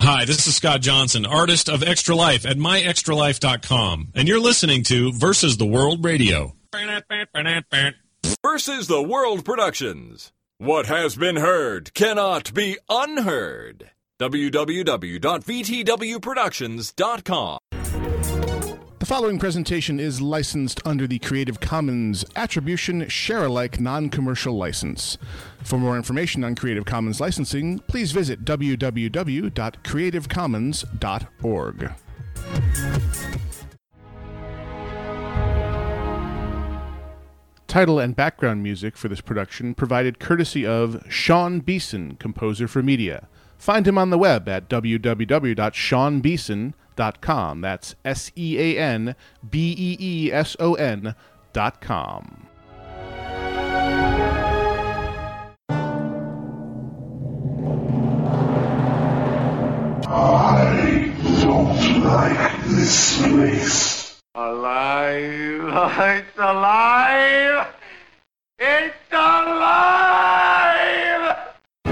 Hi, this is Scott Johnson, artist of Extra Life at myextralife.com, and you're listening to Versus the World Radio. Versus the World Productions. What has been heard cannot be unheard. www.vtwproductions.com. The following presentation is licensed under the Creative Commons Attribution Share Alike Non Commercial License. For more information on Creative Commons licensing, please visit www.creativecommons.org. Title and background music for this production provided courtesy of Sean Beeson, composer for media. Find him on the web at www.seanbeeson.com. That's S E A N B E E S O N dot com. I don't like this place. Alive! It's alive! It's alive!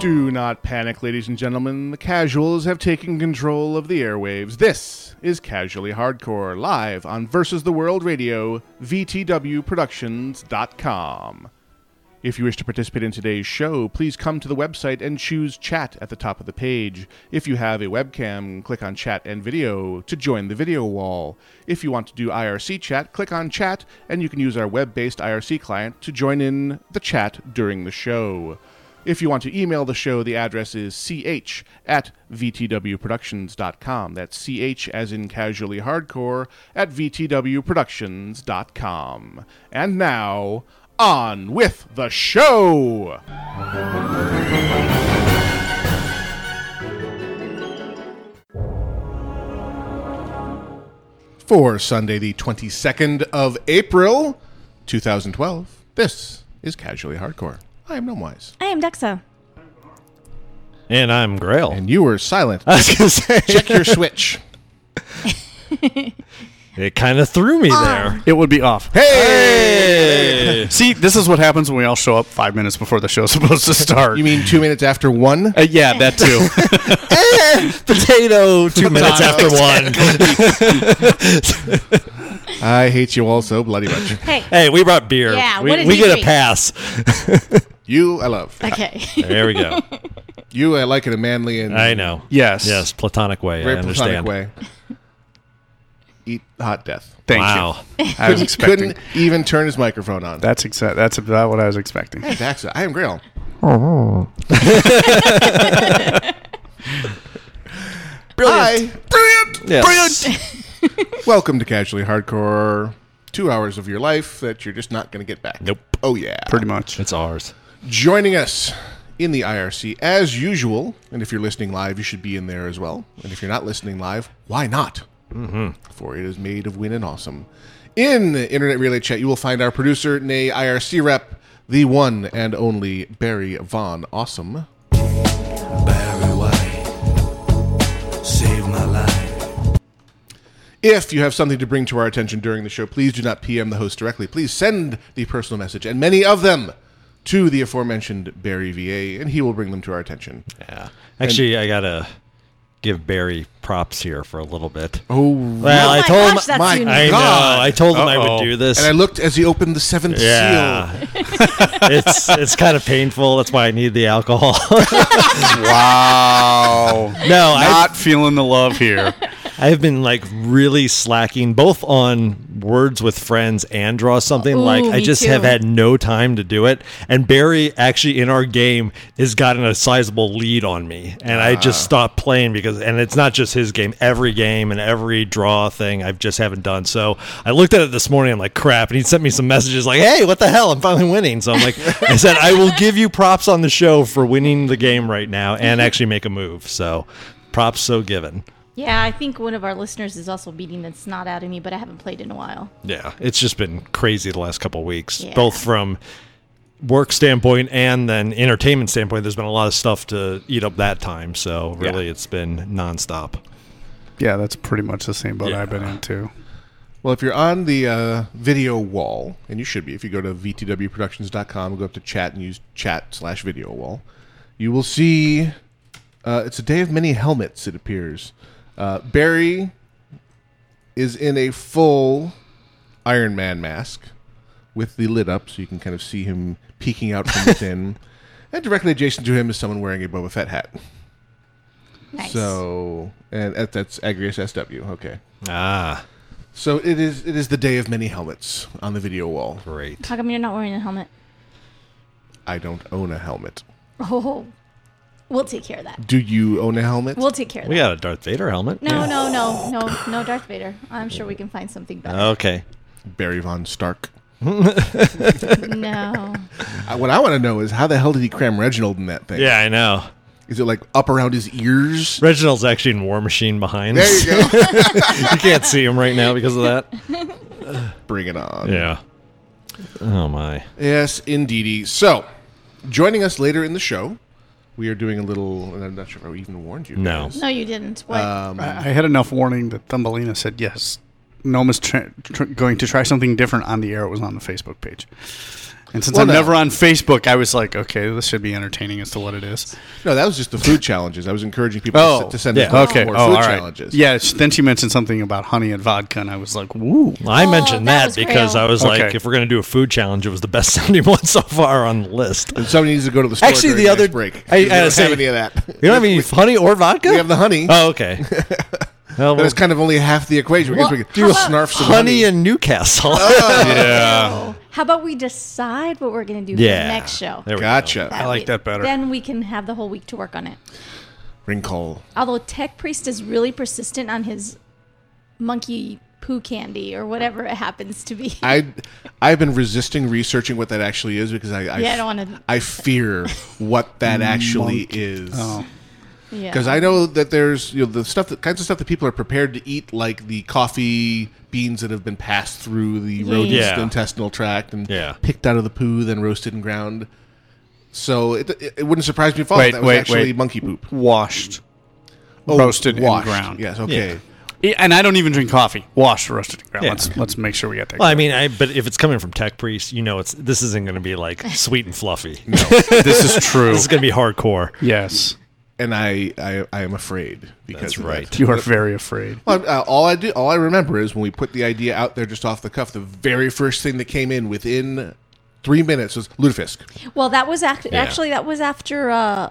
Do not panic, ladies and gentlemen. The casuals have taken control of the airwaves. This is Casually Hardcore, live on Versus the World Radio, VTWProductions.com. If you wish to participate in today's show, please come to the website and choose chat at the top of the page. If you have a webcam, click on chat and video to join the video wall. If you want to do IRC chat, click on chat and you can use our web based IRC client to join in the chat during the show. If you want to email the show, the address is ch at vtwproductions.com. That's ch as in casually hardcore at vtwproductions.com. And now, on with the show! For Sunday, the 22nd of April, 2012, this is Casually Hardcore. I am Gnomewise. I am Dexa. And I'm Grail. And you were silent. I was gonna say Check your switch. it kind of threw me there. It would be off. Hey! See, this is what happens when we all show up five minutes before the show's supposed to start. You mean two minutes after one? Uh, yeah, that too. Potato. Two minutes after one. I hate you all so bloody much. Hey. hey, we brought beer. Yeah, we, what did we he get a drink? pass. You, I love. Okay. There we go. You, I like in a manly and I know. Yes. Yes, platonic way. very I platonic understand. way. Eat hot death. Thank Wow. you. I was He expecting. couldn't even turn his microphone on. That's exa- That's about what I was expecting. Daxa, I am Grail. Hi. Brilliant. Yes. Welcome to Casually Hardcore. Two hours of your life that you're just not going to get back. Nope. Oh, yeah. Pretty much. It's ours. joining us in the IRC as usual. And if you're listening live, you should be in there as well. And if you're not listening live, why not? Mm-hmm. For it is made of win and awesome. In the Internet Relay Chat, you will find our producer, nay, IRC rep, the one and only Barry Von Awesome. Barry White saved my life. If you have something to bring to our attention during the show, please do not PM the host directly. Please send the personal message, and many of them, to the aforementioned Barry VA, and he will bring them to our attention. Yeah. Actually, I gotta give Barry props here for a little bit. Oh, Well, I my told gosh, him. that's my unique. I God. know. I told him I Uh-oh. would do this. And I looked as he opened the seventh seal. yeah. it's it's kind of painful. That's why I need the alcohol. Wow. no, I Not feeling the love here. I've been like really slacking both on words with friends and draw something. Ooh, like I me just too. have had no time to do it. And Barry actually in our game has gotten a sizable lead on me. And I just stopped playing because and it's not just his game, every game and every draw thing I've just haven't done. So I looked at it this morning, I'm like crap, and he sent me some messages like, Hey, what the hell? I'm finally winning. So I'm like I said, I will give you props on the show for winning the game right now and actually make a move. So props so given. Yeah, I think one of our listeners is also beating the snot out of me, but I haven't played in a while. Yeah, it's just been crazy the last couple of weeks, Yeah. both from work standpoint and then entertainment standpoint. There's been a lot of stuff to eat up that time, so really it's been nonstop. Yeah, that's pretty much the same boat Yeah. I've been in too. Well, if you're on the uh, video wall, and you should be, if you go to vtwproductions.com, go up to chat and use chat slash video wall, you will see uh, it's a day of many helmets, it appears. Uh, Barry is in a full Iron Man mask with the lid up, so you can kind of see him peeking out from within. and directly adjacent to him is someone wearing a Boba Fett hat. Nice. So, and that- that's Agrius SW. Okay. Ah, So it is it is the day of many helmets on the video wall. great. How come you're not wearing a helmet? I don't own a helmet. Oh, we'll take care of that. Do you own a helmet? We'll take care of We that. got a Darth Vader helmet. No, no, no, no, no, Darth Vader. I'm sure we can find something better. Okay. Barry Von Stark. No. I, what I want to know is how the hell did he cram Reginald in that thing? Yeah, I know. Is it like up around his ears? Reginald's actually in War Machine behind. There us. you go. you can't see him right now because of that. Bring it on. Yeah. Oh my. Yes, indeedy. So, joining us later in the show, we are doing a little. And I'm not sure if I even warned you. No. guys. No, you didn't. What? Um, Um, I I had enough warning that Thumbelina said yes. Noma's tra- tr- going to try something different on the air. It was on the Facebook page. And since Well, I'm no. never on Facebook, I was like, okay, this should be entertaining as to what it is. No, that was just the food challenges. I was encouraging people to Oh, s- to send yeah. us okay. more oh, all food right. challenges. Yeah. sh- Then she mentioned something about honey and vodka, and I was like, woo. I Oh, mentioned that that, was because real. I was like, Okay. if we're gonna do a food challenge, it was the best sounding one so far on the list. And somebody needs to go to the store. Actually, during the other- next break. I- I We don't say- have any of that. You don't have any honey or vodka? We have the honey. oh, okay. Well, But it's kind of only half the equation. We guess we Well, could how about- snarf some honey in Newcastle. Oh, How about we decide what we're going to do for yeah. the next show? There we go. Gotcha. That I like way- that better. Then we can have the whole week to work on it. Ring call. Although Tech Priest is really persistent on his monkey poo candy or whatever it happens to be. I I've been resisting researching what that actually is because I I, Yeah, I don't wanna- I fear what that Mm, actually is. Oh. Yeah. Because I know that there's you know the stuff that kinds of stuff that people are prepared to eat, like the coffee beans that have been passed through the rodent's Yeah. intestinal tract and Yeah. picked out of the poo, then roasted and ground. So it, it, it wouldn't surprise me if all Wait, of that was wait, actually wait. monkey poop, Washed. Oh, roasted and washed. ground. Yes, okay. Yeah. I- And I don't even drink coffee. Washed, roasted, and ground. Yeah. Let's let's make sure we get that. Well, I mean, I but if it's coming from Tech Priest, you know, it's this isn't going to be like sweet and fluffy. this is true. This is going to be hardcore. yes, And I, I I am afraid because That's of right. that. you are very afraid. Well, uh, all I do, all I remember is when we put the idea out there just off the cuff. The very first thing that came in within three minutes was lutefisk. well, that was act- actually that was after uh,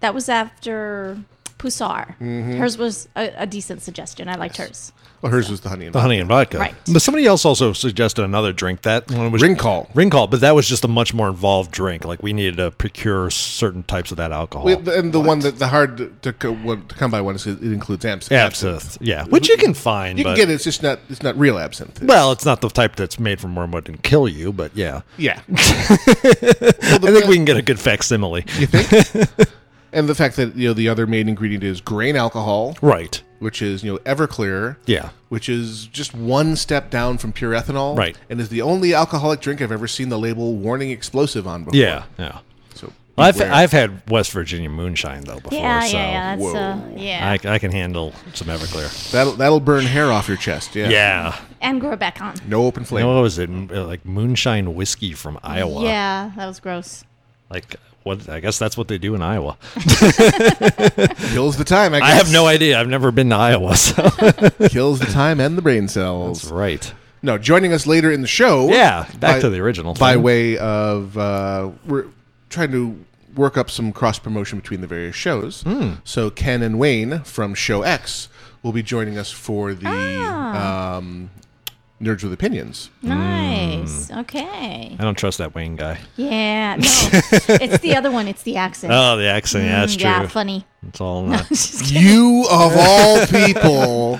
that was after Pusar. Mm-hmm. Hers was a, a decent suggestion. I liked hers. Well, hers was the honey and The honey and vodka. Right. But somebody else also suggested another drink. That one was Ring call. Ring call, but that was just a much more involved drink. Like we needed to procure certain types of that alcohol. Well, and the one that the hard to, co- one, to come by one is it includes absinthe. absinthe. Yeah, which you can find. You can but- get it. It's just not. It's not real absinthe. Well, it's not the type that's made from wormwood and kill you, but yeah. yeah. I think we can get a good facsimile. You think? and the fact that you know the other main ingredient is grain alcohol, Right. which is you know Everclear. Yeah. Which is just one step down from pure ethanol, Right. And is the only alcoholic drink I've ever seen the label "warning explosive" on before. Yeah. Yeah. So I've, beware. I've had West Virginia moonshine though before, Yeah, so yeah, yeah. That's, uh, yeah. I, I can handle some Everclear. that'll that'll burn hair off your chest. Yeah. Yeah. and grow back on. No open You flame. know, what was it M- uh, like moonshine whiskey from Iowa? Yeah, that was gross. Like what? I guess that's what they do in Iowa. Kills the time. I, guess. I have no idea. I've never been to Iowa, so Kills the time and the brain cells. that's right. No, joining us later in the show. Yeah, back to the original By thing. way of uh, we're trying to work up some cross promotion between the various shows. Hmm. So Ken and Wayne from Show X will be joining us for the um, Nerds with Opinions. Ah. Mm. Nice. Okay. Hmm. I don't trust that Wayne guy. Yeah. No, it's the other one. It's the accent. Mm, Oh, the accent. Yeah, that's true. yeah, funny. It's all. Uh, Just kidding. You of all people.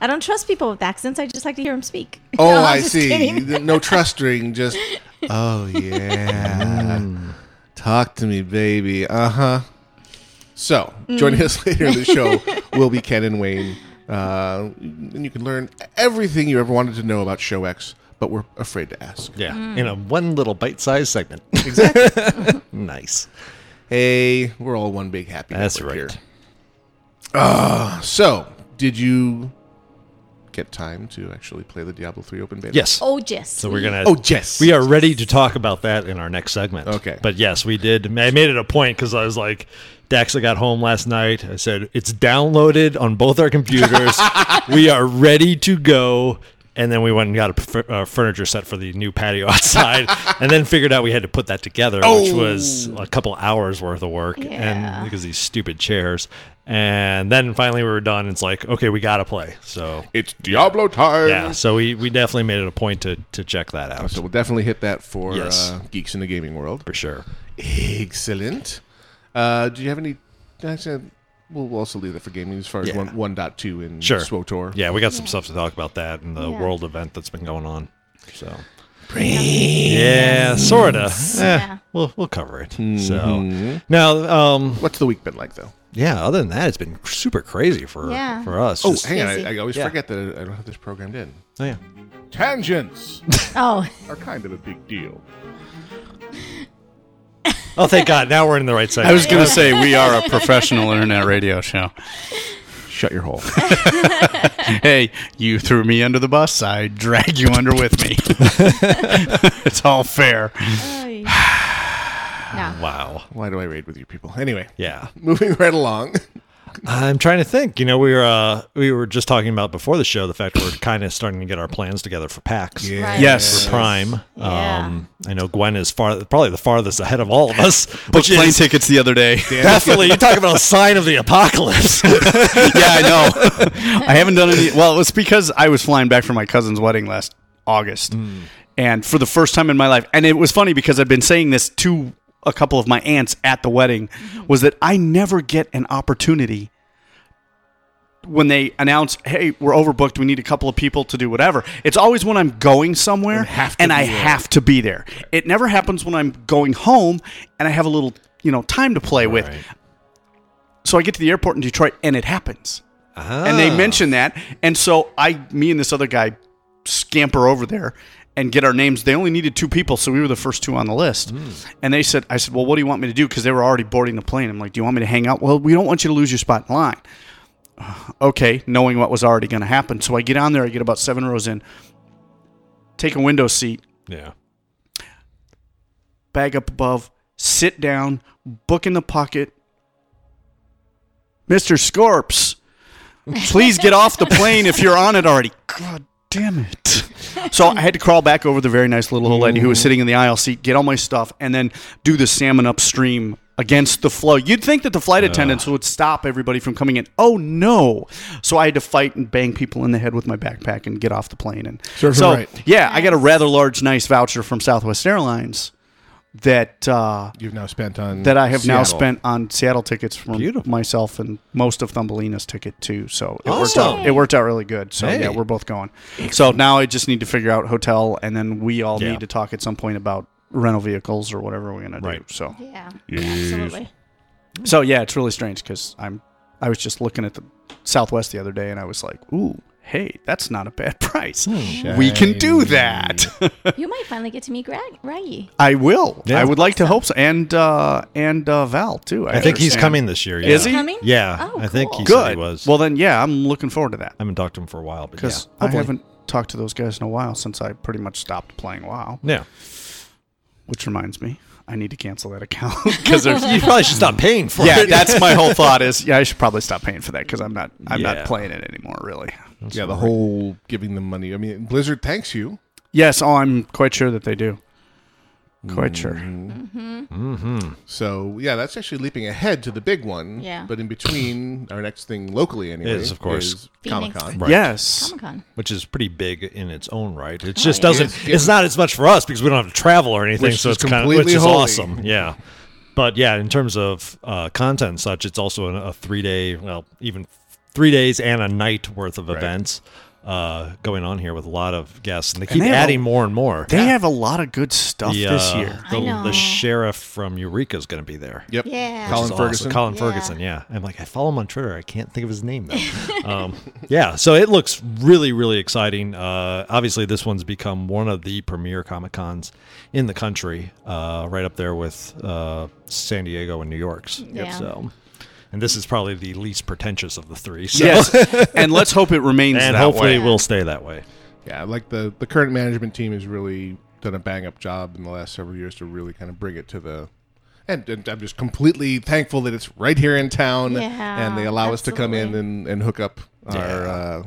I don't trust people with accents. I just like to hear them speak. Oh, No, I'm I just see. kidding. No trusting, just oh yeah. Mm. Talk to me, baby. Uh huh. So, Mm. joining us later in the show will be Ken and Wayne, uh, and you can learn everything you ever wanted to know about Show X, but we're afraid to ask. yeah, Mm. in a one little bite-sized segment. Exactly. nice. hey, we're all one big happy. That's network right. Here. Uh, so, did you get time to actually play the Diablo 3 open beta? Yes. Oh, just. So we're gonna. Oh, yes. We are ready to talk about that in our next segment. Okay. But yes, we did. I made it a point because I was like, Dax, I got home last night. I said, it's downloaded on both our computers. we are ready to go. And then we went and got a f- uh, furniture set for the new patio outside, and then figured out we had to put that together, Oh, which was Mm. a couple hours worth of work, and because these stupid chairs. And then finally we were done. It's like, okay, we gotta play. So It's Diablo time. yeah, so we, we definitely made it a point to to check that out. So we'll definitely hit that for Yes. uh, geeks in the gaming world. for sure. Excellent. Uh, do you have any? Actually, we'll also leave that for gaming as far as Yeah. one one dot two in Sure. SWOTOR. Yeah, we got some stuff to talk about that and the Yeah. world event that's been going on. So Yeah, sorta. Eh, Yeah. we'll we'll cover it. So now um Mm-hmm. What's the week been like though? yeah, other than that it's been super crazy for Yeah. for us. Oh, Just- hang on. Easy. I, I always Yeah. forget that I don't have this programmed in. oh, yeah. Tangents Oh, are kind of a big deal. Oh thank God, now we're in the right I segment. was going to say we are a professional internet radio show. Shut your hole. Hey, you threw me under the bus. I drag you under with me. it's all fair. Ay. no. wow. Why do I raid with you people? Anyway, Yeah. moving right along. I'm trying to think. You know, we were uh, we were just talking about before the show the fact we're kind of starting to get our plans together for PAX. Yeah. Right. Yes. Prime. Yeah. Um, I know Gwen is far, probably the farthest ahead of all of us. Booked Which plane is tickets the other day. definitely you talk about a sign of the apocalypse. yeah, I know. I haven't done any. Well, it was because I was flying back from my cousin's wedding last August, Mm. and for the first time in my life, and it was funny because I've been saying this to a couple of my aunts at the wedding, was that I never get an opportunity when they announce, "Hey, we're overbooked. We need a couple of people to do whatever." It's always when I'm going somewhere and I have to be there. It never happens when I'm going home and I have a little, you know, time to play with. So I get to the airport in Detroit and it happens. And Ah. Oh. they mention that. And so I, me and this other guy scamper over there and get our names. They only needed two people, so we were the first two on the list. And they said, I said, well, what do you want me to do? Because they were already boarding the plane. I'm like, do you want me to hang out? Well, we don't want you to lose your spot in line. Okay, knowing what was already going to happen. So I get on there, I get about seven rows in, take a window seat, yeah. bag up above, sit down, book in the pocket. Mr. Scorps, please get off the plane if you're on it already. God damn it. So I had to crawl back over the very nice little old lady who was sitting in the aisle seat, get all my stuff, and then do the salmon upstream against the flow. You'd think that the flight attendants would stop everybody from coming in. Oh no. So I had to fight and bang people in the head with my backpack and get off the plane and Serves her so right. yeah, I got a rather large nice voucher from Southwest Airlines that uh, You've now spent on that I have now Seattle. spent on Seattle tickets for Beautiful. myself and most of Thumbelina's ticket too. So it Awesome. worked out. It worked out really good. So Hey. yeah, we're both going. So now I just need to figure out hotel, and then we all Yeah. need to talk at some point about rental vehicles or whatever we're gonna Right. do. So Yeah. Absolutely. so yeah, it's really strange because I'm I was just looking at the Southwest the other day, and I was like, ooh. Hey, that's not a bad price. Hmm. We can do that. You might finally get to meet Greg, Raggy. I will. Yeah. I would like to hope so. And uh, and uh, Val too. I think he's understand. coming this year. Yeah. Is he? Coming? Yeah, Oh, I think cool. he said Good. he was. Well, then, yeah, I'm looking forward to that I haven't talked to him for a while, but yeah. because I haven't talked to those guys in a while since I pretty much stopped playing WoW. Yeah, Which reminds me, I need to cancel that account because because you probably should stop paying for yeah, it. that's my whole thought is yeah, I should probably stop paying for that because I'm not I'm Yeah. not playing it anymore really. Yeah, the whole giving them money. I mean, Blizzard thanks you. Yes, oh, I'm quite sure that they do. Quite sure. Mm-hmm. Mm-hmm. So yeah, that's actually leaping ahead to the big one. Yeah. But in between, our next thing locally anyway Is, of course, Comic Phoenix. Con. Right. Yes. Comic Con. which is pretty big in its own right. It Oh, just yeah. doesn't. It's It's, getting- not as much for us because we don't have to travel or anything. Which so is it's kind of which completely is holy. awesome. Yeah, but yeah, in terms of uh, content and such, it's also an, a three day, well, even three days and a night worth of events uh, going on here with a lot of guests, and they keep they have adding a- more and more. They have a lot of good stuff the, this uh, year. I the, know. the sheriff from Eureka is going to be there. Yep. Yeah. Colin Which is Ferguson. awesome. Colin Yeah. Ferguson, yeah. I'm like, I follow him on Twitter. I can't think of his name though. um, yeah, so it looks really, really exciting. Uh, obviously, this one's become one of the premier comic cons in the country, uh, right up there with uh, San Diego and New York's. Yeah. So and this is probably the least pretentious of the three. So. Yes, and let's hope it remains and that hopefully way. it will stay that way. Yeah, like the the current management team has really done a bang up job in the last several years to really kind of bring it to the. And, and I'm just completely thankful that it's right here in town, Yeah, and they allow us to come in absolutely. and, and hook up our uh,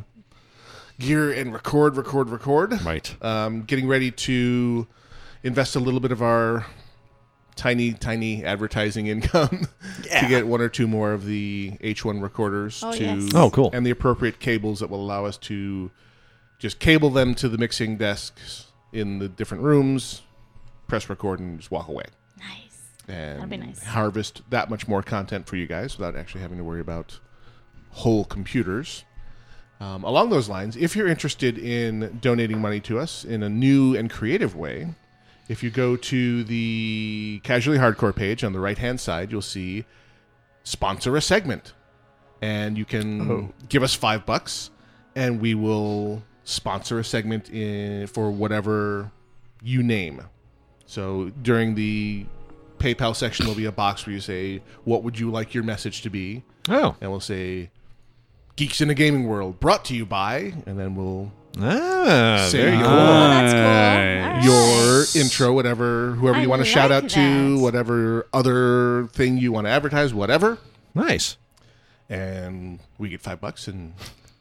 gear and record, record, record. Right. Um, getting ready to invest a little bit of our tiny, tiny advertising income to get one or two more of the H1 recorders Oh, to yes. Oh, cool. and the appropriate cables that will allow us to just cable them to the mixing desks in the different rooms, press record, and just walk away. Nice. And That'd be nice. harvest that much more content for you guys without actually having to worry about whole computers. Um, along those lines, if you're interested in donating money to us in a new and creative way, if you go to the Casually Hardcore page on the right hand side, you'll see sponsor a segment. And you can give us five bucks, and we will sponsor a segment in, for whatever you name. So during the PayPal section, there'll be a box where you say, What would you like your message to be? Oh, and we'll say Geeks in the Gaming World brought to you by and then we'll ah, Say very you- cool. Oh, that's cool. All right. your intro whatever whoever I you want to like shout out to that. whatever other thing you want to advertise whatever nice. and we get 5 bucks and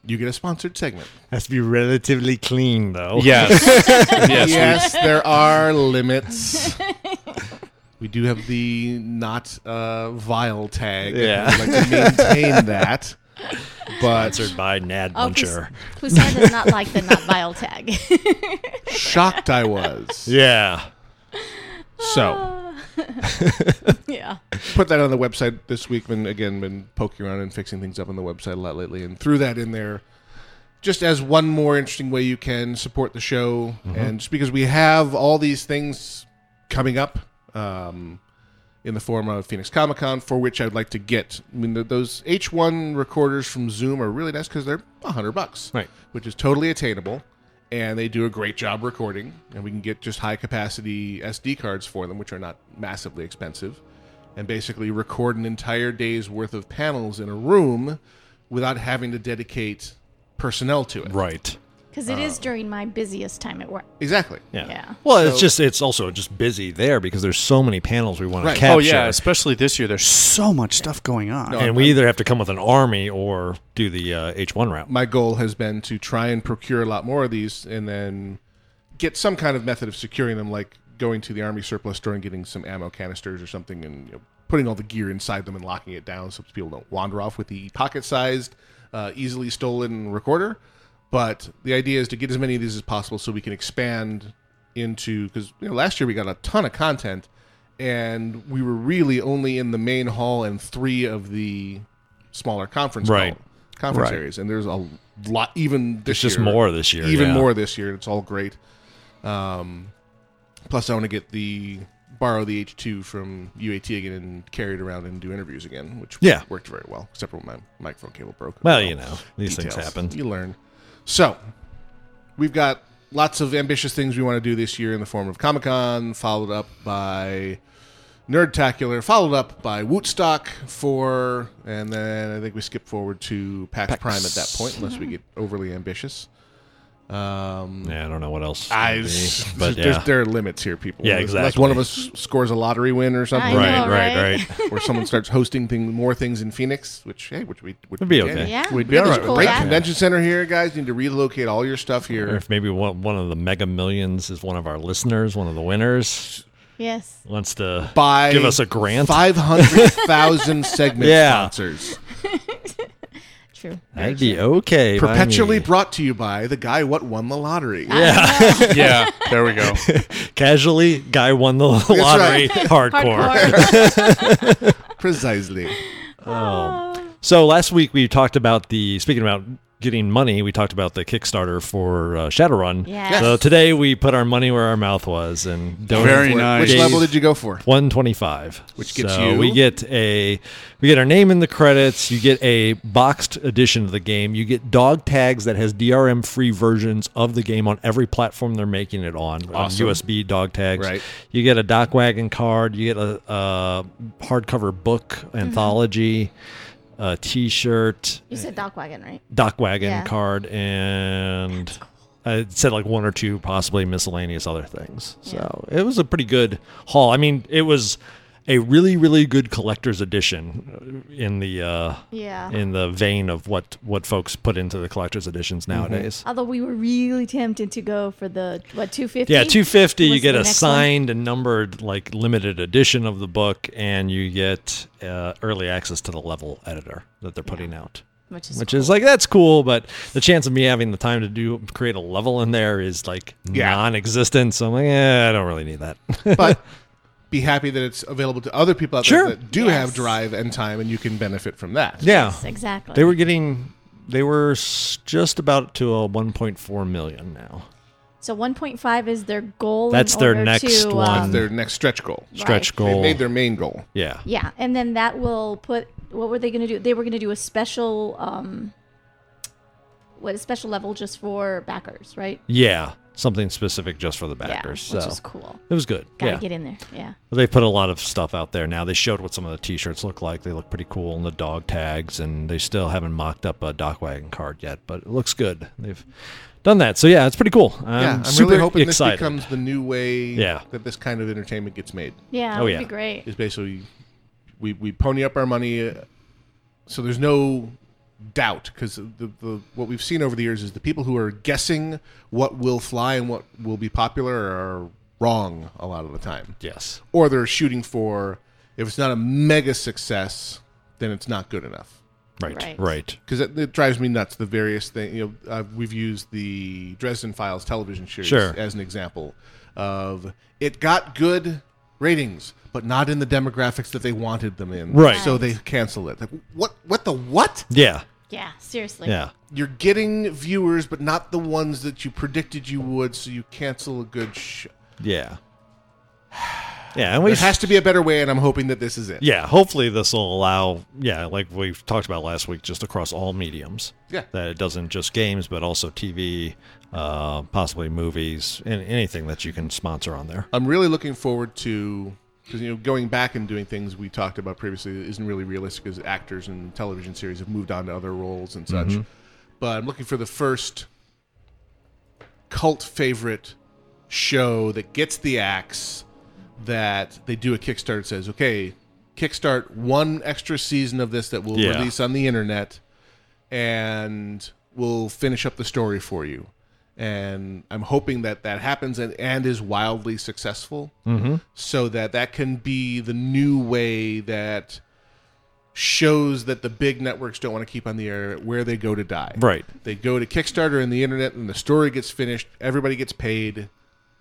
you get a sponsored segment. Has to be relatively clean though. Yes, Oh. Yes, there are limits. We do have the not uh, vile tag. Yeah. We'd like to maintain that. But Sponsored by Nad Oh, Muncher. Pus- Pusan does not like the not vile tag. shocked I was. Yeah. So yeah. put that on the website this week. Been again been poking around and fixing things up on the website a lot lately, and threw that in there just as one more interesting way you can support the show, Mm-hmm. and just because we have all these things coming up. Um, in the form of Phoenix Comic Con, for which I'd like to get. I mean, th those H1 recorders from Zoom are really nice because they're a hundred bucks, Right. Which is totally attainable, and they do a great job recording. And we can get just high capacity SD cards for them, which are not massively expensive, and basically record an entire day's worth of panels in a room without having to dedicate personnel to it. Right. Because it Oh. is during my busiest time at work. Exactly. Yeah. Yeah. Well, it's just it's also just busy there because there's so many panels we want Right. to oh capture. yeah, especially this year. There's so much stuff going on. and we either have to come with an army or do the uh, H1 route. my goal has been to try and procure a lot more of these and then get some kind of method of securing them like going to the army surplus store and getting some ammo canisters or something and you know, putting all the gear inside them and locking it down so people don't wander off with the pocket-sized uh, easily stolen recorder but the idea is to get as many of these as possible so we can expand into because you know, last year we got a ton of content and we were really only in the main hall and three of the smaller conference Right. hall- conference Right. areas and there's a lot even this It's just year, more this year. even yeah. more this year it's all great um, plus i want to get the borrow the h2 from uat again and carry it around and do interviews again which Yeah. worked very well except for when my microphone cable broke Well, you know, these things details. happen. You learn. So, we've got lots of ambitious things we want to do this year in the form of Comic Con, followed up by Nerdtacular, followed up by Wootstock for, and then I think we skip forward to PAX, Prime at that point, unless we get overly ambitious. Um, Yeah, I don't know what else. I, would be, there's- but yeah. there are limits here, people. Yeah, Unless exactly. one of us scores a lottery win or I something, Right, know, right, right? right. or someone starts hosting thing, more things in Phoenix, which hey, which we would It'd be okay. Yeah. We'd be we all could right. pull Great that. convention center here, guys. You need to relocate all your stuff Or here. if maybe one, one of the mega millions is one of our listeners, one of the winners Yes. wants to Buy give us a grant. Five hundred thousand segment Yeah. sponsors, True. That'd be okay. by perpetually me. brought to you by the guy what won the lottery. yeah, there we go. Casually, guy won the lottery. right. Hardcore. Hardcore. Precisely. Oh. So last week we talked about the speaking about getting money. We talked about the Kickstarter for uh, Shadowrun. Yes. So today we put our money where our mouth was and donated Very nice. Which Dave. level did you go for? 125 Which gets so you- we get a we get our name in the credits you get a boxed edition of the game you get dog tags that has drm free versions of the game on every platform they're making it on, on Awesome. usb dog tags Right. you get a dock wagon card you get a, uh hardcover book anthology a T-shirt, Mm-hmm. You said Dock Wagon, right? dock wagon Yeah. card, and I said like one or two possibly miscellaneous other things. So it was a pretty good haul. I mean, it was a really really good collector's edition uh, in the uh, Yeah. in the vein of what what folks put into the collector's editions Mm-hmm. nowadays. Although we were really tempted to go for the what 250. Yeah, 250 you was get a the next one. signed and numbered like limited edition of the book and you get uh, early access to the level editor that they're putting out. which is Which is like that's cool, but the chance of me having the time to do create a level in there is like Yeah. non-existent. So I'm like, eh, I don't really need that. but be happy that it's available to other people out Sure. there that do have drive and time, and you can benefit from that. yeah, Yes, exactly. they were getting they were s- just about to a 1.4 million now. so 1.5 is their goal. in That's their order next to, um, one. Their next stretch goal. Stretch Right. goal. They made their main goal. yeah. Yeah, and then that will put. What were they going to do? They were going to do a special, um, what a special level just for backers, right? Yeah, something specific just for the backers. yeah, which so is cool. it was good. Gotta yeah. get in there. Yeah. They put a lot of stuff out there now. They showed what some of the T-shirts look like. They look pretty cool, and the dog tags, and they still haven't mocked up a dock wagon card yet, but it looks good. They've done that, so yeah, it's pretty cool. I'm, yeah, I'm super really hoping excited. this becomes the new way Yeah. that this kind of entertainment gets made. Yeah. Oh, would yeah. be great. Is basically we we pony up our money, uh, so there's no doubt because the, the what we've seen over the years is the people who are guessing what will fly and what will be popular are wrong a lot of the time. yes, or they're shooting for if it's not a mega success, then it's not good enough. right, right. Right. Because it, it drives me nuts. The various thing, you know, uh, we've used the Dresden Files television series Sure. as an example of it got good ratings, but not in the demographics that they wanted them in. Right. So they cancel it. Like what? What the what? Yeah, Yeah. Seriously. yeah, You're getting viewers, but not the ones that you predicted you would. So you cancel a good show. yeah, yeah. And we There has to be a better way, and I'm hoping that this is it. Yeah, hopefully this will allow, yeah, like we've talked about last week, just across all mediums. Yeah. That it doesn't just games, but also TV, uh, possibly movies, and anything that you can sponsor on there. I'm really looking forward to because you know going back and doing things we talked about previously isn't really realistic because actors and television series have moved on to other roles and such. But I'm looking for the first cult favorite show that gets the axe that they do a Kickstarter that says, okay, kickstart one extra season of this that we'll Yeah. release on the internet and we'll finish up the story for you. And I'm hoping that that happens and, and is wildly successful so that that can be the new way that shows that the big networks don't want to keep on the air where they go to die. Right. They go to Kickstarter and the internet, and the story gets finished. Everybody gets paid.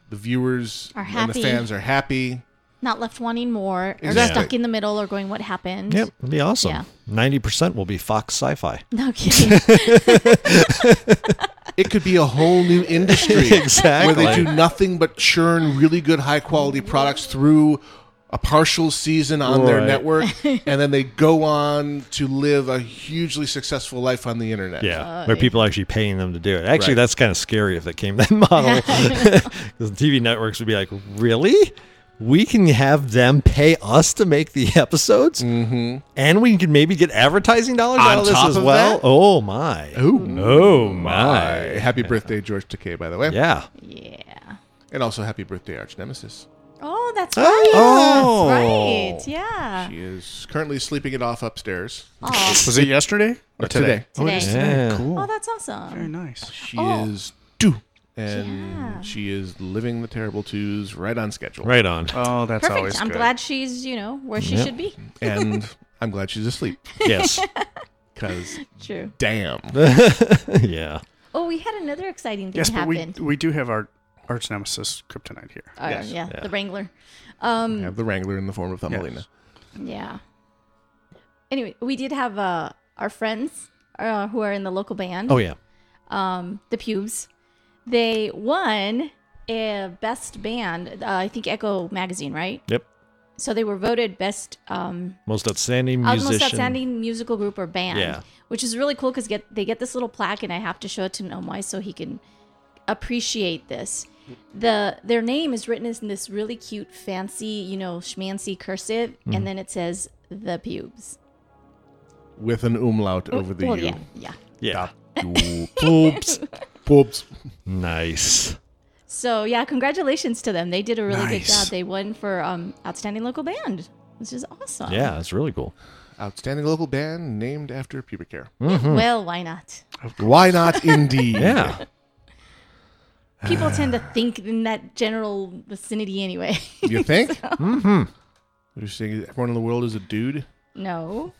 The viewers Are and the happy. fans are happy. Not left wanting more, or Exactly. stuck in the middle, or going, "What happened?" Yep, it'd be awesome. Mm-hmm. Yeah. 90% will be Fox Sci Fi. No kidding. It could be a whole new industry Exactly. where they do nothing but churn really good, high quality products through a partial season on their Right. network, and then they go on to live a hugely successful life on the internet. Yeah, Uh, where people are actually paying them to do it. Actually, that's kind of scary if it came that model. Because TV networks would be like, really? We can have them pay us to make the episodes? Mm-hmm. And we can maybe get advertising dollars On out of this top as of well? that? Oh, my. Ooh. Oh, Hi. my. Happy birthday, George Takei, by the way. Yeah. yeah. And also happy birthday, Arch Nemesis. Oh, that's right. Oh. That's right. Yeah. She is currently sleeping it off upstairs. Oh, Was it yesterday or today? today. Yeah. Oh, that's awesome. Very nice. She Oh. is two. And Yeah. she is living the terrible twos right on schedule. Right on. Oh, that's always Perfect. I'm good. glad she's, you know, where she should be. And I'm glad she's asleep Yes. because True. damn. yeah. Oh, we had another exciting thing Yes, but we, happen. we do have our arch nemesis kryptonite here. Uh, Yes. yeah, Yeah. the Wrangler. Um, I have the Wrangler in the form of Thumbelina. Yes. Yeah. Anyway, we did have uh, our friends uh, who are in the local band, Oh, yeah. um, the Pubes. They won a best band, uh, I think Echo Magazine, right? Yep. So they were voted best um, Most outstanding uh, musician. most outstanding musical group or band, Yeah. which is really cool because get they get this little plaque, and I have to show it to Nomai so he can appreciate this. The their name is written in this really cute, Mm-hmm. fancy, you know, schmancy cursive, and then it says the pubes. with an umlaut over the Oh, well, U. yeah, yeah. Yeah. Oops. Oops. Nice. So yeah, congratulations to them. They did a really good Nice. job. They won for um, outstanding local band, which is awesome. Yeah, that's really cool. Outstanding local band named after pubic hair. Well, why not? Why not indeed? Mm-hmm. Yeah. People tend to think in that general vicinity anyway. You think? mm-hmm. You're saying everyone in the world is a dude? no.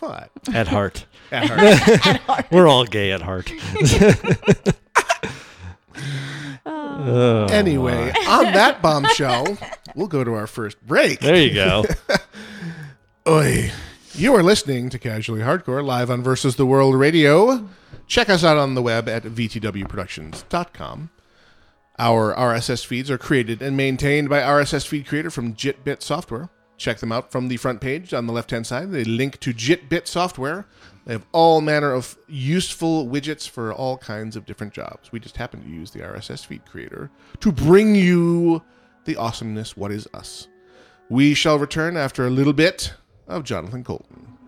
What? At heart. At heart. We're all gay at heart. Oh. anyway, on that bombshell, we'll go to our first break. There you go. Oi. You are listening to Casually Hardcore live on Versus the World Radio. Check us out on the web at vtwproductions.com. Our RSS feeds are created and maintained by RSS feed creator from JitBit Software. Check them out from the front page on the left hand side. They link to JitBit Software. They have all manner of useful widgets for all kinds of different jobs. We just happen to use the RSS feed creator to bring you the awesomeness what is us. We shall return after a little bit of Jonathan Colton.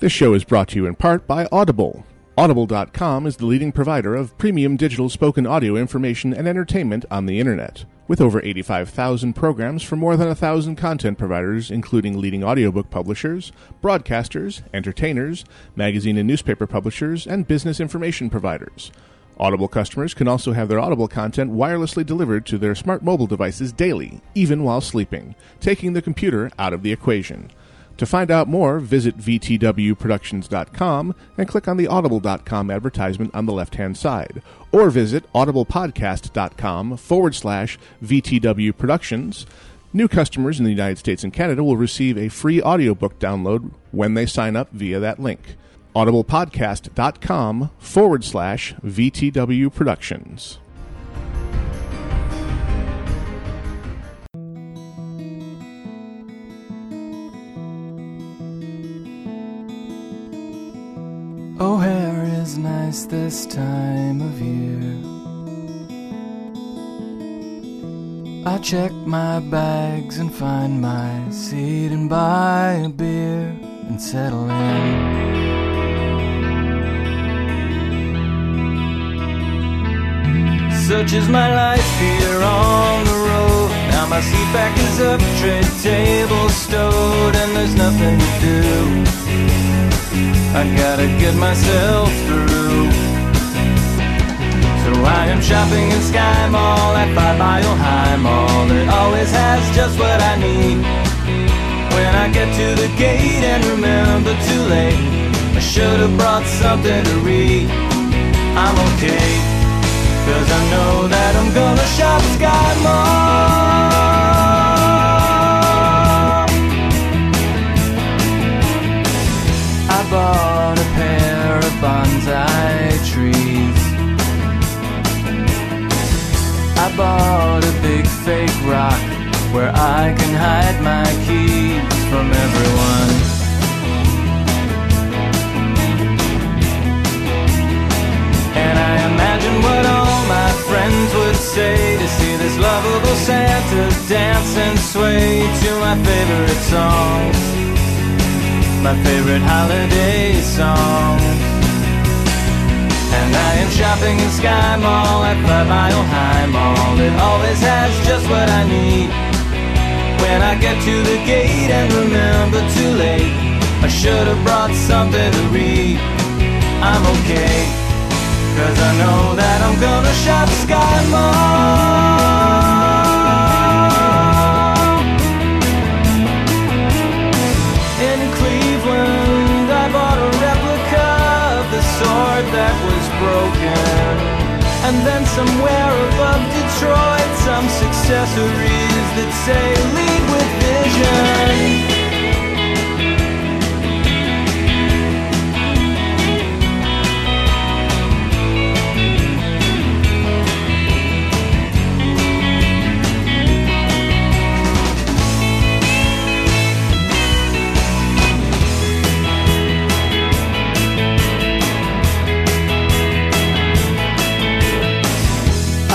This show is brought to you in part by Audible. Audible.com is the leading provider of premium digital spoken audio information and entertainment on the internet, with over 85,000 programs from more than 1,000 content providers, including leading audiobook publishers, broadcasters, entertainers, magazine and newspaper publishers, and business information providers. Audible customers can also have their Audible content wirelessly delivered to their smart mobile devices daily, even while sleeping, taking the computer out of the equation. To find out more, visit vtwproductions.com and click on the audible.com advertisement on the left hand side, or visit audiblepodcast.com forward slash VTW Productions. New customers in the United States and Canada will receive a free audiobook download when they sign up via that link. audiblepodcast.com forward slash VTW Productions. O'Hare Oh, is nice this time of year. I check my bags and find my seat and buy a beer and settle in. Such is my life here on the road. Now my seat back is up, tray table stowed, and there's nothing to do. I gotta get myself through. So I am shopping in Sky Mall at Five Mile High Mall. It always has just what I need. When I get to the gate and remember too late, I should have brought something to read. I'm okay, cause I know that I'm gonna shop Sky Mall. I bought a pair of bonsai trees. I bought a big fake rock where I can hide my keys from everyone. And I imagine what all my friends would say to see this lovable Santa dance and sway to my favorite songs my favorite holiday song. And I am shopping in Sky Mall at Five Mile High Mall. It always has just what I need. When I get to the gate and remember too late, I should have brought something to read. I'm okay, cause I know that I'm gonna shop Sky Mall. In Cleveland, I bought a replica of the sword that was broken. And then somewhere above Detroit, some successories that say lead with vision.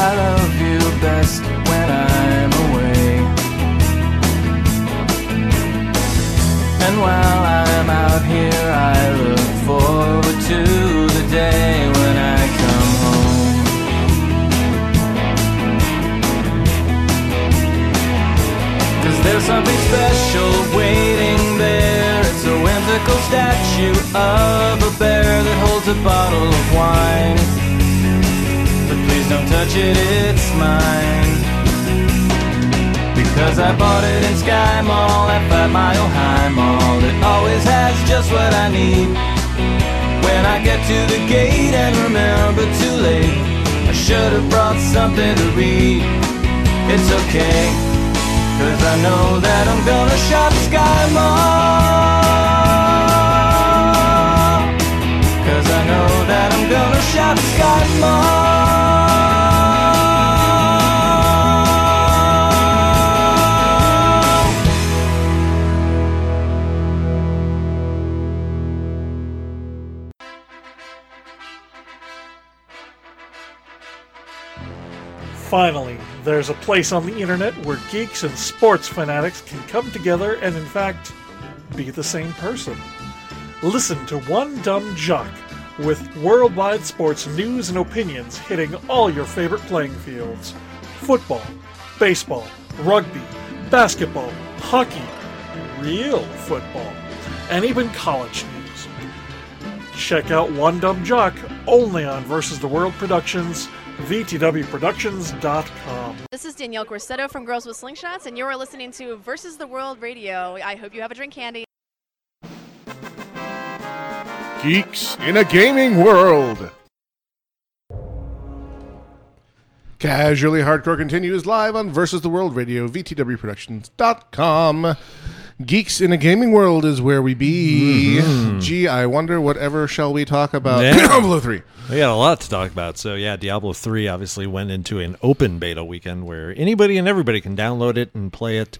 I love you best when I'm away. There's something special waiting there. It's a whimsical statue of a bear that holds a bottle of wine. But please don't touch it, it's mine. Because I bought it in Sky Mall at Five Mile High Mall. It always has just what I need. When I get to the gate and remember too late, I should have brought something to read. It's okay, cause I know that I'm gonna shop Sky Mall. Cause I know that I'm gonna shop Sky Mall. Finally, there's a place on the internet where geeks and sports fanatics can come together and, in fact, be the same person. Listen to One Dumb Jock with worldwide sports news and opinions hitting all your favorite playing fields football, baseball, rugby, basketball, hockey, real football, and even college news. Check out One Dumb Jock only on Versus the World Productions, VTWProductions.com. This is Danielle Corsetto from Girls with Slingshots, and you are listening to Versus the World Radio. I hope you have a drink handy. Geeks in a Gaming World. Casually Hardcore continues live on Versus the World Radio, VTWProductions.com. Geeks in a Gaming World is where we be. Gee, I wonder whatever shall we talk about? Mm-hmm. Yeah. Diablo 3. We got a lot to talk about. So yeah, Diablo 3 obviously went into an open beta weekend where anybody and everybody can download it and play it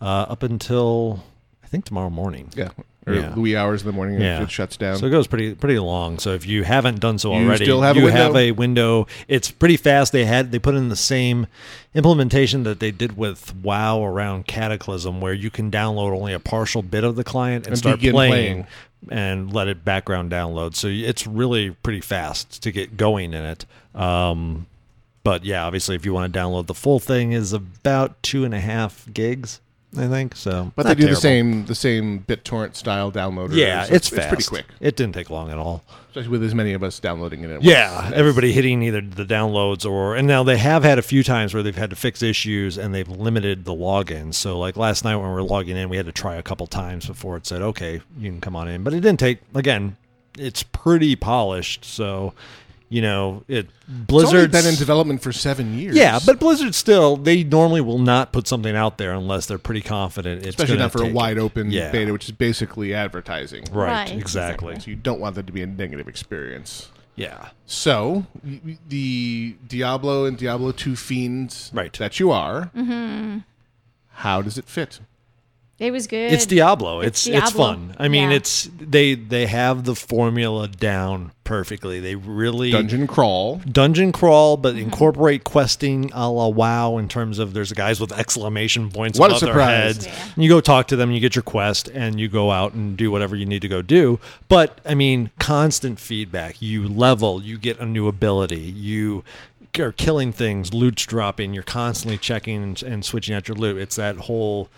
uh, up until I think tomorrow morning. Yeah. Or Yeah. wee hours in the morning, Yeah. it shuts down. So it goes pretty pretty long. So if you haven't done so You already, still have a you window. have a window. It's pretty fast. They had they put in the same implementation that they did with WoW around Cataclysm, where you can download only a partial bit of the client and, And start begin playing, playing. and let it background download. So it's really pretty fast to get going in it. Um, but yeah, obviously, if you want to download the full thing, is about two and a half gigs, I think. So, but they not do the terrible. same the same BitTorrent style downloader. Yeah, So it's fast. it's pretty quick, It didn't take long at all. especially with as many of us downloading it. At once. Yeah, everybody hitting either the downloads or and now they have had a few times where they've had to fix issues and they've limited the login. So like last night when we were logging in, we had to try a couple times before it said, "Okay, you can come on in." But it didn't take again, it's pretty polished, so you know, it It's only Blizzard been in development for seven years. Yeah, but Blizzard still they normally will not put something out there unless they're pretty confident it's especially gonna not for a take wide it. open Yeah. beta, which is basically advertising. Right, Right, exactly. So you don't want that to be a negative experience. Yeah. So y- y- the Diablo and Diablo two fiends Right. that you are, how does it fit? Mm-hmm. It was good. It's Diablo. It's it's, Diablo. fun. I mean, Yeah. it's they they have the formula down perfectly. They really Dungeon crawl. dungeon crawl, but incorporate questing a la WoW in terms of there's guys with exclamation points What a above their surprise. heads. And you go talk to them, you get your quest, and you go out and do whatever you need to go do. But I mean, constant feedback. You level, you get a new ability, you are killing things, loot's dropping, you're constantly checking and, and switching out your loot. It's that whole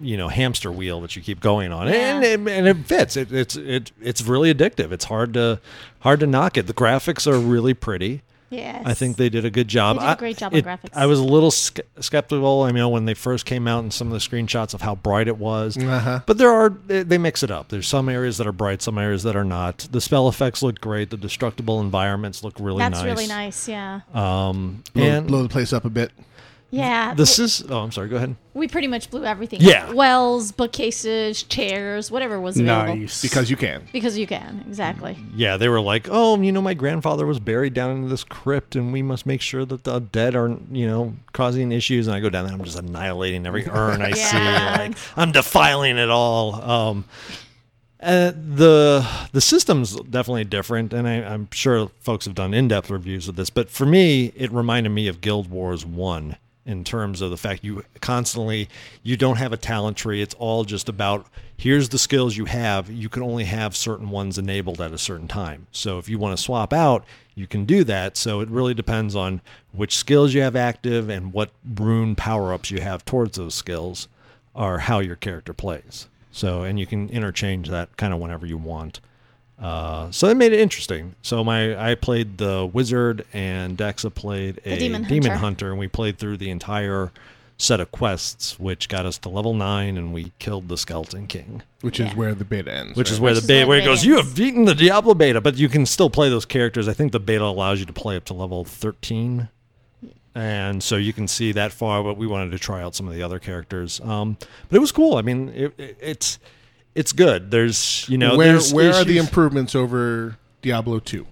you know hamster wheel that you keep going on and it, and it fits it, it's it, it's really addictive it's hard to hard to knock it the graphics are really pretty Yes. I think they did a good job. They did a I- great job on it- graphics. I was a little ske- skeptical. I mean, when they first came out and some of the screenshots of how bright it was. Uh-huh. But there are they they mix it up. There's some areas that are bright, some areas that are not. The spell effects look great. The destructible environments look really that's nice. really nice. Yeah. Um, Blow, and blow the place up a bit. yeah. this is. Oh, I'm sorry. Go ahead. we pretty much blew everything. Yeah. up. Wells, bookcases, chairs, whatever was available. Nice. Because you can. Because you can exactly. Yeah, they were like, "Oh, you know, my grandfather was buried down in this crypt, and we must make sure that the dead aren't, you know, causing issues." And I go down there, I'm just annihilating every urn I Yeah. see, like I'm defiling it all. Um, uh, the the system's definitely different, and I, I'm sure folks have done in depth reviews of this. But for me, it reminded me of Guild Wars One in terms of the fact you constantly you don't have a talent tree. It's all just about here's the skills you have. You can only have certain ones enabled at a certain time. So if you want to swap out, you can do that. So it really depends on which skills you have active and what rune power ups you have towards those skills. are how your character plays. So, and you can interchange that kind of whenever you want. Uh, so that made it interesting. So my I played the wizard and Daxa played The a demon hunter. and we played through the entire set of quests, which got us to level nine, and we killed the skeleton king. Which is where the bit ends. Which right? is where the beta, where it goes, you have beaten the Diablo beta, but you can still play those characters. I think the beta allows you to play up to level 13. And so you can see that far, but we wanted to try out some of the other characters. Um, but it was cool. I mean, it, it, it's it's good. There's, you know, where there's where are the issues. improvements over Diablo two,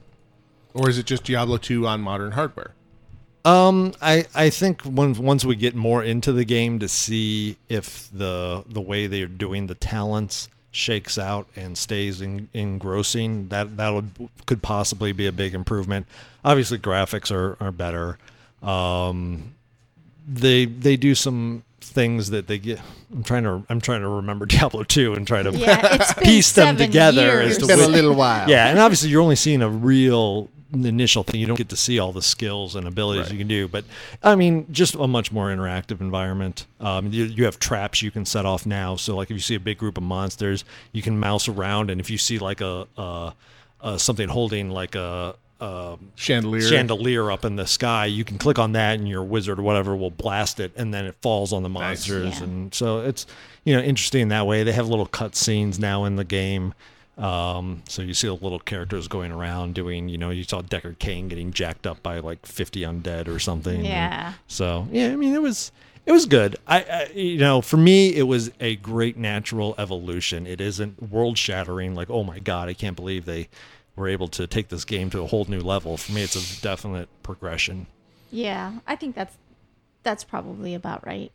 or is it just Diablo two on modern hardware? Um, I, I think when, once we get more into the game to see if the the way they're doing the talents shakes out and stays en- engrossing, that that would, could possibly be a big improvement. Obviously, graphics are are better. Um, they they do some things that they get. I'm trying to I'm trying to remember Diablo two and try to Yeah, it's been piece them seven together. years. as to It's been a which- little while. Yeah, and obviously you're only seeing a real initial thing. You don't get to see all the skills and abilities you can do. But I mean, just a much more interactive environment. Um, you, you have traps you can set off now. So like if you see a big group of monsters, you can mouse around, and if you see like a, a, a something holding like a, a Chandelier. chandelier up in the sky, you can click on that, and your wizard or whatever will blast it, and then it falls on the monsters. And so it's you know interesting that way. They have little cut scenes now in the game. Um, so you see the little characters going around doing, you know, you saw Deckard Kane getting jacked up by like 50 undead or something. And Yeah. so, yeah, I mean, it was, it was good. I, I, you know, for me, it was a great natural evolution. It isn't world shattering. Like, oh my God, I can't believe they were able to take this game to a whole new level. For me, it's a definite progression. Yeah, I think that's that's probably about right.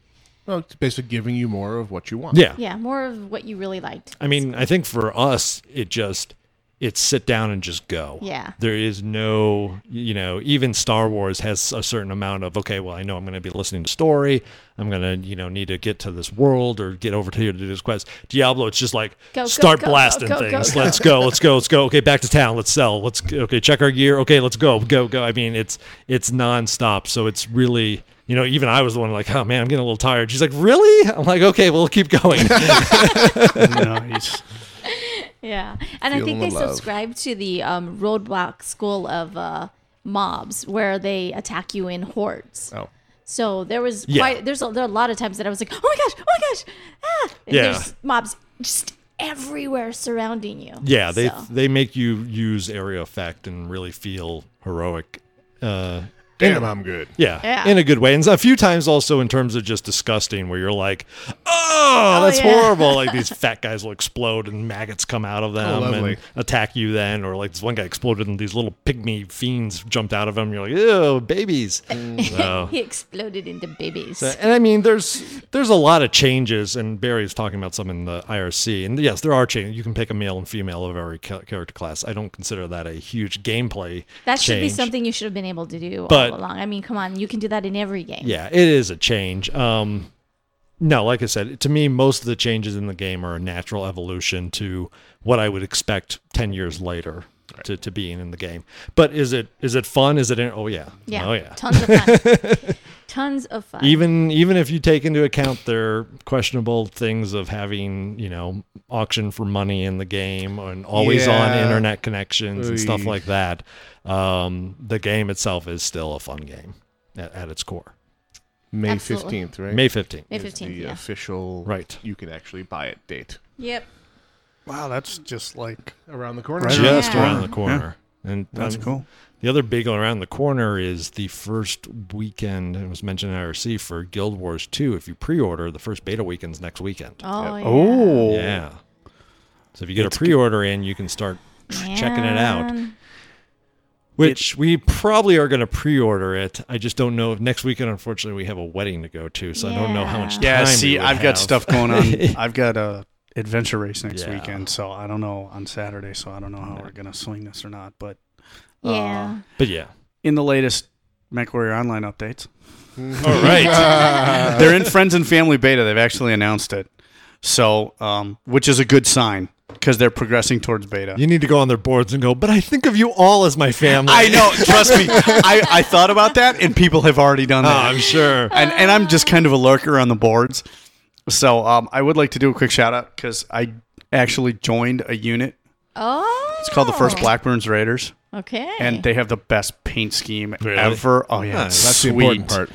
Well, it's basically giving you more of what you want. Yeah. Yeah, more of what you really liked. I mean, I think for us, it just it's sit down and just go. Yeah. There is no, you know, even Star Wars has a certain amount of okay. Well, I know I'm going to be listening to story. I'm going to, you know, need to get to this world or get over to here to do this quest. Diablo, it's just like Go, go, start go, go, blasting go, go, things. go. Let's go. Let's go. Let's go. Okay, back to town. Let's sell. Let's okay. Check our gear. Okay, let's go. Go go. I mean, it's it's nonstop. So it's really. You know, even I was the one like, oh man, I'm getting a little tired. She's like, really? I'm like, okay, well, keep going. Nice. Yeah, and I think Feeling the they love. subscribe to the um, roadblock school of uh, mobs where they attack you in hordes. Oh. So there was Yeah. quite there's a, there are a lot of times that I was like, oh my gosh, oh my gosh, ah! And Yeah. There's mobs just everywhere surrounding you. Yeah, they So, they make you use area effect and really feel heroic. Uh, Damn, I'm good. yeah, Yeah. in a good way, and a few times also in terms of just disgusting, where you're like, "Oh, Oh, that's yeah." horrible!" Like these fat guys will explode and maggots come out of them Oh, lovely. and attack you. Then, or like this one guy exploded and these little pygmy fiends jumped out of him. You're like, "Ew, babies!" So- he exploded into babies. Uh, Mm, And I mean, there's there's a lot of changes, and Barry's talking about some in the IRC. And yes, there are changes. You can pick a male and female of every ca- character class. I don't consider that a huge gameplay. that should be change. something you should have been able to do But- all along. I mean, come on, you can do that in every game. Yeah, it is a change. Um, no, like I said, to me, most of the changes in the game are a natural evolution to what I would expect ten years later to, to being in the game. But is it is it fun? Is it? In, oh yeah. Yeah. Oh yeah. Tons of fun. Tons of fun. even even if you take into account their questionable things of having you know auction for money in the game and always on Yeah. internet connections and stuff Oy. like that um, the game itself is still a fun game at, at its core May Absolutely. fifteenth, right? may 15th May Is 15th, the yeah. official Right. You can actually buy it date Yep. Wow, that's just like around the corner. Right. just Yeah. around the corner and that's um, cool. the other big one around the corner is the first weekend it was mentioned in irc for guild wars 2 if you pre-order the first beta weekends next weekend Oh, yeah. Oh, Yeah. So if you get a pre-order in, you can start tr- checking it out. Man. Which we probably are going to pre-order it. I just don't know. Next weekend, unfortunately, we have a wedding to go to, so I don't know how much time. yeah. we See, would I've have. got stuff going on. I've got a adventure race next Yeah. weekend, so I don't know on Saturday, so I don't know how we're gonna swing this or not. But uh, Yeah. But yeah. in the latest MechWarrior Online updates, All right. Uh, they're in friends and family beta. They've actually announced it, so um, which is a good sign because they're progressing towards beta. you need to go on their boards and go. But I think of you all as my family. I know. Trust me. I, I thought about that, and people have already done Oh, that. I'm sure. and and I'm just kind of a lurker on the boards. So um, I would like to do a quick shout out because I actually joined a unit. Oh. It's called the First Blackburns Raiders. Okay. And they have the best paint scheme ever. Oh yeah, Nice. it's That's the sweet. important part.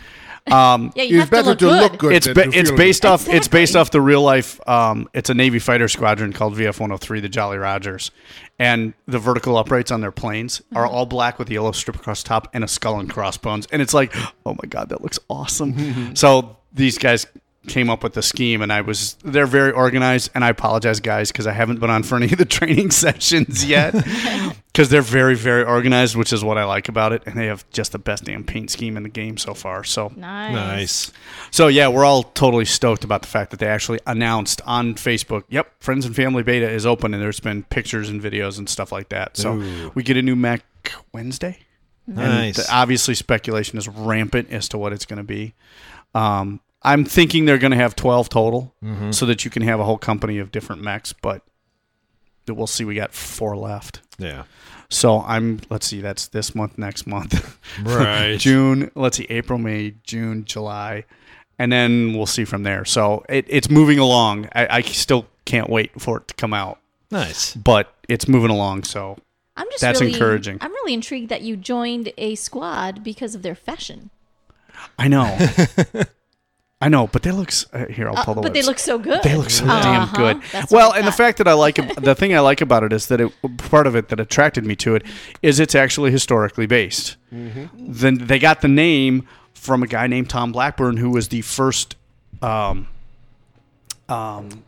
Um, Yeah, you It's have to better look to good. look good It's than ba- to it's feel based good. off it's based off the real life. Um, it's a Navy fighter squadron called VF 103, the Jolly Rogers, and the vertical uprights on their planes are Mm-hmm. all black with a yellow strip across top and a skull and crossbones. And it's like, oh my god, that looks awesome. so these guys came up with the scheme, and I was they're very organized. And I apologize, guys, because I haven't been on for any of the training sessions yet. because they're very very organized which is what i like about it and they have just the best damn paint scheme in the game so far so Nice. Nice. so yeah we're all totally stoked about the fact that they actually announced on facebook yep friends and family beta is open and there's been pictures and videos and stuff like that so Ooh. we get a new mac wednesday And Nice. the- obviously speculation is rampant as to what it's going to be um, i'm thinking they're going to have 12 total Mhm. so that you can have a whole company of different mechs but we'll see we got four left Yeah. so I'm let's see, that's this month, next month. Right. June, let's see, April, May, June, July. And then we'll see from there. So it, it's moving along. I, I still can't wait for it to come out. Nice. But it's moving along, so I'm just that's really, encouraging. I'm really intrigued that you joined a squad because of their fashion. I know. I know, but they look s- uh, here. I'll Uh, pull the. but they webs- look so good. They look so Uh-huh, damn good. that's what Well, I and the thought. fact that I like ab- the thing I like about it is that it part of it that attracted me to it is it's actually historically based. Then they got the name from a guy named Tom Blackburn, who was the first um, um,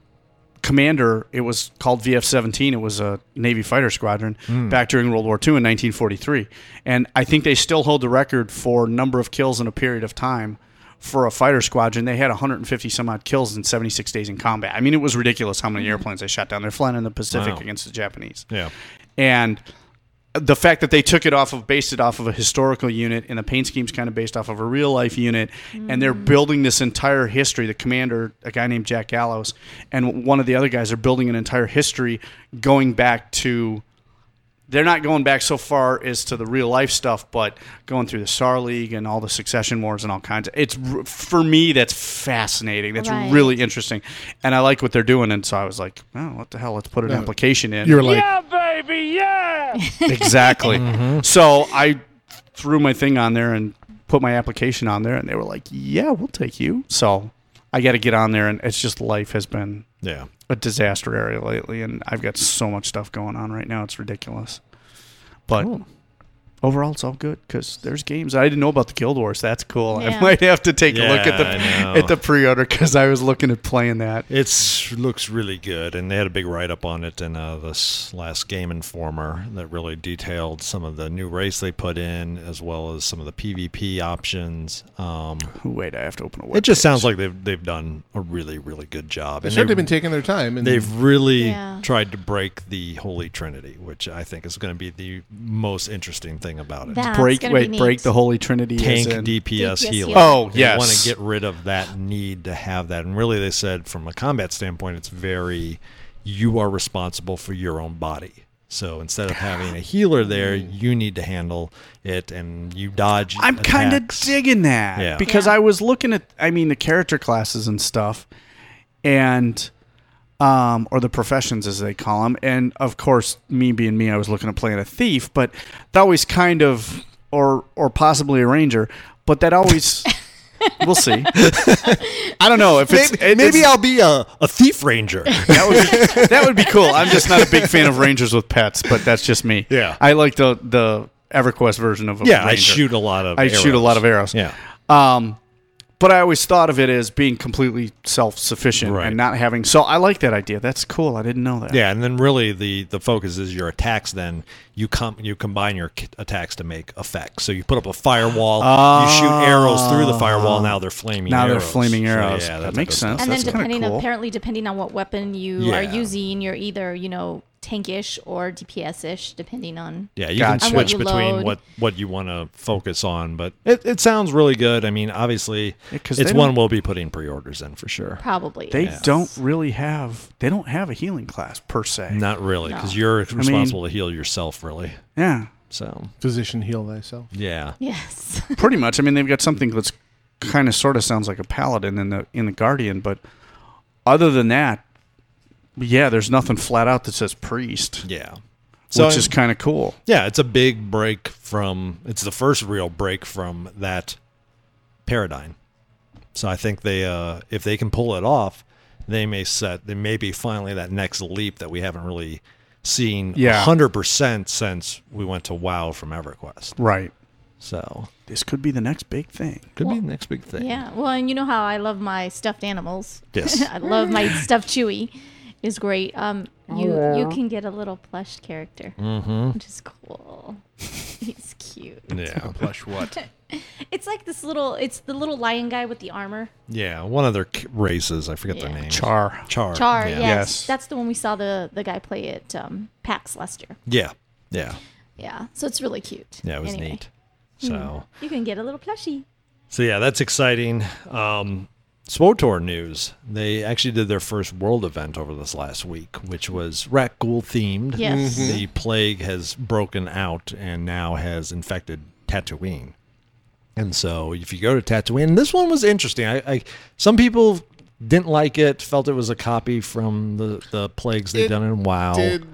commander. It was called VF 17. It was a Navy fighter squadron back during World War II in 1943. And I think they still hold the record for number of kills in a period of time for a fighter squadron. They had 150 some odd kills in 76 days in combat. I mean, it was ridiculous how many airplanes they shot down. They're flying in the Pacific Wow. against the Japanese. Yeah. And the fact that they took it off of based it off of a historical unit and the paint scheme's kind of based off of a real life unit and they're building this entire history the commander a guy named jack gallows and one of the other guys are building an entire history going back to they're not going back so far as to the real life stuff but going through the star league and all the succession wars and all kinds of it's r- for me that's fascinating that's Right. really interesting and i like what they're doing and so i was like oh what the hell let's put an application in You're like, Mm-hmm. Exactly. So I threw my thing on there and put my application on there, and they were like, "Yeah, we'll take you." So I got to get on there, and it's just life has been Yeah. a disaster area lately, and I've got so much stuff going on right now; it's ridiculous. But overall, it's all good because there's games I didn't know about the Guild Wars. That's cool. I Yeah. might have to take a look Yeah, at the I know. at the pre-order because I was looking at playing that. It's looks really good, and they had a big write up on it in uh, this last Game Informer that really detailed some of the new race they put in, as well as some of the PvP options. Um, Wait, I have to open a web. it just sounds like they've they've done a really really good job. they and certainly they- been taking their time. And They've really Yeah. tried to break the Holy Trinity, which I think is going to be the most interesting thing about it. That's break. gonna be Wait, neat. break the Holy Trinity. as Tank in- DPS, DPS healer. healer. Oh, They yes. want to get rid of that need to have that. And really, they said from a combat standpoint, it's very you are responsible for your own body. So instead of having a healer there, you need to handle it, and you dodge. I'm kind of attacks. digging that Yeah. because I was looking at, I mean, the character classes and stuff, and um, or the professions as they call them, and of course, me being me, I was looking at playing a thief, but that always kind of, or or possibly a ranger, but that always, we'll see. I don't know Oh, if it's Maybe, maybe I'll be a, a thief ranger. that would be, that would be cool. I'm just not a big fan of rangers with pets, but that's just me. Yeah. I like the the EverQuest version of a yeah, I ranger. shoot a lot of. I shoot a arrows. lot of arrows. Yeah, Um, but I always thought of it as being completely self sufficient Right. and not having. So I like that idea. That's cool. I didn't know that. yeah, and then really the the focus is your attacks. Then you com- you combine your k- attacks to make effects. So you put up a firewall, you shoot arrows through the firewall. Now they're flaming. Now they're arrows. flaming So, arrows. yeah, That type makes of stuff. sense. and then That's kinda depending cool. apparently depending on what weapon you are Yeah. using you're either you know tankish or dps-ish depending on Yeah, you Gotcha. can And what switch you between load. what what you want to focus on, but it, it sounds really good. I mean, obviously, Yeah, 'cause it's they one don't- we'll be putting pre-orders in for sure. probably They yes. don't really have. They don't have a healing class per se. Not really, because No. you're responsible to heal yourself, really. Yeah. So physician heal thyself. yeah, yes Pretty much. I mean, they've got something that's kind of sort of sounds like a paladin in the in the guardian, but other than that, yeah, there's nothing flat out that says priest. Yeah. which is kind of cool. Yeah, it's a big break from. It's the first real break from that paradigm. So I think they, uh, if they can pull it off, they may set. They may be finally that next leap that we haven't really seen. Yeah. hundred percent since we went to WoW from EverQuest. Right. So This could be the next big thing. could be the next big thing. Yeah. Well, and you know how I love my stuffed animals. Yes. I love my stuffed Chewy. Is great. Um, you you can get a little plush character, Mm-hmm. Mhm. which is cool. He's cute. Yeah. Plush what? It's like this little. It's the little lion guy with the armor. Yeah. One of their k- races. I forget their name. Char. Char. Char. Yeah. Yes. That's the one we saw the the guy play at um, PAX Lester. Yeah. Yeah. Yeah. So it's really cute. Yeah. It was Anyway. Hmm. neat. So. You can get a little plushie. So yeah, that's exciting. Um, Swotor news. They actually did their first world event over this last week, which was Rat Ghoul themed. Yes. Mm-hmm. Mhm. The plague has broken out and now has infected Tatooine. And so if you go to Tatooine, and this one was interesting. I, I some people didn't like it, felt it was a copy from the, the plagues they've It done in WoW Did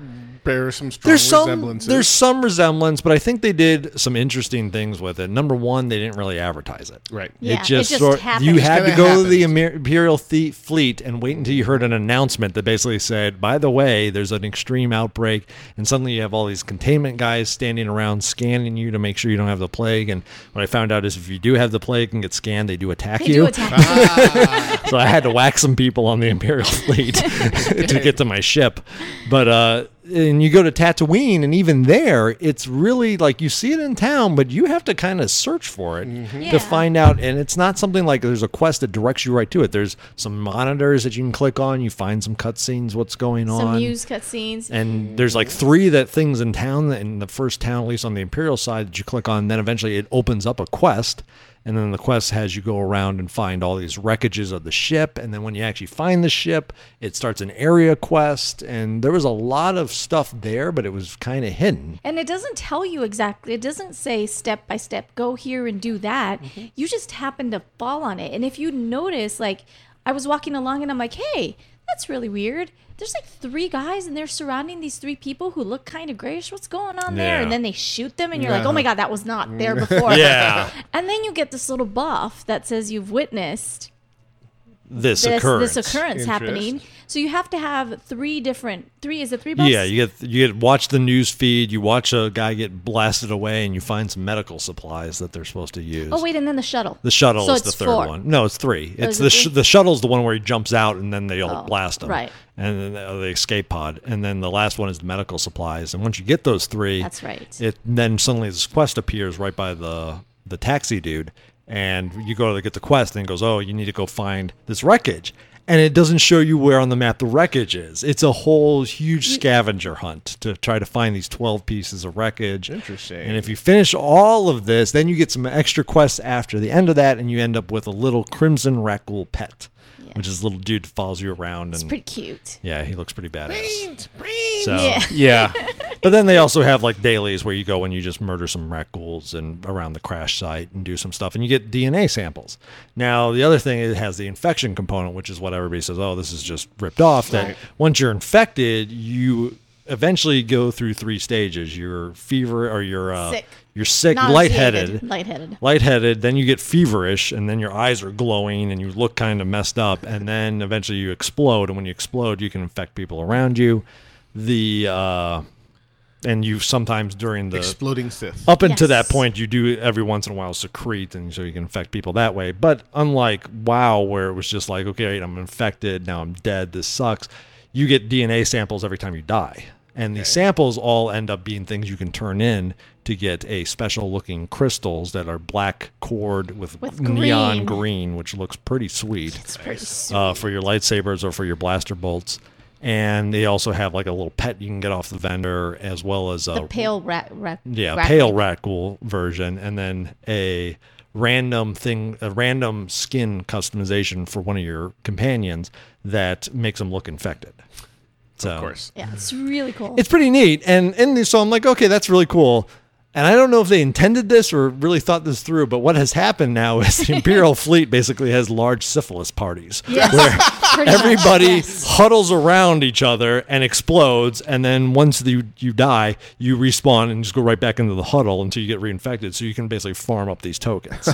bear some strong there's some resemblances. there's some resemblance, but I think they did some interesting things with it. Number one, they didn't really advertise it. right. Yeah, it just, it just sort happened. you It had to kinda go to the Amer- Imperial the- fleet and wait until you heard an announcement that basically said, "By the way, there's an extreme outbreak," and suddenly you have all these containment guys standing around scanning you to make sure you don't have the plague. And what I found out is, if you do have the plague and get scanned, they do attack They you. do attack. so I had to whack some people on the Imperial fleet to get to my ship. But uh, and you go to Tatooine, and even there, it's really like you see it in town, but you have to kind of search for it Yeah. to find out. And it's not something like there's a quest that directs you right to it. There's some monitors that you can click on. You find some cutscenes, what's going Some on. news cutscenes. And there's like three that things in town that in the first town, at least on the Imperial side, that you click on. Then eventually it opens up a quest. And then the quest has you go around and find all these wreckages of the ship. And then when you actually find the ship, it starts an area quest. And there was a lot of stuff there, but it was kind of hidden. And it doesn't tell you exactly. It doesn't say step by step, go here and do that. Mm-hmm. You just happen to fall on it. And if you notice, like, I was walking along and I'm like, hey, that's really weird. There's like three guys and they're surrounding these three people who look kind of grayish. What's going on there? Yeah. And then they shoot them and you're like, oh my God, that was not there before. Yeah. And then you get this little buff that says you've witnessed This, this occurrence. this occurrence happening. So you have to have three different three is it three buffs? Yeah, you get you get watch the news feed, you watch a guy get blasted away, and you find some medical supplies that they're supposed to use. Oh wait, and then the shuttle. The shuttle So is the it's third four. one. No, it's three. Oh, It's is it the sh- three? the shuttle's the one where he jumps out and then they all Oh, blast him. right. And then uh, the, the escape pod, and then the last one is the medical supplies. And once you get those three, That's right. It then suddenly this quest appears right by the the taxi dude, and you go to get the quest, and it goes, oh, you need to go find this wreckage. And it doesn't show you where on the map the wreckage is. It's a whole huge scavenger hunt to try to find these 12 pieces of wreckage. Interesting. And if you finish all of this, then you get some extra quests after the end of that, and you end up with a little Crimson Rakul pet, which is a little dude that follows you around. It's And pretty cute. yeah, he looks pretty badass. So, Yeah. Yeah. but then they also have like dailies where you go and you just murder some Rakuls and around the crash site and do some stuff, and you get DNA samples. Now, the other thing it has the infection component, which is what everybody says, oh, this is just ripped off. That once you're infected, you eventually go through three stages: your fever or your uh, Sick. You're sick, Nauseated, lightheaded, Lightheaded. lightheaded, then you get feverish, and then your eyes are glowing and you look kind of messed up, and then eventually you explode, and when you explode, you can infect people around you. The uh, and you sometimes during the Exploding Sith. up until Yes. that point, you do every once in a while secrete, and so you can infect people that way. But unlike WoW, where it was just like, okay, I'm infected, now I'm dead, this sucks, you get DNA samples every time you die. And the samples all end up being things you can turn in to get a special looking crystals that are black cord with, With neon green. green, which looks pretty sweet It's pretty sweet. uh, for your lightsabers or for your blaster bolts. And they also have like a little pet you can get off the vendor, as well as a the pale rat. rat yeah, rat- pale Ratgul version, and then a random thing, a random skin customization for one of your companions that makes them look infected. So, of course, Yeah, it's really cool. it's pretty neat. And and so I'm like, okay, that's really cool. And I don't know if they intended this or really thought this through, but what has happened now is the Imperial fleet basically has large syphilis parties Yes. where Pretty much, everybody yes. huddles around each other and explodes. And then once you, you die, you respawn and just go right back into the huddle until you get reinfected. So you can basically farm up these tokens.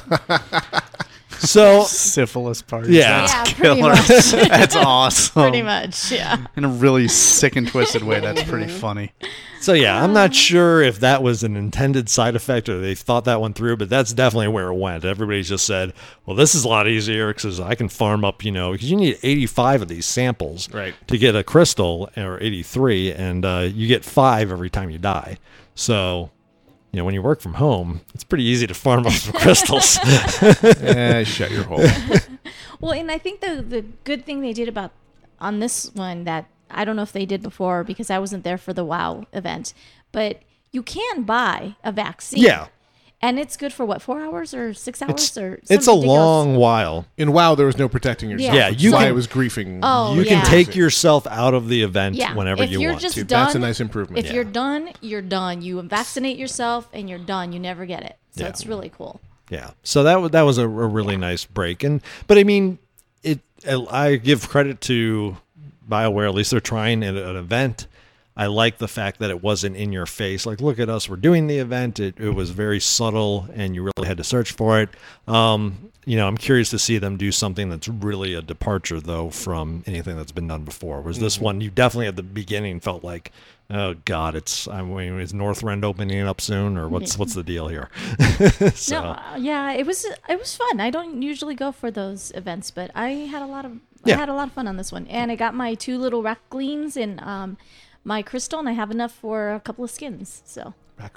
so, Syphilis party. Yeah. That's Yeah, pretty killer. much. that's awesome. Pretty much, yeah. In a really sick and twisted way. That's pretty funny. so yeah, I'm not sure if that was an intended side effect or they thought that one through, but that's definitely where it went. Everybody just said, "Well, this is a lot easier because I can farm up, you know, because you need 85 of these samples Right. to get a crystal or 83, and uh, you get five every time you die. So." You know, when you work from home, it's pretty easy to farm up some crystals. eh, shut your hole. Well, and I think the the good thing they did about on this one that I don't know if they did before because I wasn't there for the WoW event, but you can buy a vaccine. Yeah. And it's good for what four hours or six hours or some it's a ridiculous- long while. In WoW, there was no protecting yourself. Yeah, which you is why can- I was griefing. Oh, You yeah. can take yourself out of the event yeah. whenever if you are want just to. Done, That's a nice improvement. If you're done, you're done. You vaccinate yourself and you're done. You never get it. So Yeah. it's really cool. Yeah. So that wa- that was a, a really nice break, and but I mean, it. I give credit to Bioware. At least they're trying at an event. I like the fact that it wasn't in your face. Like, look at us, we're doing the event. It, it was very subtle, and you really had to search for it. Um, you know, I'm curious to see them do something that's really a departure, though, from anything that's been done before. Was this one you definitely at the beginning felt like, oh God, it's I mean, is Northrend opening up soon, or what's what's the deal here? so. No, uh, yeah, it was it was fun. I don't usually go for those events, but I had a lot of Yeah. I had a lot of fun on this one, and I got my two little Recklings and um, my crystal, and I have enough for a couple of skins. So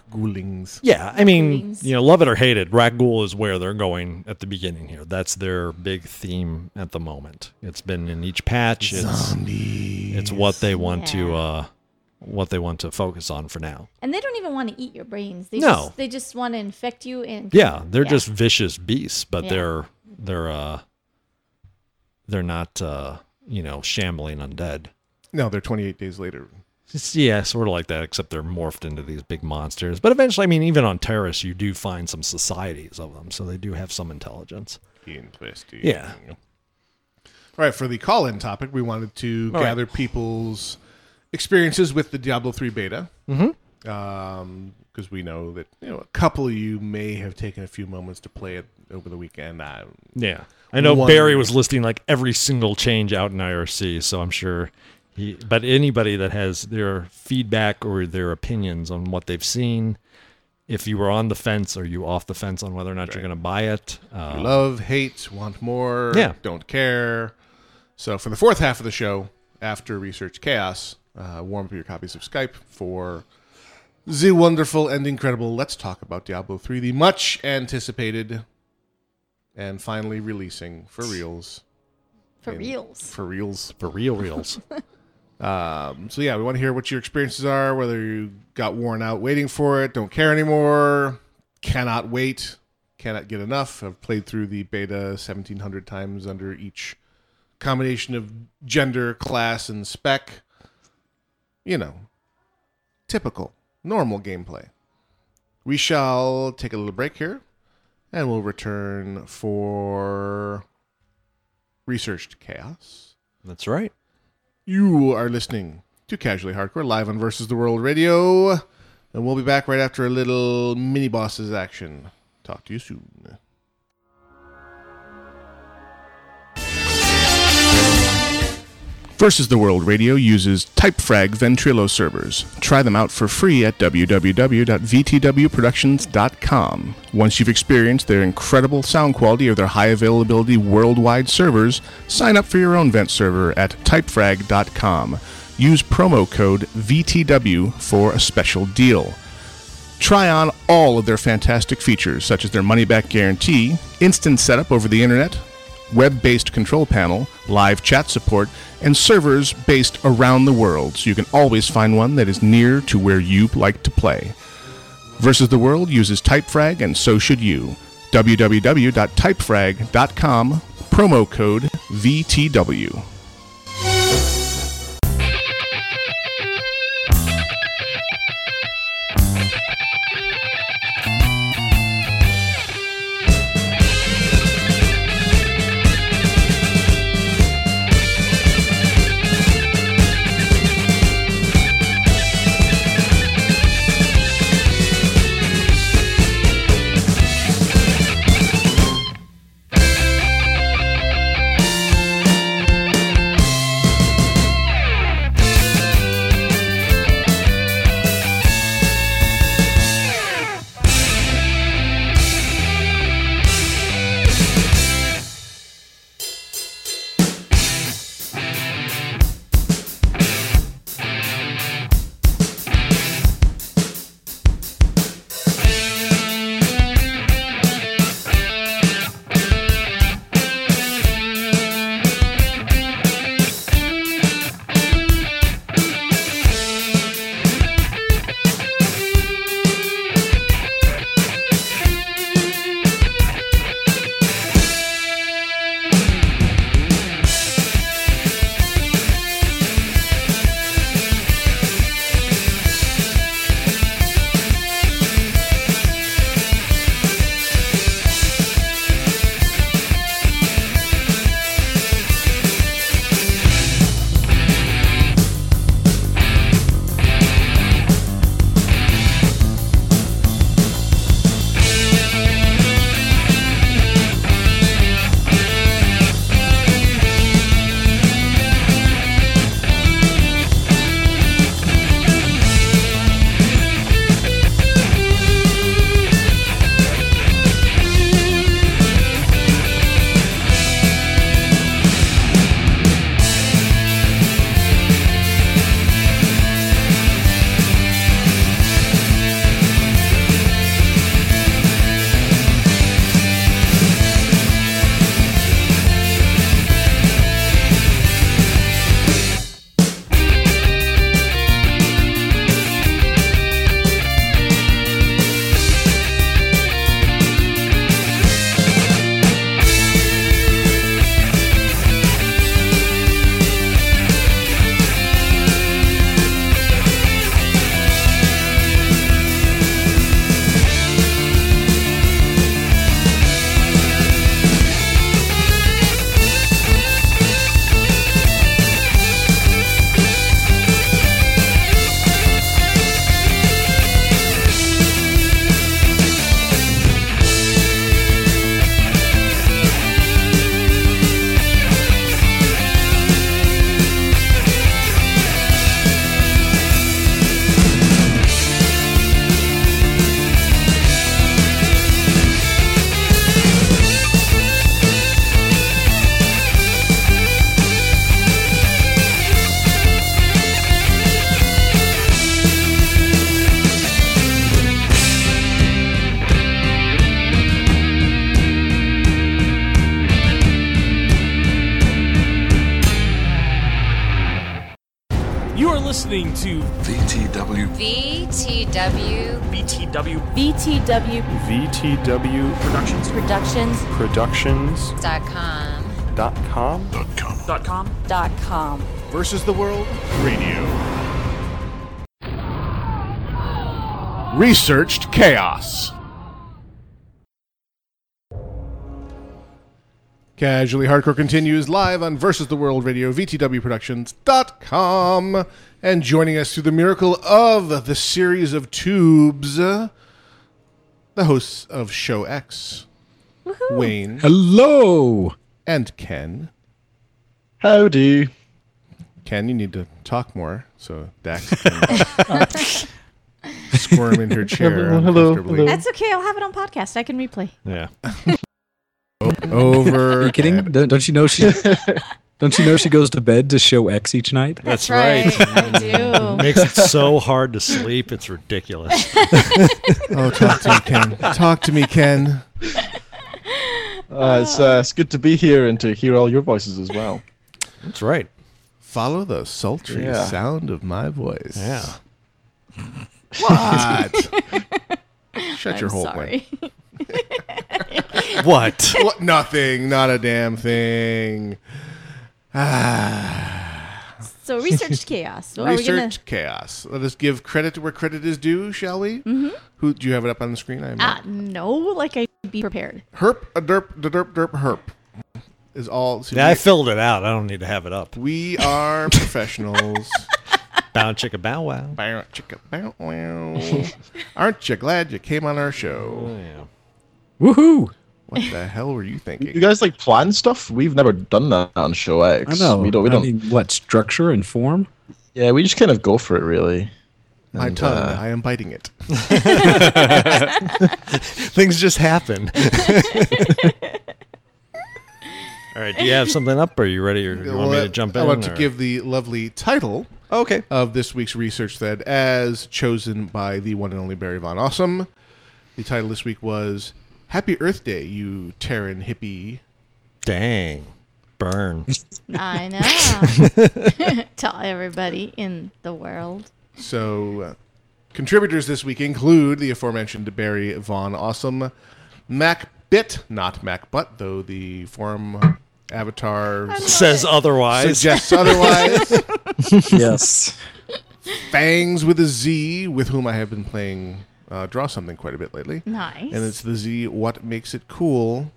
Rackgulings. Yeah, I mean, Ratgoolings. you know, love it or hate it, Ragul is where they're going at the beginning here. That's their big theme at the moment. It's been in each patch. It's, it's what they want to Yeah. uh what they want to focus on for now. and they don't even want to eat your brains. They No. just, they just want to infect you and Yeah, they're Yeah. just vicious beasts, but Yeah. they're they're uh they're not uh, you know, shambling undead. No, they're 28 days later. It's- yeah, sort of like that, except they're morphed into these big monsters. But eventually, I mean, even on Terrace, you do find some societies of them, so they do have some intelligence. Interesting. Yeah. All right, for the call in topic, we wanted to gather people's experiences with the Diablo 3 beta. Mm-hmm. because we know that you know a couple of you may have taken a few moments to play it over the weekend. I, Yeah. I know One- Barry was listing like every single change out in IRC, so I'm sure he but anybody that has their feedback or their opinions on what they've seen, if you were on the fence, are you off the fence on whether or not you're gonna buy it? Uh, love, hate, want more, Yeah. don't care. So for the fourth half of the show, after Research Chaos, uh, warm up your copies of Skype for the wonderful and incredible Let's Talk About Diablo 3, the much anticipated and finally releasing for reals. for in- reals. For reals. for real reels. Um, so yeah, we want to hear what your experiences are, whether you got worn out waiting for it, don't care anymore, cannot wait, cannot get enough. I've played through the beta 1700 times under each combination of gender, class, and spec. You know, typical, normal gameplay. We shall take a little break here, and we'll return for researched chaos. That's right. You are listening to Casually Hardcore live on Versus the World Radio, and we'll be back right after a little mini bosses action. Talk to you soon. Versus the World Radio uses Typefrag Ventrilo servers. Try them out for free at www.vtwproductions.com. Once you've experienced their incredible sound quality or their high availability worldwide servers, sign up for your own vent server at typefrag.com. Use promo code VTW for a special deal. Try on all of their fantastic features, such as their money back guarantee, instant setup over the internet, web based control panel, live chat support, and servers based around the world, so you can always find one that is near to where you like to play. Versus the World uses Typefrag, and so should you. www.typefrag.com, promo code VTW. listening to VTW. VTW. BTW. VTW. VTW Productions. Productions. Productions. Dot com. Dot com. Dot com. Dot com. Dot com. Versus the World Radio. Researched Chaos. Casually Hardcore continues live on Versus the World Radio, VTWProductions.com. And joining us through the miracle of the series of tubes, uh, the hosts of Show X, Wayne. Hello! And Ken. Howdy. Ken, you need to talk more so Dax can squirm in her chair. Hello, hello, uncomfortably. That's okay. I'll have it on podcast. I can replay. Yeah. Over. Are you kidding? Don't, don't you know she? don't you know she goes to bed to show X each night? That's right. I Makes it so hard to sleep. It's ridiculous. oh, talk to me, Ken. Talk to me, Ken. Uh, it's, uh, it's good to be here and to hear all your voices as well. That's right. Follow the sultry Yeah. sound of my voice. Yeah. What? Shut your I'm hole, sorry. What? what? Nothing. Not a damn thing. Ah. So researched chaos. Well, Research Are we gonna... chaos. Let us give credit where credit is due, shall we? Mhm. Who do you have it up on the screen? I'm Ah, no. Like I should be prepared. herp a derp da derp derp herp is all. so Yeah, I we- filled it out. I don't need to have it up. We are professionals. Bow chicka bow oh, wow. Bow chicka bow wow. Aren't you glad you came on our show? Woohoo! What the hell were you thinking? You guys like plan stuff? We've never done that on Show X. I know. We don't. We I don't. mean, what structure and form? yeah, we just kind of go for it, really. My And, tongue. uh, I am biting it. Things just happen. All right. Do you have something up? Or are you ready? Or you want me Well, to jump I in? want to or- Oh, give the lovely title okay. of this week's research thread as chosen by the one and only Barry Von Awesome. The title this week was Happy Earth Day, you Terran hippie. Dang. Burn. I know. Tell everybody in the world. So, uh, contributors this week include the aforementioned Barry Von Awesome, Mac Bit, not Mac Butt, though the forum avatar Says otherwise. Suggests otherwise. yes. Fangs with a Z, with whom I have been playing uh, Draw Something quite a bit lately. Nice. And it's the Z, What Makes It Cool.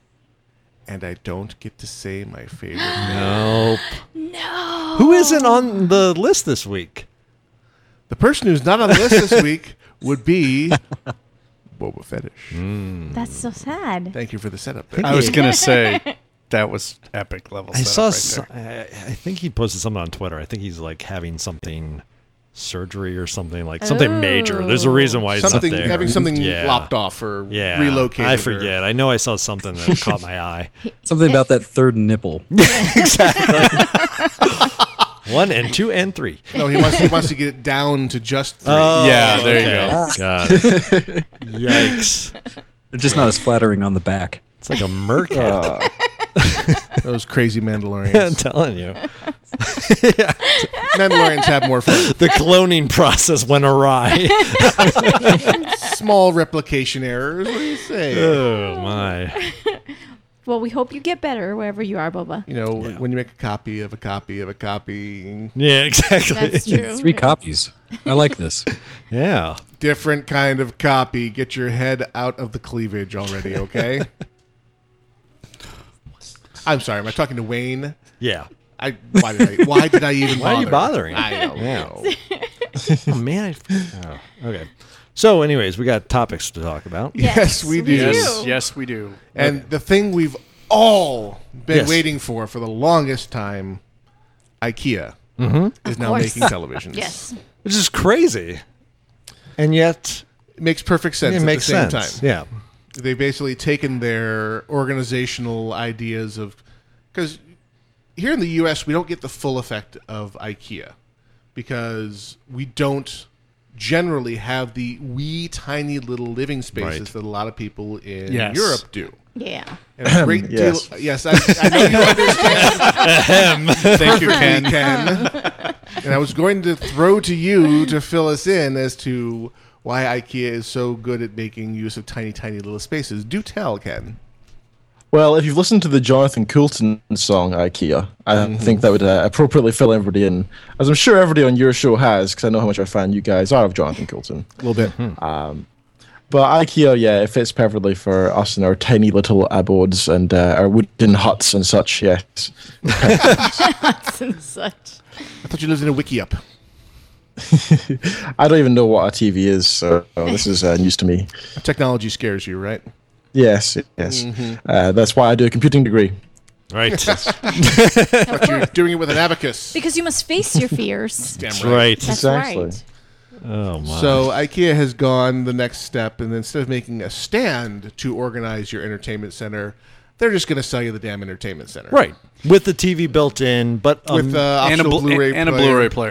And I don't get to say my favorite Nope. No. Who isn't on the list this week? The person who's not on the list this week would be Boba Fetish. That's so sad. Thank you for the setup. There. I was gonna say that was epic level. I saw. setup so- I, I think he posted something on Twitter. I think he's like having something surgery or something like something major. There's a reason why it's Something- up there. having something Yeah. lopped off or yeah. relocated I or- forget. I know I saw something that caught my eye. Something about that third nipple. One and two and three. No, he wants he wants to get it down to just three. Oh, Yeah, there you okay. go. Got it. Yikes. They're just not as flattering on the back. It's like a merc head. Those crazy Mandalorians. I'm telling you. Mandalorians have more fun. The cloning process went awry. Small replication errors. What do you say? oh my. Well, we hope you get better wherever you are, Boba. You know, when you make a copy of a copy of a copy. Yeah, exactly. That's true. Three copies. I like this. Yeah. Different kind of copy. Get your head out of the cleavage already, okay? I'm sorry. Am I talking to Wayne? Yeah. I why did I why did I even Why are you bothering? I don't know. oh man. I, oh, okay. So, anyways, we got topics to talk about. Yes, we do. Yes, yes, we do. And the thing we've all been Yes. waiting for for the longest time, IKEA Mhm. is Of now course. making televisions. Yes. Which is crazy. And yet, it makes perfect sense. It at makes the same sense, Time. yeah. they basically taken their organizational ideas of because here in the U.S. we don't get the full effect of IKEA because we don't generally have the wee tiny little living spaces Right. that a lot of people in Yes. Europe do. Yeah. And a great Yes. deal. Yes, I, I know you understand. Ahem. Thank Perfectly, you, Ken. Ken. and I was going to throw to you to fill us in as to why IKEA is so good at making use of tiny, tiny little spaces. Do tell, Ken. Well, if you've listened to the Jonathan Coulton song IKEA, I think that would uh, appropriately fill everybody in, as I'm sure everybody on your show has, because I know how much of a fan you guys are of Jonathan Coulton. A little bit. Um, but IKEA, yeah, it fits perfectly for us and our tiny little abodes and uh, our wooden huts and such. Yes. and such. I thought you lived in a wiki up. I don't even know what a TV is, so this is uh, news to me. Technology scares you, right? Yes, yes. Mhm. Uh, that's why I do a computing degree. Right. but you're doing it with an abacus. Because you must face your fears. Damn That's right. That's Exactly. right. Oh my. So IKEA has gone the next step, and instead of making a stand to organize your entertainment center, they're just going to sell you the damn entertainment center. right with the TV built in, but um, With uh, optional Blu-ray player.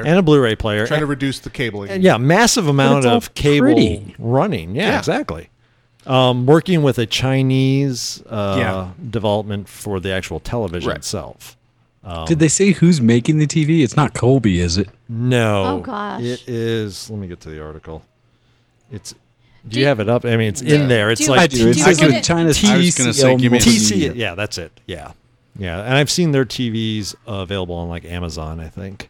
and a Blu-ray player, Trying to reduce the cabling. And yeah, massive amount it's all of cable pretty. running. Yeah, Yeah. exactly. Um, working with a Chinese uh, Yeah. development for the actual television itself. Um, Did they say who's making the TV? It's not Colby, is it? No. Oh, gosh. It is. Let me get to the article. It's. Do, Do you you- have it up? I mean, it's Do- in there. It's do- like I do. It's do you like want a it- China's TCL I was gonna say, give me the TCL. media. Yeah, that's it. Yeah, yeah. And I've seen their TVs available on like Amazon. I think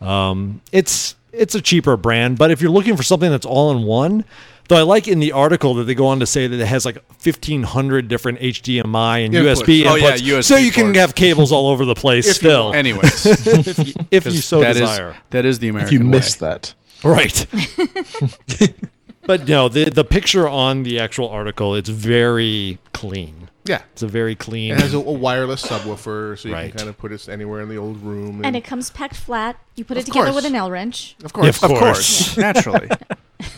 um, it's it's a cheaper brand, but if you're looking for something that's all in one, though, I like in the article that they go on to say that it has like 1,500 different HDMI and Inputs. USB inputs, Oh, yeah, USB so you can have cables all over the place. If you still, want. Anyways. if you, if you 'Cause so that is- desire, that is the If you American way. missed that. Right. but no, the the picture on the actual article, it's very clean. Yeah. It's a very clean. It has a, a wireless subwoofer, so you Right. can kind of put it anywhere in the old room. And it comes packed flat. You put it Of together course. with an L wrench. Of course. Of course. Naturally.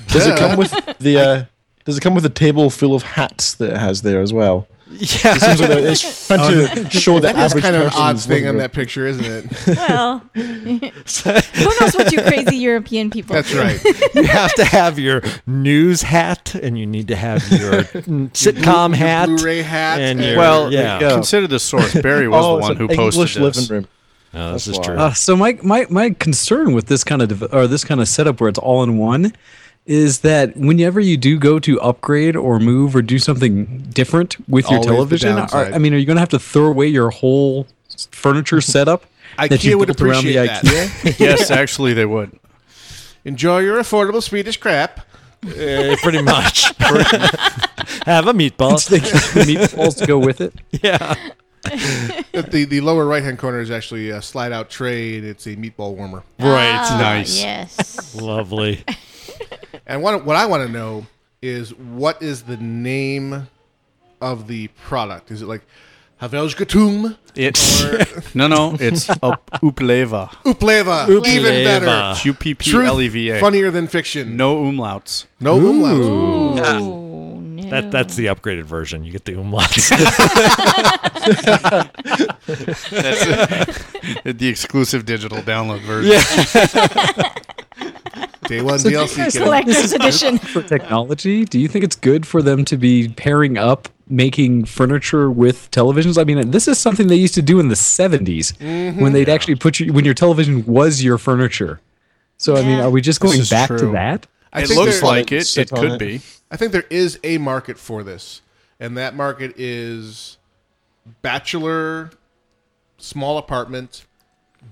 Does it Duh. come with the? Uh, does it come with a table full of hats that it has there as well? Yeah. It seems like they're- it's trying to show the Oh, that is average kind of an person's odd thing on wardrobe. that picture, isn't it? Well, who knows what you crazy European people That's do. right. you have to have your news hat, and you need to have your mm, sitcom Blu- your hat, Blu-ray hat and and- your, Well, yeah. consider the source. Barry was Oh, the it's one an who posted English this. living room. No, Oh, this That's is why. true. Uh, so my, my my concern with this kind of dev- or this kind of setup where it's all in one is that whenever you do go to upgrade or move or do something different with your Always the television, are, downside. I mean, are you going to have to throw away your whole s- furniture setup that IKEA you would built around the appreciate that. IKEA? yes, actually, they would. Enjoy your affordable Swedish crap. Uh, pretty much. have a meatball. They get the meatballs to go with it. Yeah. But the, the lower right hand corner is actually a slide out tray, and it's a meatball warmer. Right. Ah, nice. Yes. Lovely. And what, what I want to know is what is the name of the product? Is it like Havelsgetum? It's no, no. It's up, Upleva. Upleva. Even better. It's U P P Truth L E V A. funnier than fiction. No umlauts. No umlaut. Oh, no. That that's the upgraded version. You get the umlauts. the exclusive digital download version. Day one So do you DLC. guys kid. like- Collector's edition. for technology, do you think it's good for them to be pairing up making furniture with televisions? I mean, this is something they used to do in the 70s when they'd actually put you when your television was your furniture. So I mean, Yeah. are we just This going is back to true. that? I it think looks there- like it. It Sit on could it. be. I think there is a market for this, and that market is bachelor, small apartment,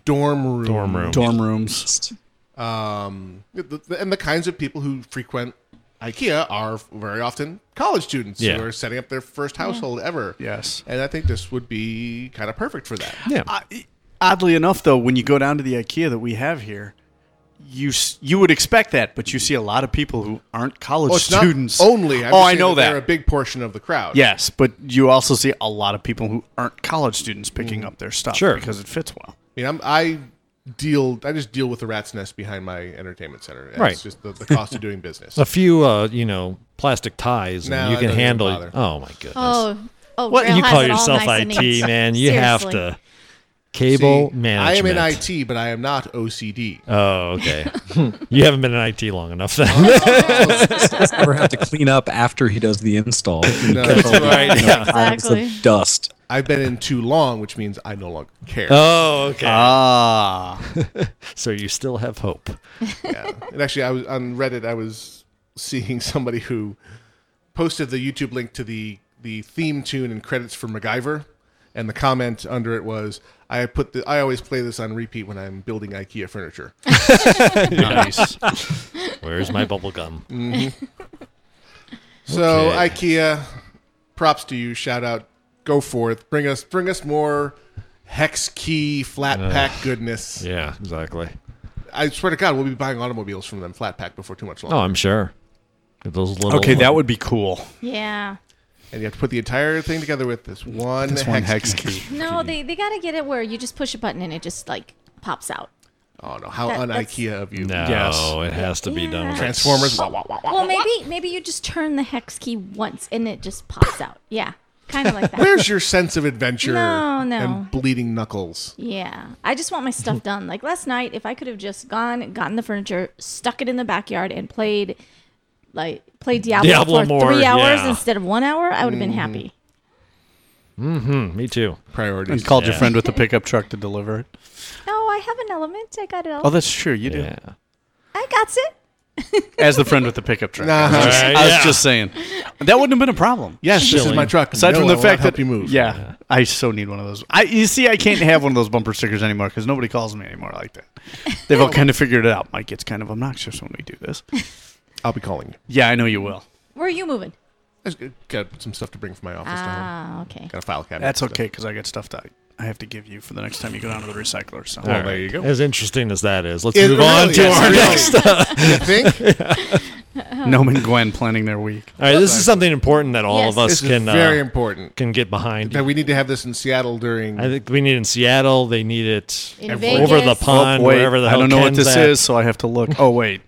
dorm room, Dorm room. Dorm rooms. um, the- the- and the kinds of people who frequent IKEA are very often college students Yeah. who are setting up their first household ever. Yes. and I think this would be kind of perfect for that. yeah. I, oddly enough, though, when you go down to the IKEA that we have here, you s- you would expect that, but you see a lot of people who aren't college Well, Oh, it's not students only. I'm oh, just I saying know they're a that. big portion of the crowd. yes, but you also see a lot of people who aren't college students picking Mm-hmm. up their stuff Sure. because it fits well. I mean, I'm, I deal. I just deal with the rat's nest behind my entertainment center. It's Right. just the, the cost of doing business. a few uh, you know plastic ties No, and you I can don't even handle bother. oh my goodness Oh, oh, what Grail you has call it all yourself nice and it neat. man you have Seriously. to cable See, management I am in IT, but I am not OCD. oh okay you haven't been in it long enough then Or have to clean up after he does the install. No, that's Catch all the, right, you know, piles of Exactly. dust. I've been in too long, which means I no longer care. Oh, okay. Ah. so you still have hope. yeah. And actually, I was on Reddit. I was seeing somebody who posted the YouTube link to the the theme tune and credits for MacGyver, and the comment under it was, "I put the I always play this on repeat when I'm building IKEA furniture." nice. Where's my bubble gum? Mhm. So Okay. IKEA, props to you. Shout out. Go forth. Bring us bring us more hex key flat Ugh. pack goodness. Yeah, exactly. I swear to God, we'll be buying automobiles from them flat pack before too much longer. Oh, I'm sure. Those little Okay, that would be cool. Yeah. And you have to put the entire thing together with this one, This hex, one hex key. No, they they gotta get it where you just push a button and it just like pops out. Oh no! How That- un that's- IKEA of you. No, it has to be done. With Transformers. That. Wah, wah, wah, wah. Well, maybe maybe you just turn the hex key once and it just pops out. Yeah, kind of like that. Where's your sense of adventure? No, no. And bleeding knuckles. Yeah, I just want my stuff done. Like last night, if I could have just gone, gotten the furniture, stuck it in the backyard, and played, like played Diablo, Diablo for more, three hours yeah. instead of one hour, I would have been happy. Mm-hmm. Me too. Priorities. And called your Yeah. friend with the pickup truck to deliver it. No, I have an element. I got it all. Mm. Oh, that's true. You do. I got it. As the friend with the pickup truck. I, was Uh-huh. just, Right, I was yeah. just saying. That wouldn't have been a problem. Yes, this is my truck. Aside No, from I the will fact not help that you move. Yeah, I so need one of those. I you see, I can't have one of those bumper stickers anymore because nobody calls me anymore like that. They've all kind of figured it out. Mike gets kind of obnoxious when we do this. I'll be calling you. Yeah, I know you will. Where are you moving? I just got some stuff to bring from my office. to Ah, home. okay. Got a file cabinet. That's and okay because I got stuff that I have to give you for the next time you go down to the recycler. So All right. As interesting as that is, let's It move really on to is, our really. next. Uh, You think? Yeah. Noam and Gwen planning their week. All right, this is something important that all of us This is can very uh, important. can get behind. That we need to have this in Seattle during. I think we need it in Seattle. They need it In over the Vegas. pond, Oh, wait, wherever the I hell. don't know what Ken's this at. is, so I have to look. Oh wait,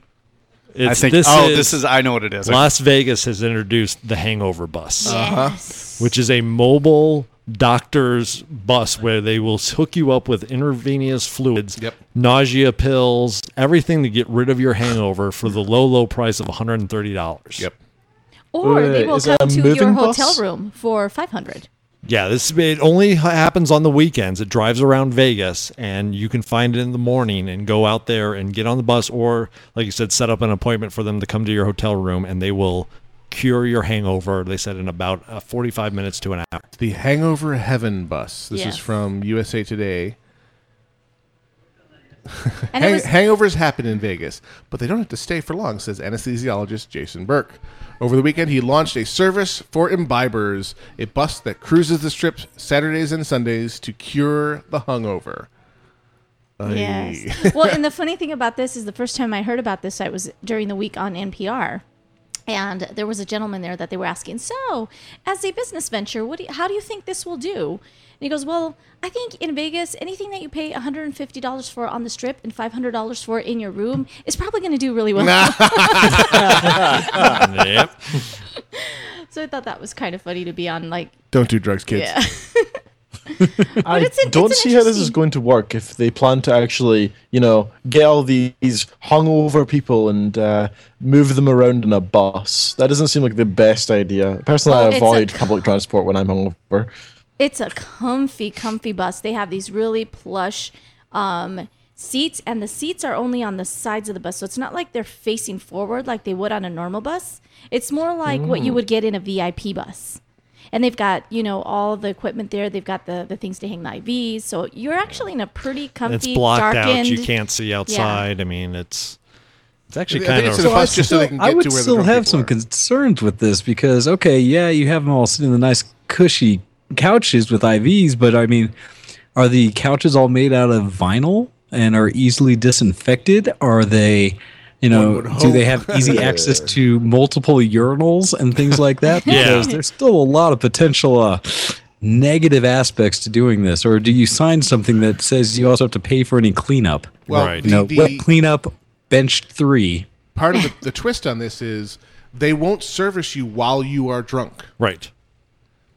I It's- think. oh, this is. I know what it is. Las Vegas has introduced the Hangover Bus, Uh-huh. which is a mobile doctor's bus where they will hook you up with intravenous fluids, nausea pills, everything to get rid of your hangover for the low, low price of $130. Yep. Or they Uh, will is it come a to your moving bus? hotel room for five hundred. Yeah, this it only ha- happens on the weekends. It drives around Vegas, and you can find it in the morning and go out there and get on the bus, or like you said, set up an appointment for them to come to your hotel room, and they will cure your hangover. They said in about uh, forty-five minutes to an hour. The Hangover Heaven bus. This Yes. is from USA Today. And it Hang- was- hangovers happen in Vegas, but they don't have to stay for long, says anesthesiologist Jason Burke. Over the weekend, he launched a service for imbibers, a bus that cruises the strips Saturdays and Sundays to cure the hungover. Aye. Yes. well, and the funny thing about this is the first time I heard about this, I was during the week on NPR. And there was a gentleman there that they were asking, so as a business venture, what do you, how do you think this will do? And he goes, well, I think in Vegas, anything that you pay $150 for on the strip and $500 for in your room is probably going to do really well. yep. so I thought that was kind of funny to be on, like, Don't do drugs, kids. yeah. I don't see how this is going to work if they plan to actually, you know, get all these hungover people and uh, move them around in a bus. That doesn't seem like the best idea. Personally, Well, I it's a- avoid public transport when I'm hungover. It's a comfy, comfy bus. They have these really plush um, seats, and the seats are only on the sides of the bus. So it's not like they're facing forward like they would on a normal bus. It's more like what you Mm. would get in a VIP bus. And they've got, you know, all the equipment there. They've got the, the things to hang the IVs. So you're actually in a pretty comfy, it's blocked darkened. out. You can't see outside. I mean, it's it's actually I think kind of it's in a bus just so they can I get would to where the still drunk have some concerns with this because okay, yeah, you have them all sitting in the nice cushy couches with IVs, but I mean, are the couches all made out of vinyl and are easily disinfected? Are they, you know, do they have easy access to multiple urinals and things like that? Yeah. Because there's still a lot of potential. Uh, negative aspects to doing this or do you sign something that says you also have to pay for any cleanup Well, Right. you know, the- wet cleanup bench three Part of the, the twist on this is they won't service you while you are drunk. Right.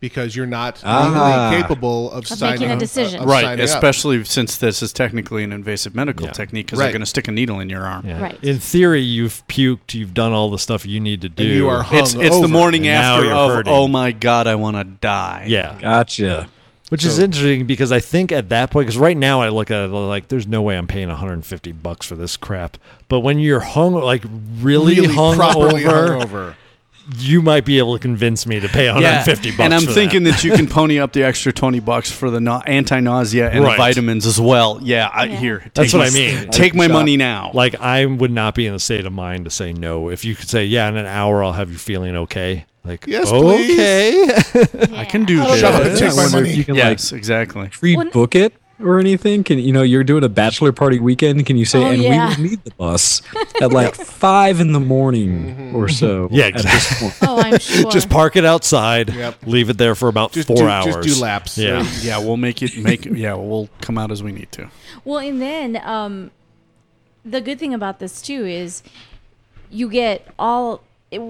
Because you're not Ah. legally capable of, signing of- of right? signing up. Especially since this is technically an invasive medical Yeah. technique because Right. they're going to stick a needle in your arm. Yeah. In theory, you've puked. You've done all the stuff you need to do. It's, it's the morning And now after you're of hurting. oh my god, I want to die. Yeah. Gotcha. Which is So- interesting because I think at that point, because right now I look at it like, there's no way I'm paying 150 bucks for this crap. But when you're hung, like really, hung properly over, hungover. you might be able to convince me to pay 150 bucks. And I'm for thinking that. you can pony up the extra 20 bucks for the na- anti-nausea and the Right. vitamins as well. Yeah, I, here. That's take what I my- mean. Take my money now. Like I would not be in the state of mind to say no. If you could say, yeah, in an hour I'll have you feeling okay. Like Yes, okay. I can do Shut this. up and take my money. yes, exactly. pre-book it or anything? Can you know you're doing a bachelor party weekend? Can you say, Oh, and yeah. we will need the bus at like five in the morning Mm-hmm. or so? Yeah, at this point. Oh, I'm sure. Just park it outside. Leave it there for about four do- hours. Just do laps. Yeah. yeah. We'll make it. Make yeah. We'll come out as we need to. Well, and then um, the good thing about this too is you get all. It,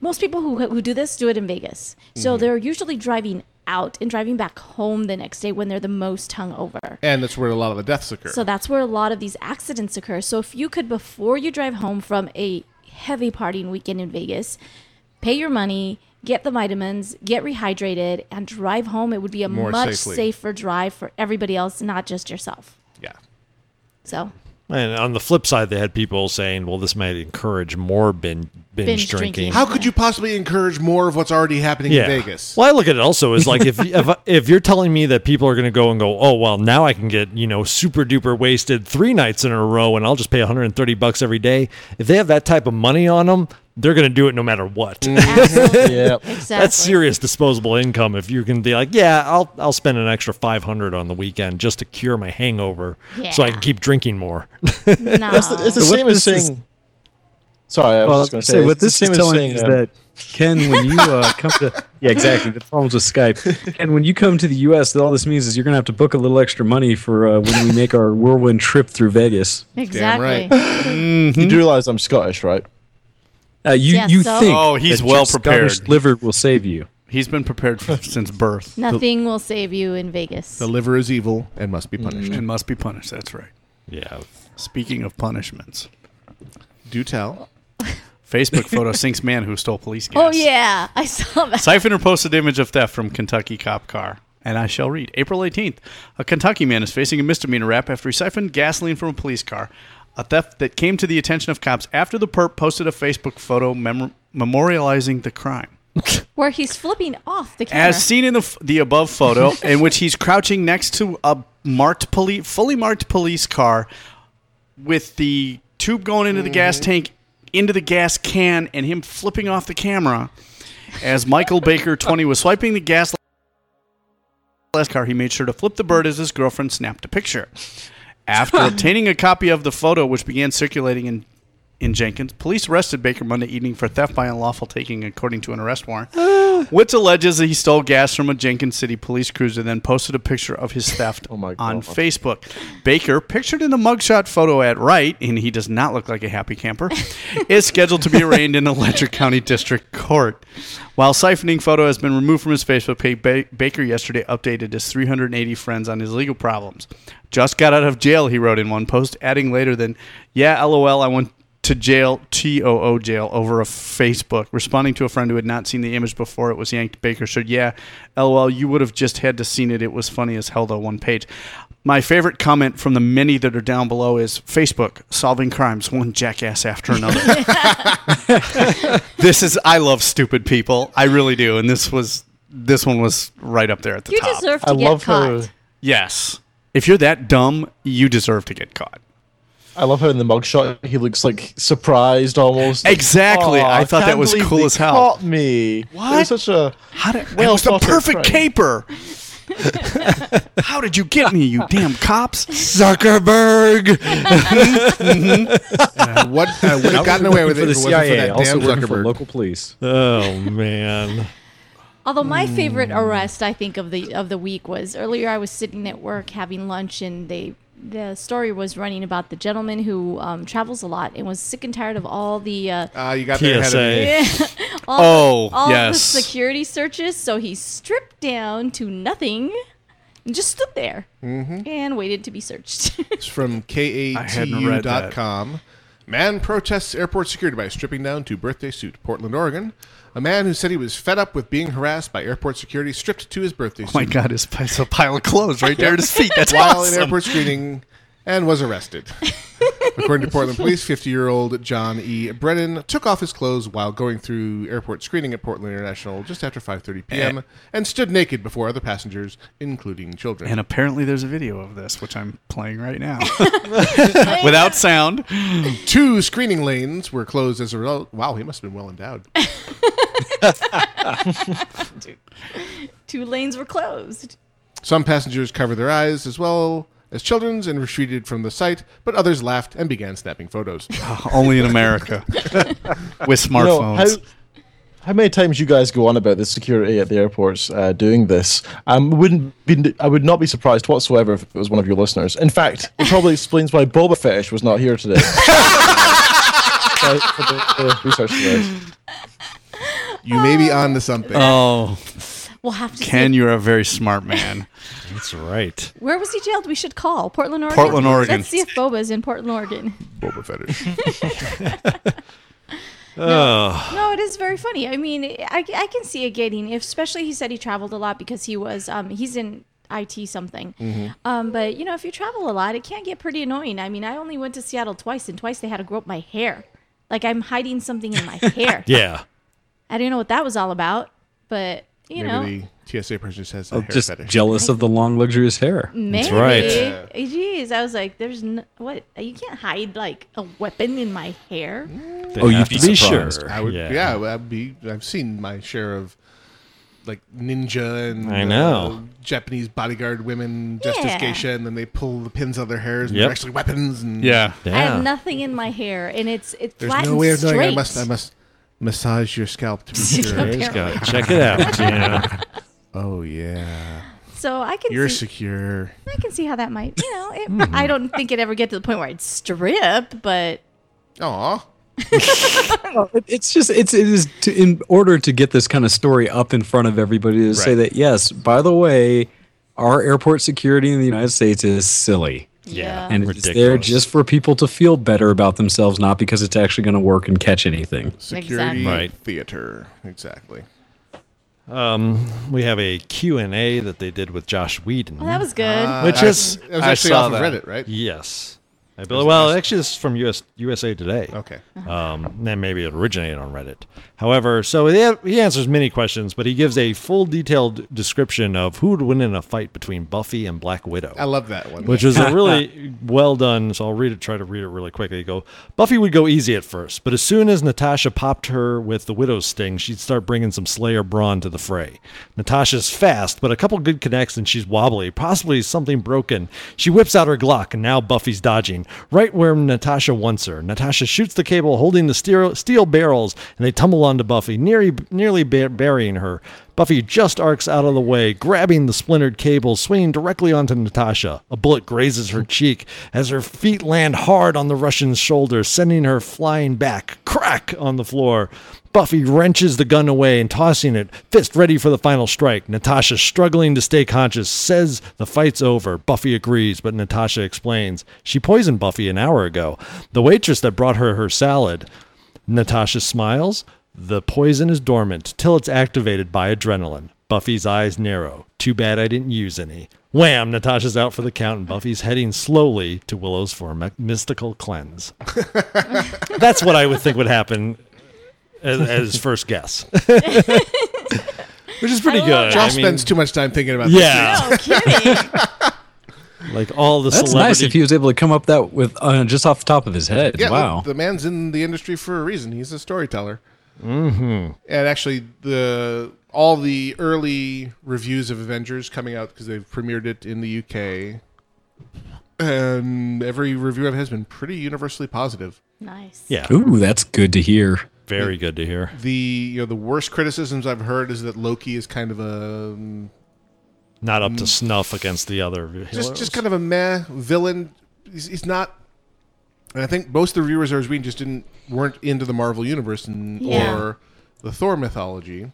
most people who who do this do it in Vegas, so Mhm. they're usually driving out and driving back home the next day when they're the most hungover. And that's where a lot of the deaths occur. So that's where a lot of these accidents occur. So if you could, before you drive home from a heavy partying weekend in Vegas, pay your money, get the vitamins, get rehydrated, and drive home, it would be a More much safely. safer drive for everybody else, not just yourself. Yeah. So And on the flip side, they had people saying, "Well, this might encourage more bin, binge, Binge drinking." drinking. How could you possibly encourage more of what's already happening yeah. in Vegas? Well, I look at it also as like if if, if you're telling me that people are going to go and go, oh well, now I can get you know super duper wasted three nights in a row, and I'll just pay 130 bucks every day. If they have that type of money on them, they're going to do it no matter what. Mm-hmm. yeah, Exactly. that's serious disposable income. If you can be like, yeah, I'll I'll spend an extra 500 on the weekend just to cure my hangover, so I Yeah. can keep drinking more. That's the, it's the So what same as this is- saying. Sorry, I Well, I was was just going gonna to say, say what this it's the same is as telling saying, is uh, that Ken, when you uh, come to yeah, exactly the problems with Skype, and when you come to the U.S., that all this means is you're gonna have to book a little extra money for uh, when we make our whirlwind trip through Vegas. Mm-hmm. Exactly. You do realize I'm Scottish, right? Uh, you Yeah, you so- think? Oh, he's that your well Scottish prepared. Liver will save you. He's been prepared for, since birth. Nothing will save you in Vegas. The liver is evil and must be punished. And must be punished. That's right. Yeah. Speaking of punishments, do tell. Facebook photo sinks man who stole police gas. Oh yeah, I saw that. Siphoner posted image of theft from Kentucky cop car. And I shall read. April 18th, a Kentucky man is facing a misdemeanor rap after he siphoned gasoline from a police car. A theft that came to the attention of cops after the perp posted a Facebook photo mem- memorializing the crime. Where he's flipping off the camera. As seen in the, f- the above photo, in which he's crouching next to a marked poli- fully marked police car with the tube going into the Mm-hmm. gas tank, into the gas can, and him flipping off the camera. As Michael Baker, 20, was swiping the gas last car, he made sure to flip the bird as his girlfriend snapped a picture. After obtaining a copy of the photo, which began circulating in, in Jenkins, police arrested Baker Monday evening for theft by unlawful taking, according to an arrest warrant. Witz alleges that he stole gas from a Jenkins City police cruiser, then posted a picture of his theft on Facebook. Baker, pictured in the mugshot photo at right, and he does not look like a happy camper, is scheduled to be arraigned in Electric County District Court. While siphoning photo has been removed from his Facebook page, ba- Baker yesterday updated his 380 friends on his legal problems. Just got out of jail, he wrote in one post, adding later than, yeah, lol, I went to jail, T O O jail, over a Facebook, responding to a friend who had not seen the image before it was yanked. Baker said, Yeah, lol, you would have just had to seen it. It was funny as hell, though, one page. My favorite comment from the many that are down below is Facebook solving crimes, one jackass after another. this is, I love stupid people. I really do. And this was, this one was right up there at the you top. deserve to get caught. Yes. If you're that dumb, you deserve to get caught. I love how in the mugshot he looks like surprised almost. Like, Exactly. "Aw, I thought that can't was believe cool they as hell." Caught me. What? It was such a how did well Well, it's the thought out perfect prank. caper. How did you get me, you damn cops? Zuckerberg. what I would have gotten away with it for the if it wasn't for CIA, that also damn working for Zuckerberg. local police. Oh man. Although my Hmm. Mm. favorite arrest, I think of the of the week was earlier. I was sitting at work having lunch, and they the story was running about the gentleman who um, travels a lot and was sick and tired of all the. Uh, Ah, you got there ahead of me. all Oh, all yes. the security searches. So he stripped down to nothing and just stood there Mhm. and waited to be searched. It's from hadn't read that. KATU.com. Man protests airport security by stripping down to birthday suit, Portland, Oregon. A man who said he was fed up with being harassed by airport security stripped to his birthday Oh suit. my God, it's, it's a pile of clothes right there at his feet. That's While awesome. in airport screening and was arrested. According to Portland police, 50 year old John E. Brennan took off his clothes while going through airport screening at Portland International just after 5.30 p.m. Eh. and stood naked before other passengers, including children. And apparently, there's a video of this, which I'm playing right now without sound. Two screening lanes were closed as a result. Wow, he must have been well endowed. Two lanes were closed. Some passengers covered their eyes as well as children's and retreated from the site, but others laughed and began snapping photos. Only in America with You know, smartphones. how, how many times you guys go on about the security at the airports uh, doing this? Um, wouldn't be, I would not be surprised whatsoever if it was one of your listeners. In fact, it probably explains why Boba Fetish was not here today. Sorry for the, uh, research today. you may be on to something. Oh. We'll have to Ken, see. you're a very smart man. That's right. Where was he jailed? We should call Portland, Oregon. Portland, Oregon. Let's see if Boba's in Portland, Oregon. Boba fetish. Oh. No, it is very funny. I mean, I, I can see it getting, especially he said he traveled a lot because he was um he's in IT something. Mm. Mm-hmm. Mhm. Uh, Um, but you know, if you travel a lot, it can get pretty annoying. I mean, I only went to Seattle twice, and twice they had to grope my hair. Like I'm hiding something in my hair. Yeah. I didn't know what that was all about, but you know, Maybe the TSA person just has a I'm hair Oh, just fetish. jealous of the long, luxurious hair. Maybe. Yeah. Jeez, I was like, there's no, what? You can't hide like a weapon in my hair. Mm. Oh, you'd be surprised. sure. I would, Yeah. yeah, I'd be. I've seen my share of like ninja and I know. uh, Japanese bodyguard women dressed Yeah. as geisha, and then they pull the pins out of their hairs and Yep. they're actually weapons. And Yeah. I have nothing in my hair, and it's it's There's flat no and way of straight. knowing. I must. I must massage your scalp to be sure. There's go. Check it out. Gina. Oh yeah. So I can You're see- secure. I can see how that might, you know, it, I don't think it ever get to the point where I'd strip, but Aw. It- It's just it's it is to, in order to get this kind of story up in front of everybody to say that yes, by the way, our airport security in the United States is silly. Yeah. And it's there just for people to feel better about themselves, not because it's actually going to work and catch anything. Security Exactly. Right. theater. Exactly. Um, we have a Q&A that they did with Josh Whedon. Oh, that was good. Ah, which that- is that Uh, was I actually saw off of that. Reddit, right? Yes. I That was believe, well, actually, this is from US, USA Today. Okay. Uh-huh. Um, then maybe it originated on Reddit. However, so he, he answers many questions, but he gives a full detailed description of who would win in a fight between Buffy and Black Widow. I love that one. Which was a really well done. So I'll read it. Try to read it really quickly. Go. Buffy would go easy at first, but as soon as Natasha popped her with the widow's sting, she'd start bringing some Slayer brawn to the fray. Natasha's fast, but a couple good connects, and she's wobbly. Possibly something broken. She whips out her Glock, and now Buffy's dodging right where Natasha wants her. Natasha shoots the cable, holding the steel, steel barrels, and they tumble onto Buffy, nearly nearly bur- burying her. Buffy just arcs out of the way, grabbing the splintered cable, swinging directly onto Natasha. A bullet grazes her cheek as her feet land hard on the Russian's shoulder, sending her flying back, crack on the floor. Buffy wrenches the gun away and tossing it, fist ready for the final strike. Natasha, struggling to stay conscious, says the fight's over. Buffy agrees, but Natasha explains she poisoned Buffy an hour ago. The waitress that brought her her salad. Natasha smiles. The poison is dormant till it's activated by adrenaline. Buffy's eyes narrow. Too bad I didn't use any. Wham! Natasha's out for the count, and Buffy's heading slowly to Willow's for a my- mystical cleanse. That's what I would think would happen as, as first guess. Which is pretty good. Josh I mean, spends too much time thinking about Yeah. this. Yeah. like all the That's celebrity. nice if he was able to come up that with uh, just off the top of his head. Yeah, wow. look, the man's in the industry for a reason. He's a storyteller. mm-hmm. And actually, the all the early reviews of Avengers coming out because they've premiered it in the UK, and every review of it has been pretty universally positive. Nice. Yeah. Ooh, that's good to hear. Very good to hear. The you know the worst criticisms I've heard is that Loki is kind of a um, Not up to snuff against the other. just heroes. just kind of a meh villain. He's, he's not. And I think most of the reviewers I was reading just didn't weren't into the Marvel universe and Yeah. or the Thor mythology,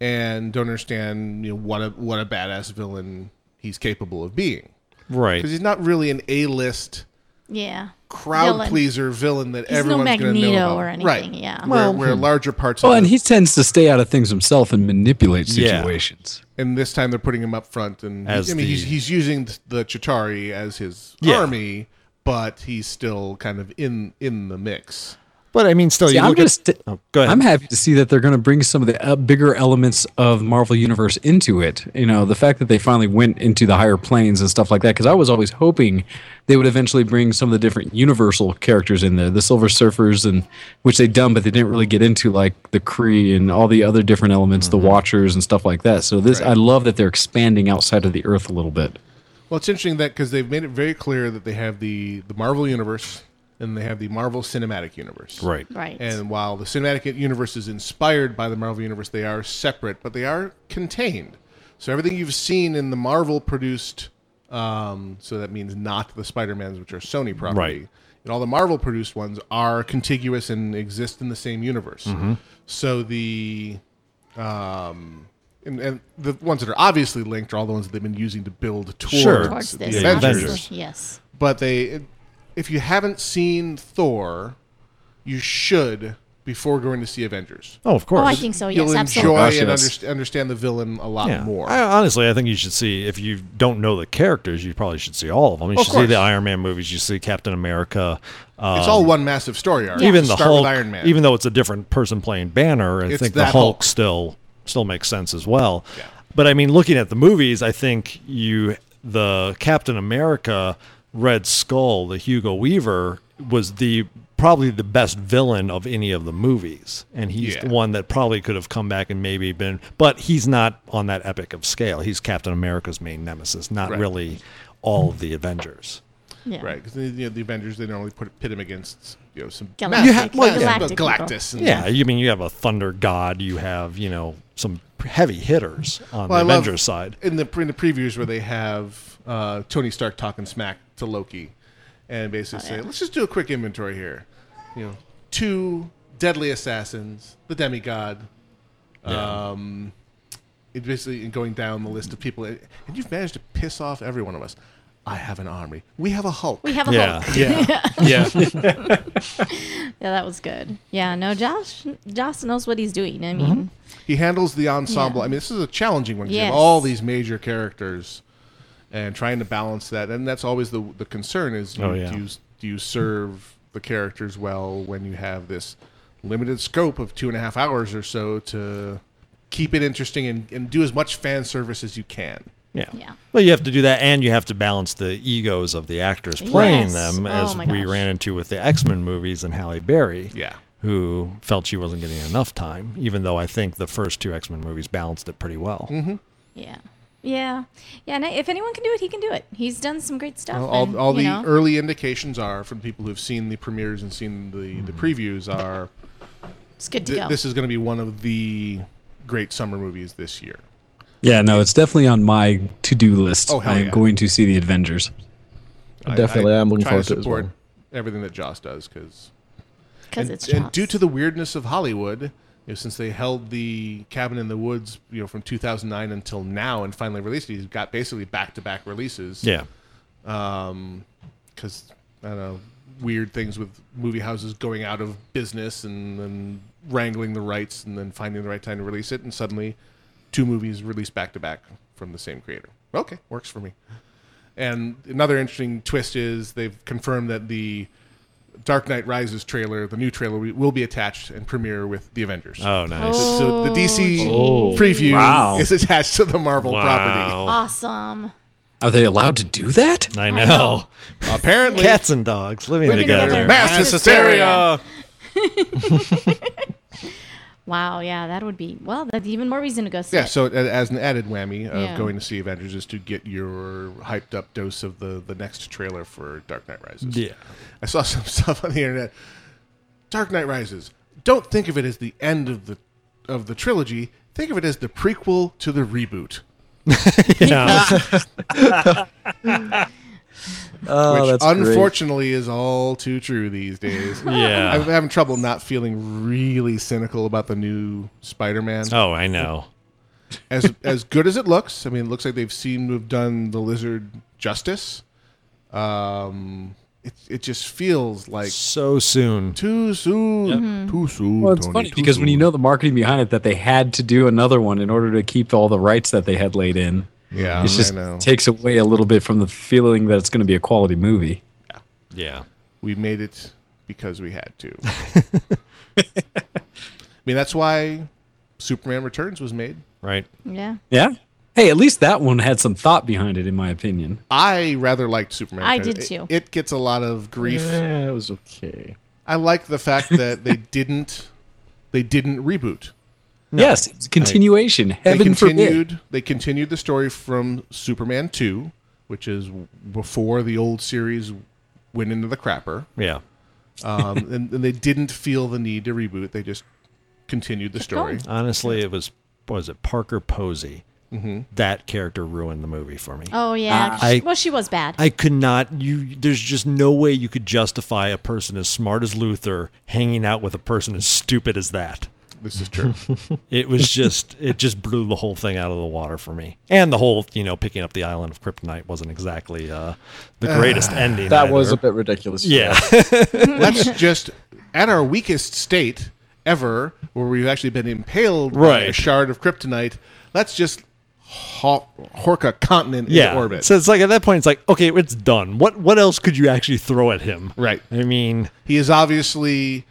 and don't understand you know, what a what a badass villain he's capable of being. Right. Because he's not really an A list Yeah. crowd Villain. pleaser villain that He's no everyone's going to know Magneto about. or anything, Right. yeah. Where, Well- where larger parts Hmm. Well, of and the, he tends to stay out of things himself and manipulate Yeah. situations. and this time they're putting him up front and As I mean he's the- he's using the Chitari as his Yeah. army, but he's still kind of in in the mix. But I mean, still, See, you I'm look at. just- oh, go ahead. I'm happy to see that they're going to bring some of the uh, bigger elements of Marvel Universe into it. You know, the fact that they finally went into the higher planes and stuff like that. Because I was always hoping they would eventually bring some of the different Universal characters in there, the Silver Surfers, and which they done, but they didn't really get into like the Kree and all the other different elements, Mm-hmm. the Watchers and stuff like that. So this, I love that they're expanding outside of the Earth a little bit. Well, it's interesting that because they've made it very clear that they have the the Marvel universe and they have the Marvel Cinematic Universe. Right. Right. And while the Cinematic Universe is inspired by the Marvel universe, they are separate, but they are contained. So everything you've seen in the Marvel produced, um, so that means not the Spider Mans, which are Sony property. Right. And all the Marvel produced ones are contiguous and exist in the same universe. Mhm. So the um, and, and the ones that are obviously linked are all the ones that they've been using to build towards, Sure. Towards the this, Avengers. obviously, yes. But they, if you haven't seen Thor, you should before going to see Avengers. Oh, of course. Oh, I think so, yes, You'll absolutely. enjoy Gosh, and yes. underst- understand the villain a lot Yeah. more. I, honestly, I think you should see if you don't know the characters, you probably should see all of them. You Of should see course. the Iron Man movies. You see Captain America. Um, it's all one massive story arc. Even the Start Hulk, with Iron Man. even though it's a different person playing Banner, I It's think the that Hulk, Hulk. still still makes sense as well. But I mean, looking at the movies, I think you the Captain America, Red Skull, the Hugo Weaver was the probably the best villain of any of the movies, and he's Yeah. the one that probably could have come back and maybe been, but he's not on that epic of scale. He's Captain America's main nemesis, not Right. really all of the Avengers. Yeah. Right, because you know, the Avengers they normally put pit him against you know some Galactic- massive- You ha- well, massive- Galactic people. Galactus. And Yeah, you mean you have a Thunder God, you have you know some heavy hitters on Well, I the love- Avengers side. In the in the previews where they have uh, Tony Stark talking smack to Loki, and Oh, basically say, "Let's just do a quick inventory here." You know, two deadly assassins, the demigod. Yeah. Um, it basically and going down the list of people, and you've managed to piss off every one of us. I have an army. We have a Hulk. We have a Yeah. Hulk. Yeah. yeah. Yeah. that was good. Yeah, no, Josh Josh knows what he's doing. I mean, Mm-hmm. He handles the ensemble. I mean, this is a challenging one. 'cause You have Yes. all these major characters, and trying to balance that, and that's always the the concern is you, Oh, yeah. do you do you serve the characters well when you have this limited scope of two and a half hours or so to keep it interesting and, and do as much fan service as you can. Yeah. Well, you have to do that, and you have to balance the egos of the actors playing Yes. them, Oh, as my we gosh. ran into with the X Men movies and Halle Berry. Yeah. Who felt she wasn't getting enough time, even though I think the first two X Men movies balanced it pretty well. Mm-hmm. yeah. Yeah. Yeah, and I- if anyone can do it, he can do it. He's done some great stuff. All, all, and, all the you know. early indications are from people who've seen the premieres and seen the, Mm-hmm. the previews are It's good to th- go. this is going to be one of the great summer movies this year. Yeah, no, it's definitely on my to do list. Oh, hell I'm yeah. going to see the Avengers. Definitely, I, am looking try forward to it as support well. everything that Joss does because 'Cause and, it's and Joss. due to the weirdness of Hollywood, you know, since they held the Cabin in the Woods, you know, from 2009 until now, and finally released it, he's got basically back to back releases. Yeah. Um, because I don't know weird things with movie houses going out of business and then wrangling the rights and then finding the right time to release it, and suddenly two movies released back to back from the same creator. Okay, works for me. And another interesting twist is they've confirmed that the Dark Knight Rises trailer, the new trailer, will be attached and premiere with the Avengers. Oh, nice. So the DC Oh, geez. preview Wow. is attached to the Marvel Wow. property. Awesome. Are they allowed to do that? I know. Apparently, cats and dogs living Living together. together. Mass hysteria. Wow, yeah, that would be well, that's even more reason to go see Yeah, it. so a- as an added whammy of Yeah. going to see Avengers is to get your hyped up dose of the, the next trailer for Dark Knight Rises. Yeah. I saw some stuff on the internet. Dark Knight Rises. Don't think of it as the end of the of the trilogy. Think of it as the prequel to the reboot. Oh, Which that's great. unfortunately is all too true these days. Yeah. I'm having trouble not feeling really cynical about the new Spider-Man. Oh, I know. as as good as it looks. I mean, it looks like they've seemed to have done the lizard justice. Um, it, it just feels like so soon. Too soon. Too soon. Well, it's Tony, funny too because when you know the marketing behind it, that they had to do another one in order to keep all the rights that they had laid in. Yeah, it just I know. takes away a little bit from the feeling that it's going to be a quality movie. Yeah. We made it because we had to. I mean, that's why Superman Returns was made. Right. Yeah. Yeah. Hey, at least that one had some thought behind it, in my opinion. I rather liked Superman. I Returns. did It- too. It, gets a lot of grief. Yeah, it was okay. I like the fact that they didn't they didn't reboot. Yes, it's a continuation. Heaven they forbid. continued they continued the story from Superman 2, which is w- before the old series went into the crapper. Yeah. Um, and, and they didn't feel the need to reboot. They just continued the story. Honestly, it was what was it Parker Posey? Mhm. That character ruined the movie for me. Oh Uh, yeah. I, well, she was bad. I could not. You there's just no way you could justify a person as smart as Luther hanging out with a person as stupid as that. This is true. It was just it just blew the whole thing out of the water for me. And the whole you know picking up the island of kryptonite wasn't exactly uh, the greatest ending. That was either. a bit ridiculous. Yeah. Let's just at our weakest state ever, where we've actually been impaled by a Right. shard of kryptonite. Let's just ho- hork a continent yeah. into orbit. So it's like at that point it's like okay it's done. What what else could you actually throw at him? Right. I mean he is obviously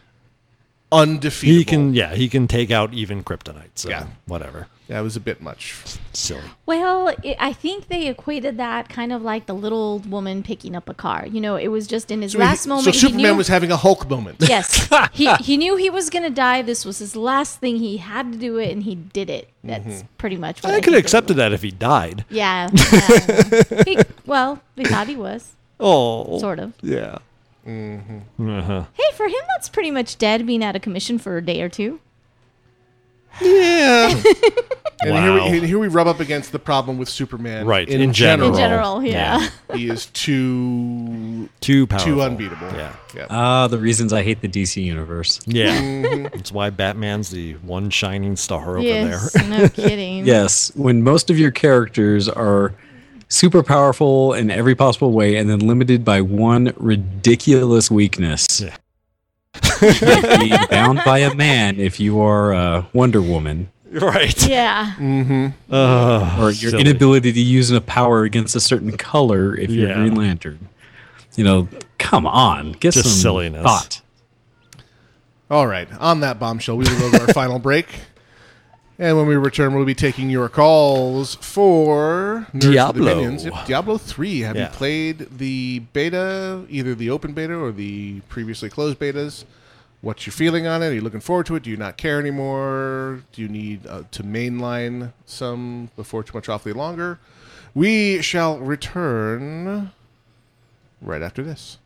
undefeatable. he can yeah he can take out even kryptonite. So Yeah. whatever. That was a bit much. Silly. Well, it, I think they equated that kind of like the little old woman picking up a car. You know, it was just in his So he- last moment. so he Superman knew- was having a Hulk moment. Yes, he he knew he was gonna die. This was his last thing. He had to do it, and he did it. Mm-hmm. That's Mhm. pretty much. What I could have accepted that if he died. Yeah. yeah. He- well, we thought he was. Oh. Sort of. Yeah. Mm-hmm. Uh-huh. Hey, for him, that's pretty much dead. Being out of commission for a day or two. Yeah. and Wow. here, we, here we rub up against the problem with Superman. Right, In, in general. general. In general, yeah. He is too Too too powerful. unbeatable. Yeah. Yeah. Ah, the reasons I hate the DC universe. Yeah. Mm-hmm. That's why Batman's the one shining star over Yes, there. no kidding. Yes, when most of your characters are super powerful in every possible way and then limited by one ridiculous weakness. Being bound by a man if you are uh, Wonder Woman, Right. Yeah. Mm-hmm. Uh, or your silly. inability to use a power against a certain color if you're Yeah. Green Lantern. You know, come on, get Just some silliness. thought. All right. On that bombshell, we will go to our final break. And when we return, we'll be taking your calls for Nerds with Diablo. Opinions. Yep, Diablo 3. Have Yeah. you played the beta, either the open beta or the previously closed betas? What's your feeling on it? Are you looking forward to it? Do you not care anymore? Do you need uh, to mainline some before too much off the longer? We shall return right after this.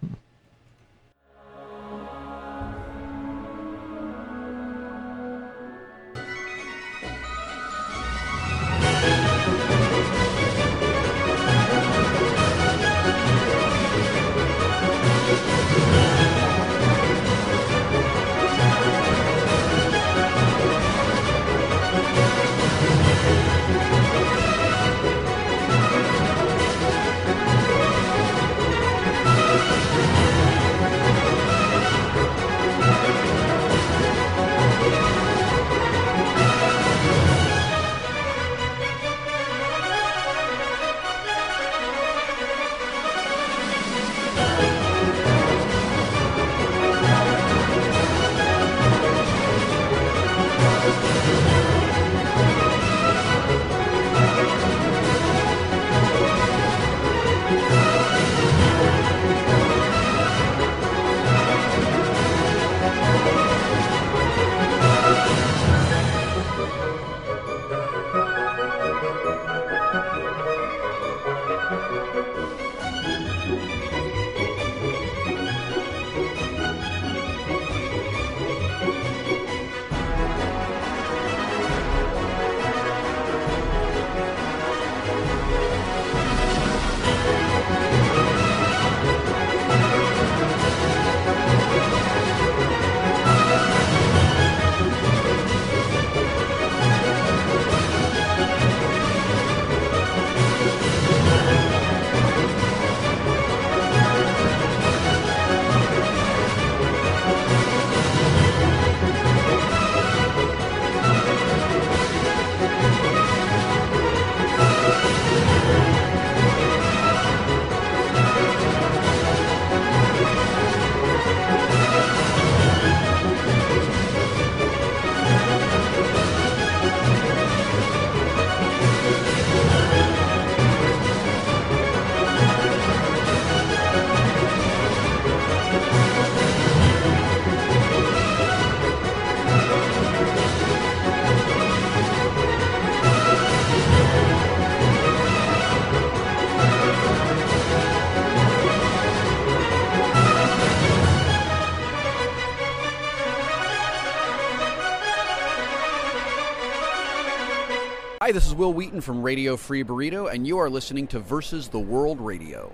Hi, this is Will Wheaton from Radio Free Burrito, and you are listening to Versus the World Radio.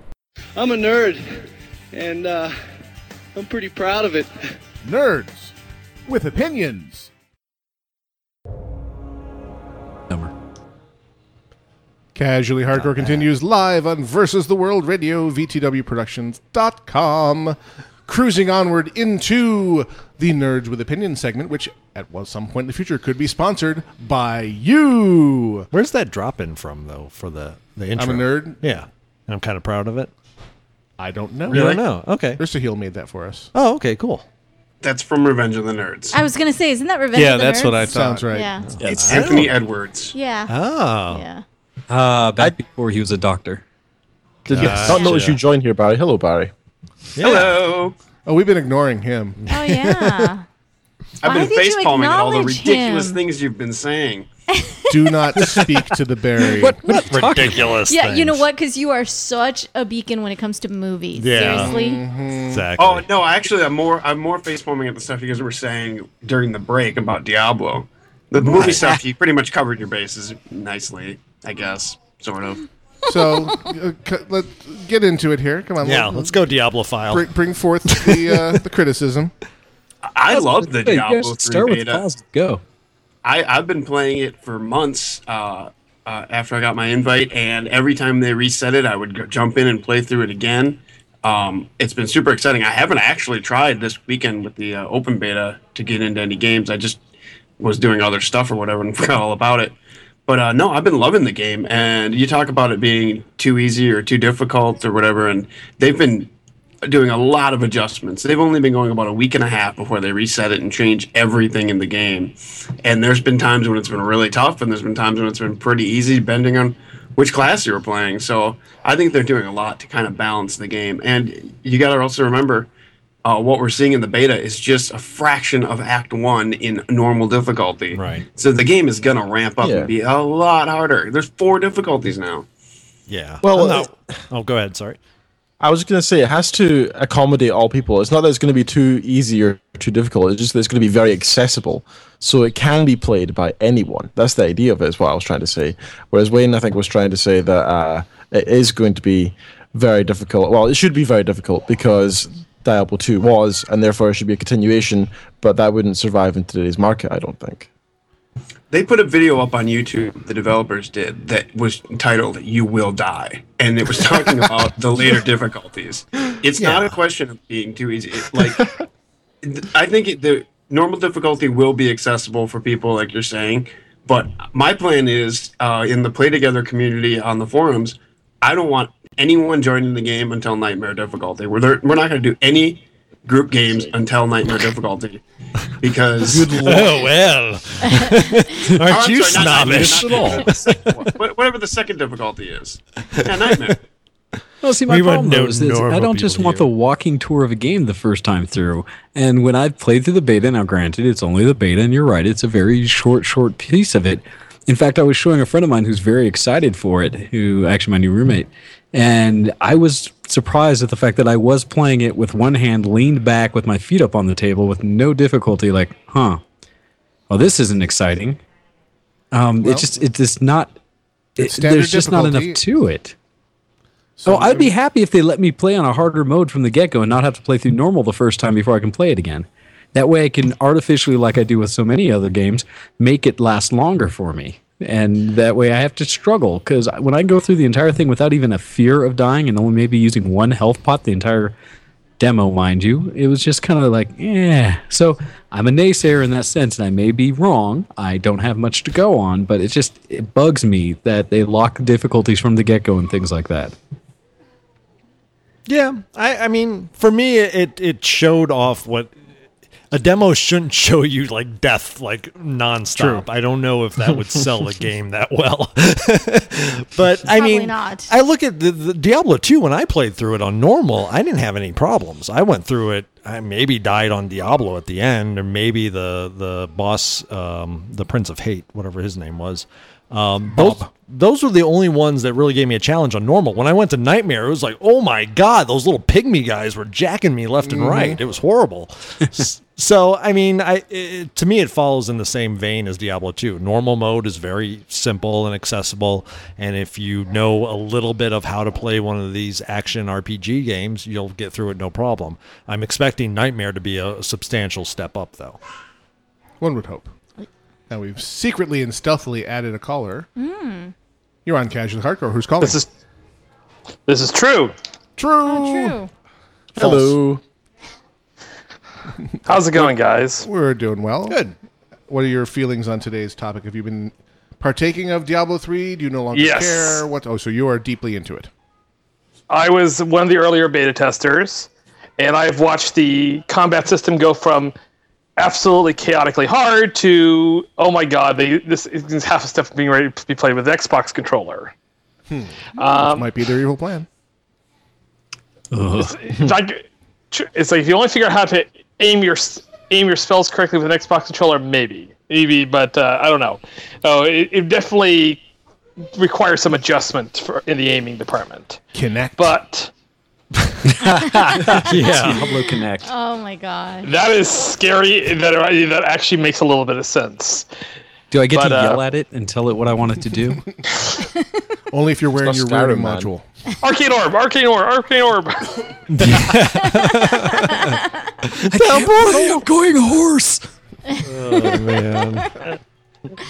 I'm a nerd, and uh, I'm pretty proud of it. Nerds with opinions. Casually Hardcore continues live on Versus the World Radio, VTWProductions.com. Cruising onward into the Nerds with Opinion segment, which at one- some point in the future could be sponsored by you. Where's that drop in from, though, for the, the I'm a intro? nerd? Yeah. And I'm kind of proud of it. I don't know. You don't know. Okay. Ursa Heel made that for us. Oh, okay, cool. That's from Revenge of the Nerds. I was gonna say, isn't that Revenge? of the Nerds? Sounds right. Yeah. It's Oh. Anthony Edwards. Yeah. Oh. Yeah. Uh, back before he was a doctor. Did not notice you joined here, Barry. Hello, Barry. Hello. Oh, we've been ignoring him. Oh yeah. I've Why been did you face palming all the acknowledge ridiculous him? things you've been saying. Do not speak to the berry. What, ridiculous? yeah, you know what? Because you are such a beacon when it comes to movies. Seriously. Um, Mm-hmm. Exactly. Oh no, actually, I'm more I'm more facepalming at the stuff you guys were saying during the break about Diablo. The movie stuff you pretty much covered your bases nicely, I guess, sort of. So uh, c- let get into it here. Come on. Yeah, let's go Diablo file. Bring, bring forth the uh, the criticism. I That's- love the hey, you Diablo guys three start with beta. positive. Go. I I've been playing it for months. Uh, uh, after I got my invite, and every time they reset it, I would go, jump in and play through it again. Um, it's been super exciting. I haven't actually tried this weekend with the uh, open beta to get into any games. I just was doing other stuff or whatever and forgot all about it. But uh, no, I've been loving the game, and you talk about it being too easy or too difficult or whatever, and they've been doing a lot of adjustments. They've only been going about a week and a half before they reset it and change everything in the game. And there's been times when it's been really tough, and there's been times when it's been pretty easy, depending on which class you were playing. So I think they're doing a lot to kind of balance the game. And you got to also remember uh, what we're seeing in the beta is just a fraction of Act One in normal difficulty. Right. So the game is going to ramp up Yeah. and be a lot harder. There's four difficulties now. Yeah. Well, Oh, no. oh, go ahead. Sorry. I was going to say it has to accommodate all people. It's not that it's going to be too easy or too difficult. It's just that it's going to be very accessible, so it can be played by anyone. That's the idea of it. Is what I was trying to say. Whereas Wayne, I think, was trying to say that uh, it is going to be very difficult. Well, it should be very difficult because Diablo Two was, and therefore it should be a continuation. But that wouldn't survive in today's market, I don't think. They put a video up on YouTube, the developers did, that was entitled You Will Die. And it was talking about the later difficulties. It's not a question of being too easy. It, like, th- I think it, the normal difficulty will be accessible for people, like you're saying. But my plan is uh, in the Play Together community on the forums, I don't want anyone joining the game until Nightmare difficulty. We're, there, we're not going to do any group games until Nightmare difficulty because. Good lord. Oh, well. Aren't Oh, I'm you sorry, not Nightmare, snobbish not at all? Nightmare, the second one. Wha- Whatever the second difficulty is. Yeah, Nightmare. Well, Oh, see, my We problem were though, is, is I normal don't just want the walking tour of a game the first time through. And when I've played through the beta, now granted, it's only the beta, and you're right, it's a very short, short piece of it. In fact, I was showing a friend of mine who's very excited for it, who actually my new roommate, and I was surprised at the fact that I was playing it with one hand leaned back with my feet up on the table with no difficulty. Like, huh? Well, this isn't exciting. Um, Well, it just it's just not. It, standard there's just not enough difficulty. to it. So I'd be happy if they let me play on a harder mode from the get go and not have to play through normal the first time before I can play it again. That way I can artificially, like I do with so many other games, make it last longer for me. And that way I have to struggle because when I go through the entire thing without even a fear of dying and only maybe using one health pot the entire demo, mind you, it was just kind of like, eh. So I'm a naysayer in that sense, and I may be wrong. I don't have much to go on, but it just it bugs me that they lock difficulties from the get go and things like that. Yeah, I, I mean, for me, it it showed off what a demo shouldn't show you like death like nonstop. I don't know if that would sell a game that well, but I Probably mean, not. I look at the, the Diablo two when I played through it on normal, I didn't have any problems. I went through it. I maybe died on Diablo at the end, or maybe the the boss, um, the Prince of Hate, whatever his name was. Um, both those were the only ones that really gave me a challenge on normal. When I went to Nightmare, it was like, oh my god, those little pygmy guys were jacking me left and Mhm. right. It was horrible. S- so I mean, I it, to me it follows in the same vein as Diablo 2. Normal mode is very simple and accessible, and if you know a little bit of how to play one of these action RPG games, you'll get through it no problem. I'm expecting Nightmare to be a substantial step up though. One would hope. Now we've secretly and stealthily added a caller. Mm. You're on Casual Hardcore. Who's calling? This is this is true. True. Oh, true. Hello. How's it going, guys? We're doing well. Good. What are your feelings on today's topic? Have you been partaking of Diablo 3? Do you no longer Yes. care? What? Oh, so you are deeply into it. I was one of the earlier beta testers, and I've watched the combat system go from absolutely chaotically hard to oh my god, they, this is half a step from being ready to be played with an Xbox controller. Hmm. Um, This might be their evil plan. it's like it's like if you only figure out how to aim your aim your spells correctly with an Xbox controller, maybe, maybe, but uh, I don't know. Oh, it, it definitely requires some adjustment for, in the aiming department. Connect. But Diablo Connect. Oh my god. That is scary. That that actually makes a little bit of sense. Do I get But, to uh, yell at it and tell it what I want it to do? Only if you're wearing not your rearing Skyrim, man. module. Arcane orb, arcane orb, arcane orb. Oh, I'm going horse. Oh, man.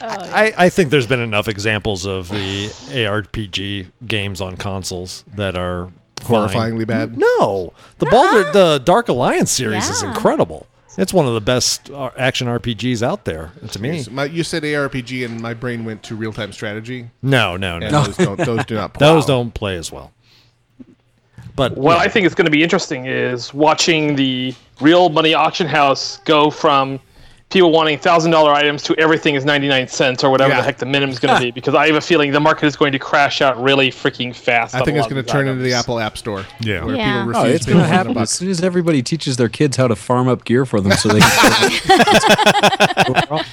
I, I think there's been enough examples of the ARPG games on consoles that are fine. Horrifyingly bad? No, the Baldur, the Uh, Dark Alliance series is incredible. It's one of the best uh, action RPGs out there to me. Yes, my- you said ARPG, and my brain went to real time strategy. No, no, no. And Those, don't, those do not. Those don't play as well. But What I think is going to be interesting is watching the real money auction house go from people wanting thousand dollar items to everything is ninety nine cents or whatever Yeah. the heck the minimum is going to be. Because I have a feeling the market is going to crash out really freaking fast. I think it's going going to turn into the Apple App Store. Yeah. Where Yeah. people refuse Oh, it's to going to pay more than a happen buck. as soon as everybody teaches their kids how to farm up gear for them, so they. Can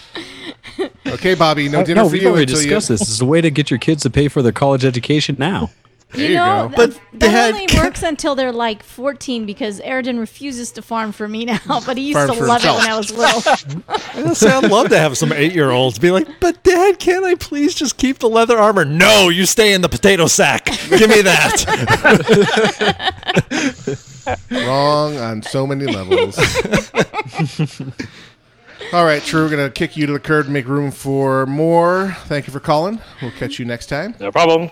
Okay, Bobby, no dinner Oh, Uh, no, for we've you already until you. discussed this. This is a way to get your kids to pay for their college education now. You know, go. But th- that only works until they're like 14 because Eridan refuses to farm for me now, but he used Farm to for love himself. it when I was little. Say, I'd love to have some eight year olds be like, but dad, can I please just keep the leather armor? No, you stay in the potato sack. Give me that. Wrong on so many levels. All right, True, we're going to kick you to the curb and make room for more. Thank you for calling. We'll catch you next time. No problem.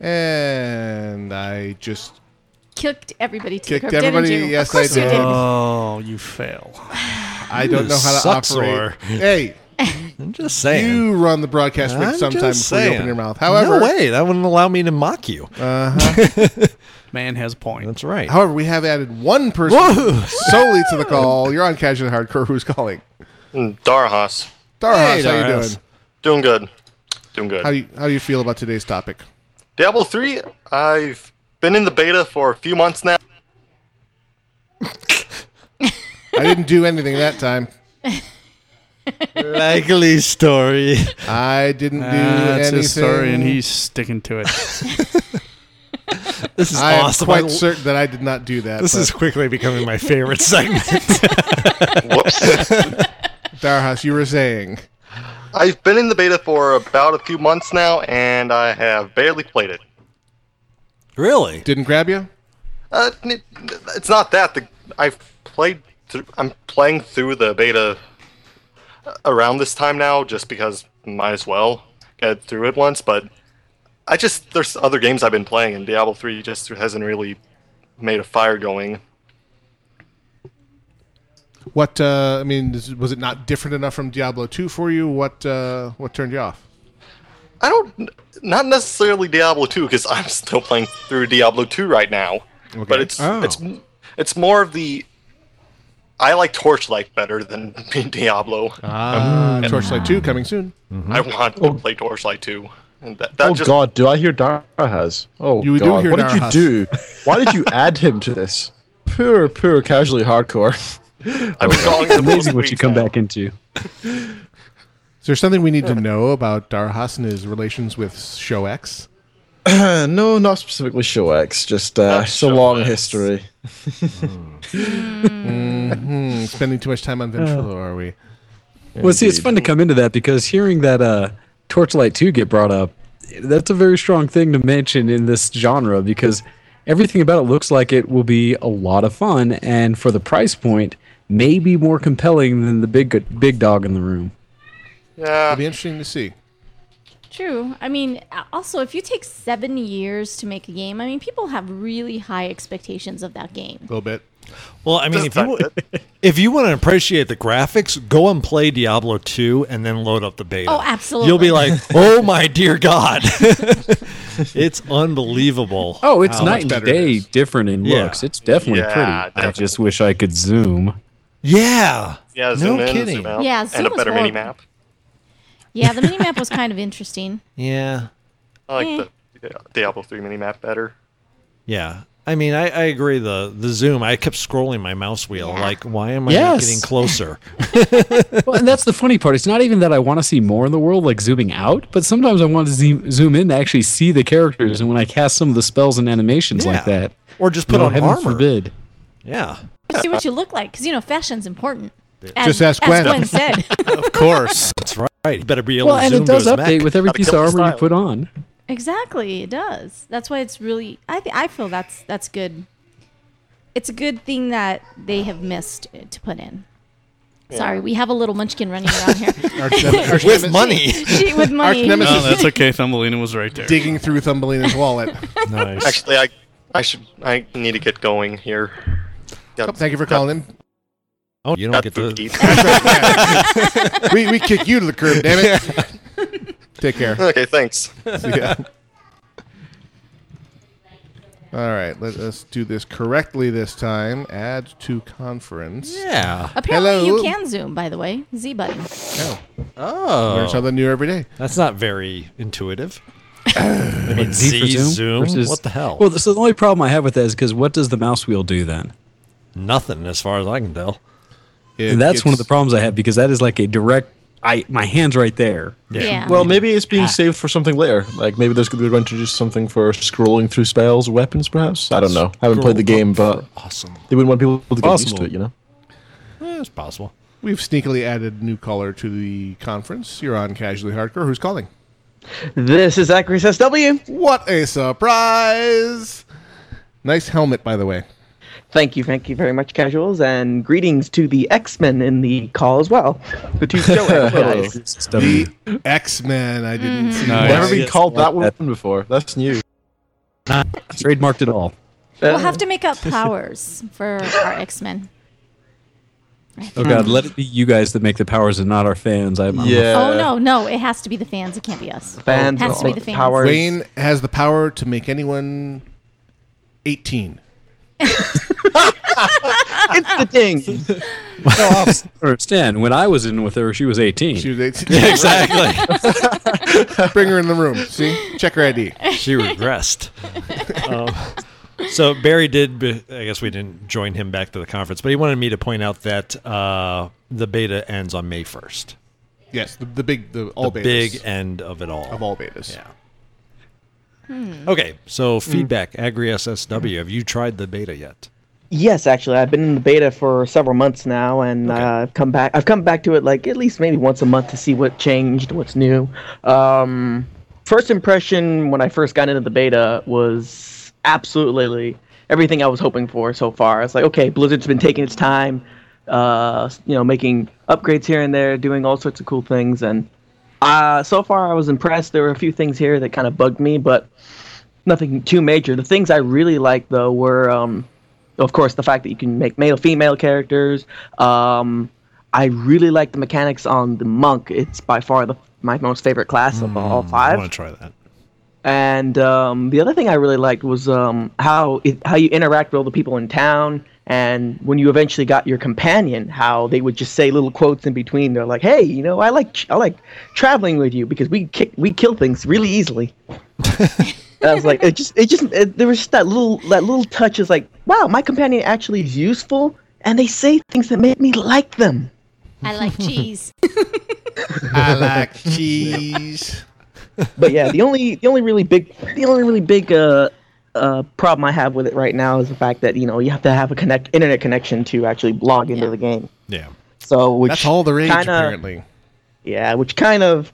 And I just Kicked everybody to kicked the curb, everybody. didn't you? Yes, of course I did. Uh-huh. You did. Oh, you fail. I don't You know how to suck, operate. Sor. Hey, I'm just saying. You run the broadcast rig I'm sometime just before you open saying. your mouth. However, no way, that wouldn't allow me to mock you. Uh-huh. Man has a point. That's right. However, we have added one person solely to the call. You're on Casual Hardcore. Who's calling? Mm, Darhas. Darhas, how you Darhas. doing? Doing good. Doing good. How do you, how do you feel about today's topic? Diablo 3, I've been in the beta for a few months now. I didn't do anything that time. Likely story. I didn't do That's anything. Ah, his story, and he's sticking to it. This is I awesome. am I- quite certain that I did not do that. This but- is quickly becoming my favorite segment. Whoops. Darhas, you were saying. I've been in the beta for about a few months now, and I have barely played it. Really? Didn't grab you? Uh, n- n- it's not that. The, I've played. Th- I'm playing through the beta around this time now, just because might as well get through it once. But I just there's other games I've been playing, and Diablo three just hasn't really made a fire going. What uh, I mean is, was it not different enough from Diablo 2 for you? What uh, what turned you off? I don't, not necessarily Diablo 2 because I'm still playing through Diablo 2 right now. But it's Oh. it's it's more of the. I like Torchlight better than Diablo. Ah, Torchlight 2 coming soon. I want to play Torchlight 2, and that, that oh just God! Do I hear Dara has? Oh You do God! hear what Dara did you do? Why did you add him to this? Poor, poor, casually hardcore. I'm Oh, God. calling him amazing both what you weeks come back into. Is there something we need to know about Darhas and his relations with Show X? no, not specifically Show X, just uh, so long history. Hmm, spending too much time on Ventrilo, are we? Uh. Well, see, it's fun to come into that because hearing that uh, Torchlight 2 get brought up, that's a very strong thing to mention in this genre because everything about it looks like it will be a lot of fun and for the price point, maybe more compelling than the big big dog in the room. Yeah. It'll be interesting to see. True. I mean, a- also, if you take seven years to make a game, I mean, people have really high expectations of that game. A little bit. Well, I mean, if you if you want to appreciate the graphics, go and play Diablo 2 and then load up the beta. Oh, absolutely. You'll be like, "Oh my dear god." it's unbelievable. Oh, it's how night much and better it day is. different in Yeah. looks. It's definitely Yeah, pretty. I just wish I could zoom. Yeah. Yeah, zoom in, zoom out, Yeah, zoom and a was better mini horrible. map. Yeah, the minimap was kind of interesting. Yeah. I like Eh. the yeah, Diablo three mini map better. Yeah. I mean, I, I agree. The the zoom, I kept scrolling my mouse wheel. Like, why am I not Yes. getting closer? well, and that's the funny part. It's not even that I want to see more in the world, like zooming out, but sometimes I want to zoom, zoom in to actually see the characters. And when I cast some of the spells and animations Yeah. like that, Or just put you know, on heaven armor. forbid. yeah. See what you look like, because, you know, fashion's important. As- Just ask Gwen. As Gwen said. Of course. That's right. You better be able Well, to and zoom it does to his update mech. with every piece of armor you put on. Exactly, it does. That's why it's really. I th- I feel that's that's good. It's a good thing that they have missed uh, to put in. Sorry, we have a little munchkin running around here. Arch- arch- With money. She- with money. Arch nemesis. No, that's okay. Thumbelina was right there. Digging through Thumbelina's wallet. nice. Actually, I I should I need to get going here. Yeah, Thank you for calling in. Oh, you don't get to. we, we kick you to the curb, damn it. Take care. Okay, thanks. Yeah. All right, let us do this correctly this time. Add to conference. Yeah. Apparently, Hello. you can zoom. By the way, Z button. Oh. Oh. Learn something new every day. That's not very intuitive. I mean, Z for Z, Zoom. versus- what the hell? Well, so the only problem I have with that is because what does the mouse wheel do then? Nothing, as far as I can tell. and that's one of the problems I have because that is like a direct. I my hands right there. Well, maybe it's being saved for something later. Like maybe there's going to be introduced something for scrolling through spells, weapons, perhaps. I don't know. I haven't played the game, but awesome. they wouldn't want people to get used Possible. to it, you know. Eh, it's possible. We've sneakily added new caller to the conference. You're on Casually Hardcore. Who's calling? This is Zachary SW. What a surprise! Nice helmet, by the way. Thank you, thank you very much, casuals, and greetings to the X Men in the call as well. The two show guys. Mm. the X Men. I didn't see. Nice. that. Never been called that one before. That's new. Not trademarked at all. We'll have to make up powers for our X Men. Oh God, let it be you guys that make the powers and not our fans. I'm, I'm Oh no, no, it has to be the fans. It can't be us. Fans it has to be are the fans. Wayne has the power to make anyone 18. it's the ding. no, I'll understand. When I was in with her, she was 18. She was 18. Yeah, exactly. Bring her in the room. See, check her ID. She regressed. um, so Barry did. be- I guess we didn't join him back to the conference, but he wanted me to point out that uh, the beta ends on May first. Yes, the, the big, the all the betas. big end of it all. of all betas. Yeah. Okay, so feedback, Agri SSW. Have you tried the beta yet? Yes, actually, I've been in the beta for several months now, and uh, I've come back. I've come back to it like at least maybe once a month to see what changed, what's new. Um, first impression when I first got into the beta was absolutely everything I was hoping for so far. It's like okay, Blizzard's been taking its time, uh, you know, making upgrades here and there, doing all sorts of cool things, and uh, so far I was impressed. There were a few things here that kind of bugged me, but nothing too major. The things I really liked though were, um, of course, the fact that you can make male female characters. Um, I really like the mechanics on the monk. It's by far the my most favorite class of all five. I want to Hmm, try that. And um, the other thing I really liked was um, how it, how you interact with all the people in town, and when you eventually got your companion, how they would just say little quotes in between. They're like, "Hey, you know, I like I like traveling with you because we kick we kill things really easily." And I was like, it just, it just, it, there was just that little, that little touch is like, wow, my companion actually is useful, and they say things that make me like them. I like cheese. I like cheese. but yeah, the only the only really big the only really big uh, uh, problem I have with it right now is the fact that you know you have to have a connect internet connection to actually log into the game. Yeah. So which That's all the rage kinda- apparently. Yeah, which kind of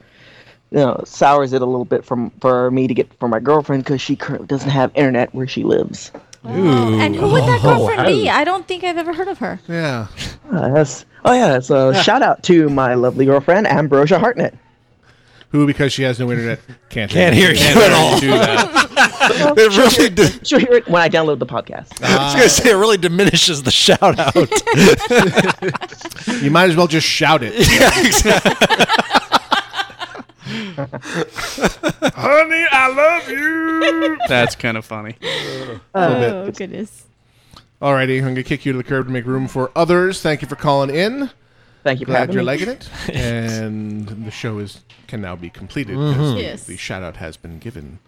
you know sours it a little bit from for me to get for my girlfriend because she currently doesn't have internet where she lives. Ooh. And who would that Oh, girlfriend be? I don't think I've ever heard of her. Yeah. Uh, that's, oh yeah, so shout out to my lovely girlfriend Ambrosia Hartnett. Who, because she has no internet, can't Can't hear you at all. do that. Well, It she'll, really hear, it- she'll hear it when I download the podcast. I Ah. was going to say, it really diminishes the shout out. You might as well just shout it. Honey, I love you. That's kind of funny. Oh, goodness. Alrighty, I'm going to kick you to the curb to make room for others. Thank you for calling in. Thank you for Glad having you're me. liking it. and the show is can now be completed. Mm-hmm. 'cause Mhm. the- Yes. The shout out has been given.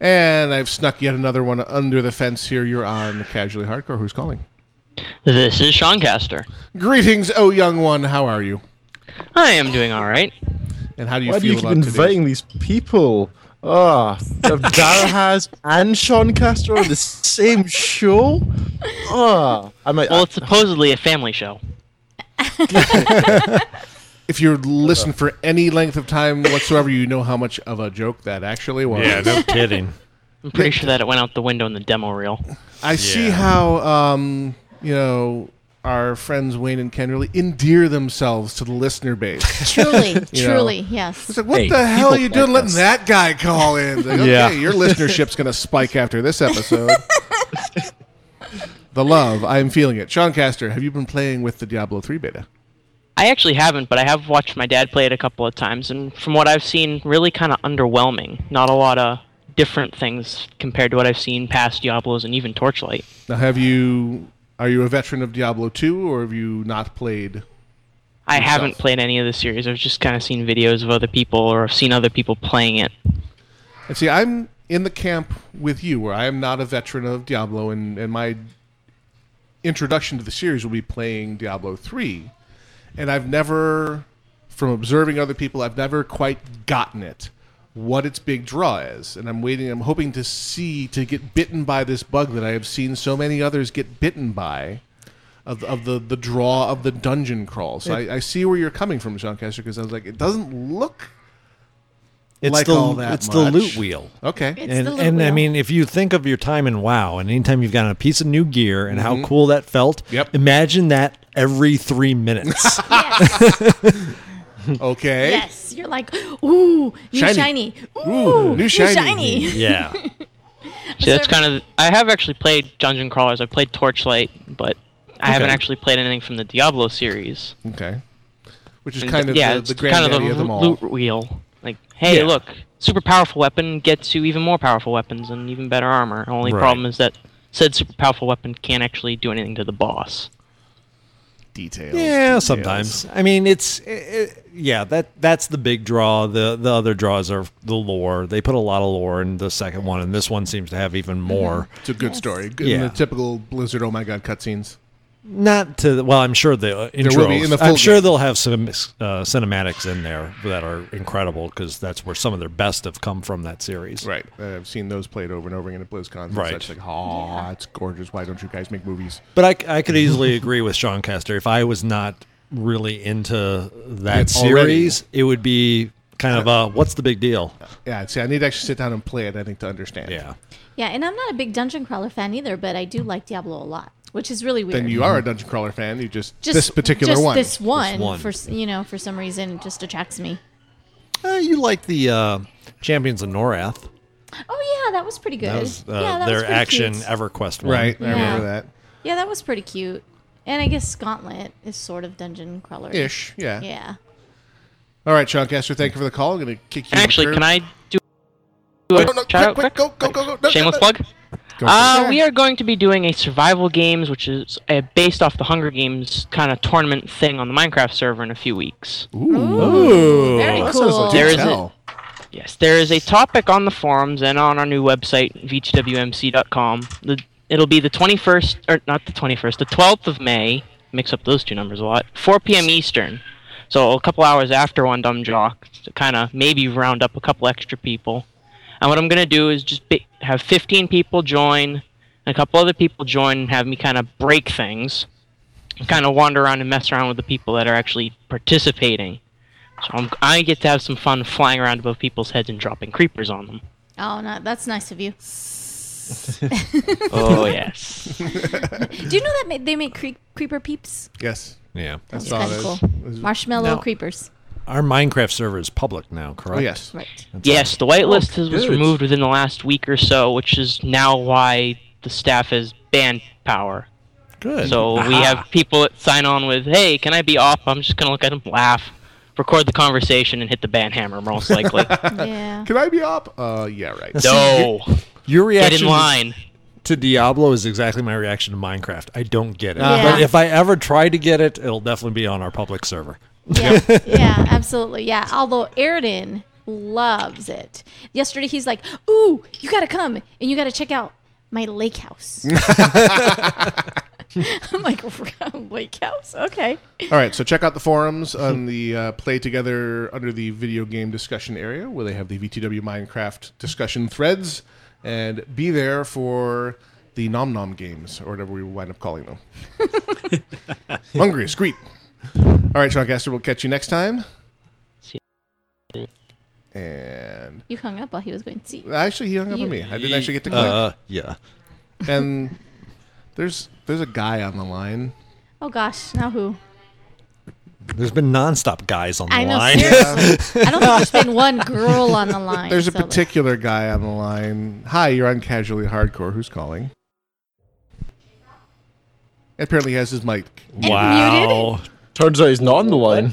And I've snuck yet another one under the fence here. You're on Casually Hardcore. Who's calling? This is Sean Caster. Greetings, oh young one. How are you? I am doing all right. And how do you Why do feel you keep about today? inviting these people? Ah, oh, Darahaz and Sean Castro on the same show? Ah, Oh, I might. Well, it's supposedly a family show. If you listen for any length of time whatsoever, you know how much of a joke that actually was. Yeah, no kidding. I'm pretty sure that it went out the window in the demo reel. I see how um, you know our friends Wayne and Ken really endear themselves to the listener base. Truly, You know? truly, yes. It's like, what the hell are you doing letting that guy call in? It's like, Yeah. okay, your listenership's going to spike after this episode. the love, I am feeling it. Sean Caster, have you been playing with the Diablo 3 beta? I actually haven't, but I have watched my dad play it a couple of times, and from what I've seen, really kind of underwhelming. Not a lot of different things compared to what I've seen past Diablos and even Torchlight. Now, have you are you a veteran of Diablo 2 or have you not played? I yourself? haven't played any of the series. I've just kind of seen videos of other people or I've seen other people playing it. And see, I'm in the camp with you, where I am not a veteran of Diablo, and, and my introduction to the series will be playing Diablo 3. And I've never, from observing other people, I've never quite gotten it, what its big draw is. And I'm waiting, I'm hoping to see, to get bitten by this bug that I have seen so many others get bitten by. Of, of the, the draw of the dungeon crawl. So I, I see where you're coming from, Sean Caster, because I was like, it doesn't look It's like the all that it's the much. loot wheel. Okay. It's and the loot and I wheel. mean, if you think of your time in WoW, and anytime you've gotten a piece of new gear and Mhm. how cool that felt, Yep. imagine that every three minutes. okay. Yes, you're like, ooh, new Shiny. shiny. Ooh, Ooh, new new shiny. shiny. Yeah. See, that's kind of. I have actually played dungeon crawlers. I've played Torchlight, but I haven't Okay. actually played anything from the Diablo series. Okay. Which is And kind th- of yeah, the, it's the kind granddaddy of the of them all. loot wheel. Like, hey, Yeah. look, super powerful weapon gets you even more powerful weapons and even better armor. Only Right. problem is that said super powerful weapon can't actually do anything to the boss. Details. yeah, sometimes. I mean, it's i i yeah that that's the big draw. The the other draws are the lore. They put a lot of lore in the second one, and this one seems to have Mm-hmm. even more. Mm-hmm. It's a good story. Good- Yeah. The typical Blizzard, oh my god, cutscenes. Not to the, well, I'm sure the uh, There will intro. be in the full I'm sure game. they'll have some uh, cinematics in there that are incredible because that's where some of their best have come from that series. Right. Uh, I've seen those played over and over again at BlizzCon. and Right. such, like, oh, it's gorgeous. Why don't you guys make movies? But I, I could easily agree with Sean Kester. If I was not really into that It already- series, it would be kind of a what's the big deal? Yeah. See, I need to actually sit down and play it. I think to understand. Yeah. Yeah, and I'm not a big dungeon crawler fan either, but I do like Diablo a lot, which is really weird. Then you are a dungeon crawler fan. You just, just this particular just one. This one, for s- you know, for some reason, just attracts me. Uh, you like the uh, Champions of Norath? Oh yeah, that was pretty good. That was uh, yeah, that their was pretty action cute. EverQuest one. Right, I Yeah. Yeah, that was pretty cute. And I guess Gauntlet is sort of dungeon crawler Ish, yeah. Yeah. All right, Sean Caster, thank you for the call. I'm going to kick you. Oh, Actually, can I do? No, no, no, shout out quick, quick, go, go, go, go. No, Shameless no, plug. Go for Uh, it. we are going to be doing a survival games, which is uh, based off the Hunger Games kind of tournament thing on the Minecraft server in a few weeks. Ooh, Mm-hmm. very That sounds like There is Intel. a- yes, there is a topic on the forums and on our new website v2wmc.com. The, it'll be the 21st or not the 21st, the 12th of May. Mix up those two numbers a lot. 4 p.m. Eastern. So a couple hours after One Dumb Jock, to kind of maybe round up a couple extra people. And what I'm gonna do is just be, have 15 people join, and a couple other people join, and have me kind of break things, kind of wander around and mess around with the people that are actually participating. So I'm, I get to have some fun flying around above people's heads and dropping creepers on them. Oh, no, that's nice of you. oh yes. Do you know that ma- they make cre- creeper peeps? Yes. Yeah. That's kind of cool. Marshmallow creepers. Our Minecraft server is public now, correct? yes. Right. yes, the whitelist Oh, has was good. removed within the last week or so, which is now why the staff has banned power. Good. So we Aha. have people that sign on with, "Hey, can I be off?" I'm just gonna look at them, laugh, record the conversation, and hit the ban hammer most likely. yeah. Can I be up? Uh, yeah, right. no. Your reaction Get in line. to Diablo is exactly my reaction to Minecraft. I don't get it. Yeah. But if I ever try to get it, it'll definitely be on our public server. Yeah, yeah, absolutely. Yeah. Although Aridin loves it. Yesterday he's like, "Ooh, you got to come and you got to check out my lake house." I'm like, "Lake house? Okay." All right, so check out the forums on the uh, Play Together under the video game discussion area where they have the VTW Minecraft discussion threads and be there for the Nom Nom games or whatever we wind up calling them. Hungry, greet. All right, Sean Caster, we'll catch you next time. And You hung up while he was going. See. actually, he hung up You- on me. I didn't actually get to click. Uh, yeah. And there's there's a guy on the line. Oh gosh, now who? There's been nonstop guys on the I know. line. Seriously. I don't think there's been one girl on the line. There's a so, like, particular guy on the line. Hi, you're on Casually Hardcore. Who's calling? Apparently, he has his mic. Wow. Turns out he's not on the line.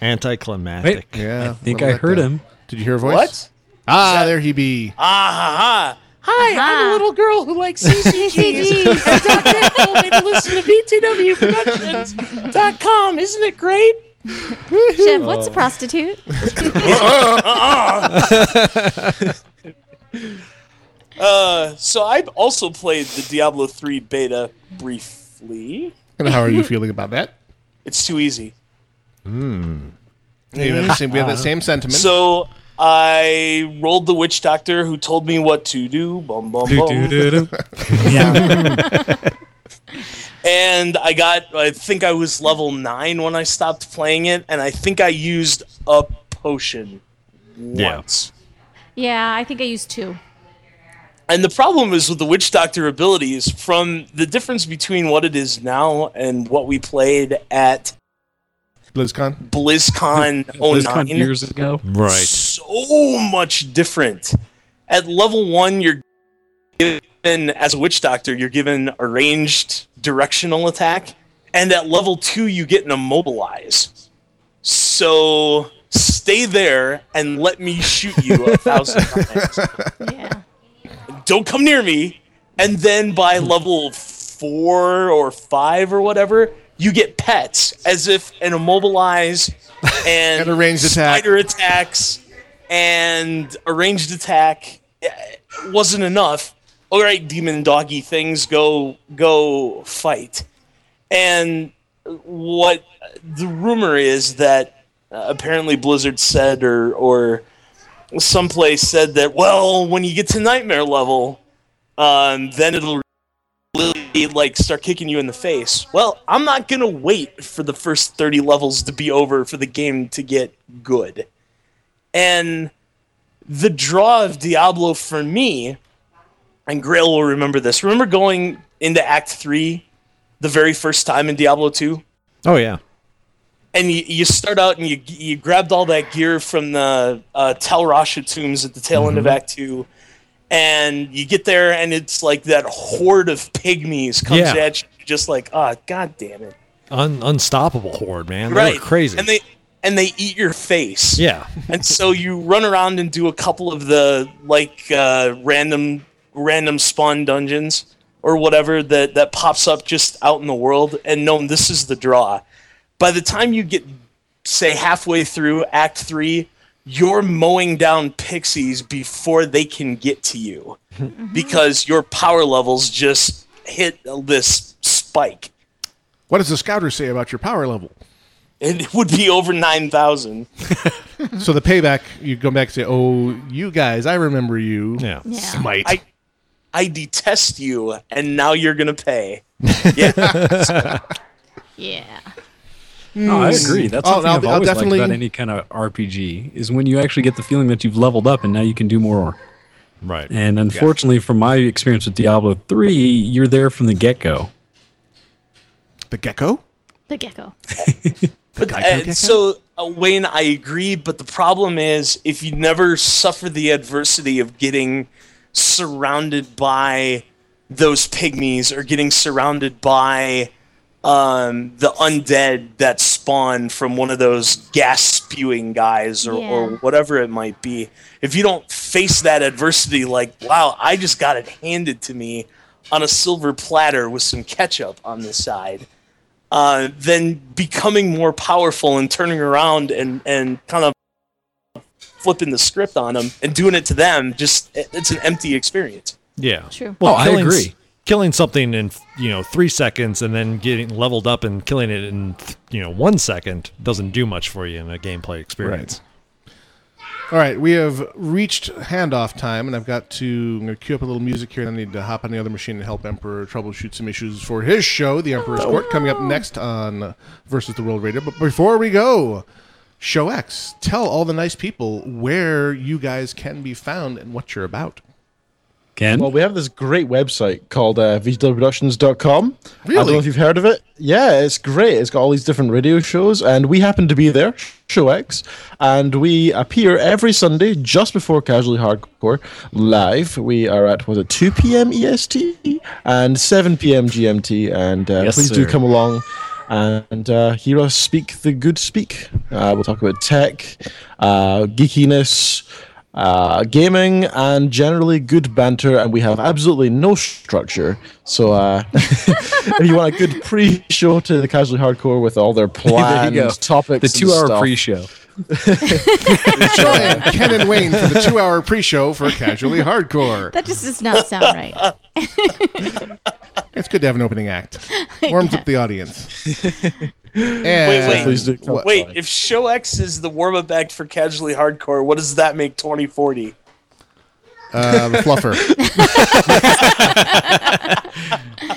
Anticlimactic. Yeah. think what I about heard that? him. Did you hear a voice? What? Ah, there he be. Ah ha ha! Hi, I'm a little girl who likes CCGs. and Dr. told me to listen to VTWProductions.com. Isn't it great? Jeff, Oh. what's a prostitute? uh, so I've also played the Diablo 3 beta briefly. And how are you feeling about that? It's too easy. Hmm. Hey, we have the same- we have the same sentiment. So I rolled the witch doctor who told me what to do. Bum bum Do, bum. do, do, do. yeah. and I got. I think I was level nine when I stopped playing it, and I think I used a potion Yeah. once. yeah, I think I used two. And the problem is with the Witch Doctor ability is from the difference between what it is now and what we played at BlizzCon? BlizzCon 09 BlizzCon years ago. Right. So much different. At level one, you're given, as a Witch Doctor, you're given a ranged directional attack. And at level two, you get an immobilize. So stay there and let me shoot you a thousand times. Don't come near me. And then by level four or five or whatever, you get pets as if an immobilize and, a ranged attack. spider attacks and a ranged attack eh, wasn't enough. All right, demon doggy things, go go fight. And what the rumor is that uh, apparently Blizzard said or or someplace said that well when you get to nightmare level, um, then it'll really like start kicking you in the face. Well, I'm not gonna wait for the first 30 levels to be over for the game to get good, and the draw of Diablo for me, and Grail will remember this. Remember going into Act Three, the very first time in Diablo Two Oh, yeah. and you, you start out and you you grabbed all that gear from the uh, Tel Rasha tombs at the tail end of Mhm. Act Two, and you get there and it's like that horde of pygmies comes Yeah. at you, just like ah, god damn it, Un- unstoppable horde, man. They right, were crazy. and they and they eat your face, yeah. and so you run around and do a couple of the like uh, random random spawn dungeons or whatever that that pops up just out in the world and known this is the draw by the time you get say halfway through act 3 you're mowing down pixies before they can get to you because your power levels just hit this spike What does the scouter say about your power level? and it would be over nine thousand. so the payback, you go back and say, "Oh, you guys, I remember you." Yeah. Smite. I, I detest you, and now you're gonna pay. Yeah. yeah. No, I agree. That's Oh, something I'll I've be- I'll always definitely- liked about any kind of RPG is when you actually get the feeling that you've leveled up and now you can do more. Right. And unfortunately, from my experience with Diablo three, you're there from the get go. The gecko? The gecko. But, uh, so, uh, Wayne, I agree, but the problem is if you never suffer the adversity of getting surrounded by those pygmies or getting surrounded by um, the undead that spawn from one of those gas spewing guys or, or Yeah. whatever it might be, if you don't face that adversity, like, wow, I just got it handed to me on a silver platter with some ketchup on the side uh, then becoming more powerful and turning around and, and kind of flipping the script on them and doing it to them just it- it's an empty experience Yeah. True. Oh, I killing s- agree. Killing something in you know three seconds and then getting leveled up and killing it in th- you know one second doesn't do much for you in a gameplay experience. All right, we have reached handoff time, and I've got to I'm gonna queue up a little music here, and I need to hop on the other machine and help Emperor troubleshoot some issues for his show, The Emperor's Oh. Court, coming up next on Versus the World Radio. But before we go, Show X, tell all the nice people where you guys can be found and what you're about. Ken? Well, we have this great website called uh, VGWProductions.com. I don't Really? know if you've heard of it. Yeah, it's great. It's got all these different radio shows, and we happen to be there, Show X, and we appear every Sunday just before Casually Hardcore live. We are at, was it 2 p.m. EST E and 7 p.m. GMT, and uh, Yes, please do sir. come along and uh, hear us speak the good speak. Uh, we'll talk about tech, uh, geekiness, uh, gaming, and generally good banter. And we have absolutely no structure. So uh, if you want a good pre-show to the casually hardcore with all their There plans, you go. topics, The and two-hour stuff. pre-show. Join Ken and Wayne for the two-hour pre-show for Casually Hardcore. That just does not sound right. It's good to have an opening act. Warms up the audience. And wait uh, wait wait if show x is the warm-up act for casually hardcore what does that make 2040 Uh, the fluffer.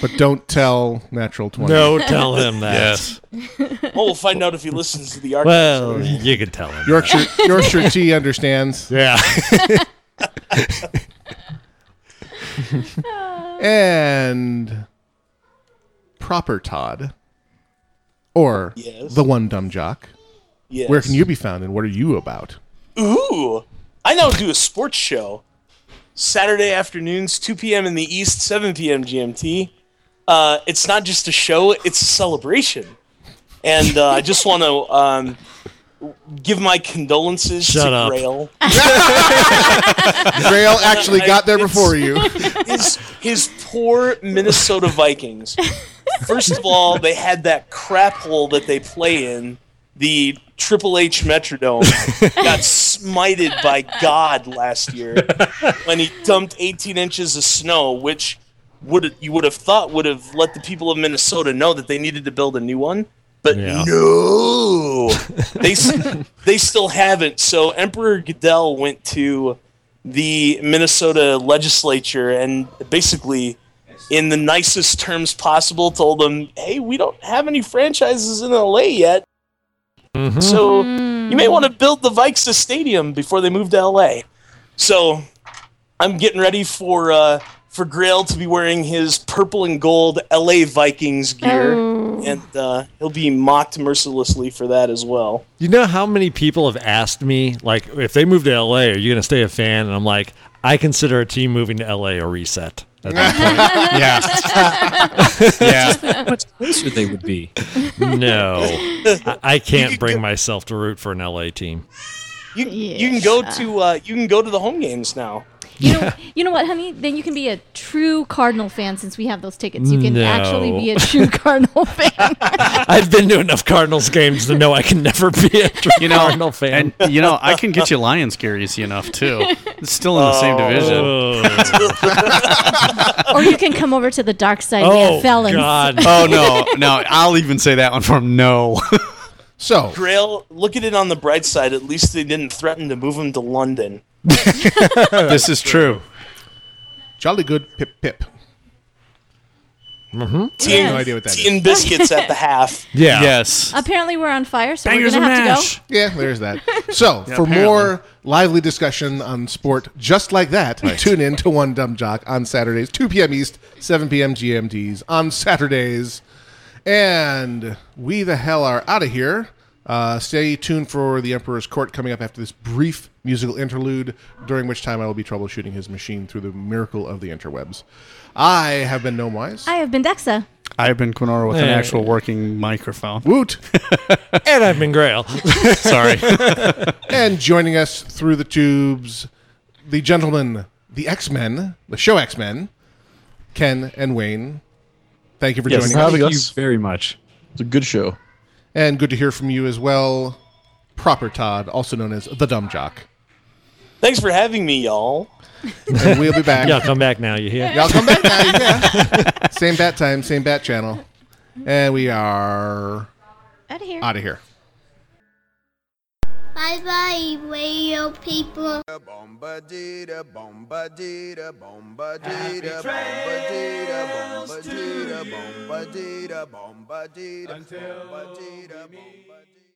but don't tell Natural 20. No, tell him that. Yes. oh we'll find out if he listens to the arc Well, you can tell him. Yorkshire, Yorkshire T understands. Yeah. and proper Todd, or Yes. the one dumb jock. Yes. Where can you be found, and what are you about? Ooh, I now do a sports show. Saturday afternoons, 2 p.m. in the East, 7 p.m. GMT. Uh, it's not just a show, it's a celebration. And uh, I just want to um, give my condolences Shut to up. Grail. Grail actually got there before you. his, his poor Minnesota Vikings. First of all, they had that crap hole that they play in. The Triple H Metrodome got smited by God last year when he dumped 18 inches of snow, which would you would have thought would have let the people of Minnesota know that they needed to build a new one, but no, they s- they still haven't. So Emperor Goodell went to the Minnesota legislature and basically, in the nicest terms possible, told them, "Hey, we don't have any franchises in LA yet, so you may want to build the Vikes a stadium before they move to LA." So I'm getting ready for uh, for Grail to be wearing his purple and gold LA Vikings gear, and uh, he'll be mocked mercilessly for that as well. You know how many people have asked me, like, if they move to LA, are you going to stay a fan? And I'm like, I consider a team moving to LA a reset. at that point. How much closer they would be. No, I, I can't bring myself to root for an LA team. You, you can go to uh, you can go to the home games now. You know what, honey? Then you can be a true Cardinal fan since we have those tickets. You can actually No. be a true Cardinal fan. I've been to enough Cardinals games to know I can never be a true Cardinal fan. And you know, I can get you Lions gear easy enough too. It's still in the same Oh. division. or you can come over to the Oh, Oh, dark side. we have felons. Oh no, no! I'll even say that one for him. No. So Grail, look at it on the bright side. At least they didn't threaten to move him to London. this is true. Jolly good pip pip. Mm-hmm. Tea and- no idea what that tea is. and biscuits at the half. Yeah. Yes. Apparently, we're on fire, so Bangers we're gonna and have to mash. go. Yeah, there's that. So, Yeah, for apparently. more lively discussion on sport just like that, tune in to One Dumb Jock on Saturdays, 2 p.m. East, 7 p.m. GMTs on Saturdays. And we the hell are out of here. Uh, stay tuned for The Emperor's Court coming up after this brief musical interlude, during which time I will be troubleshooting his machine through the miracle of the interwebs. I have been Gnomewise. I have been Dexa. I've been Quinora with an Hey. actual working microphone. Woot! and I've been Grail. Sorry. and joining us through the tubes, the gentlemen, the X Men, the show X Men, Ken and Wayne. Thank you for Yes, joining thank us. you Thank very much. It's a good show. And good to hear from you as well. Proper Todd, also known as the Dumb Jock. Thanks for having me, y'all. And we'll be back. Y'all come back now. You hear? Y'all come back now. Yeah. same bat time, same bat channel. And we are Out of here. out of here. Bye bye, radio people. Until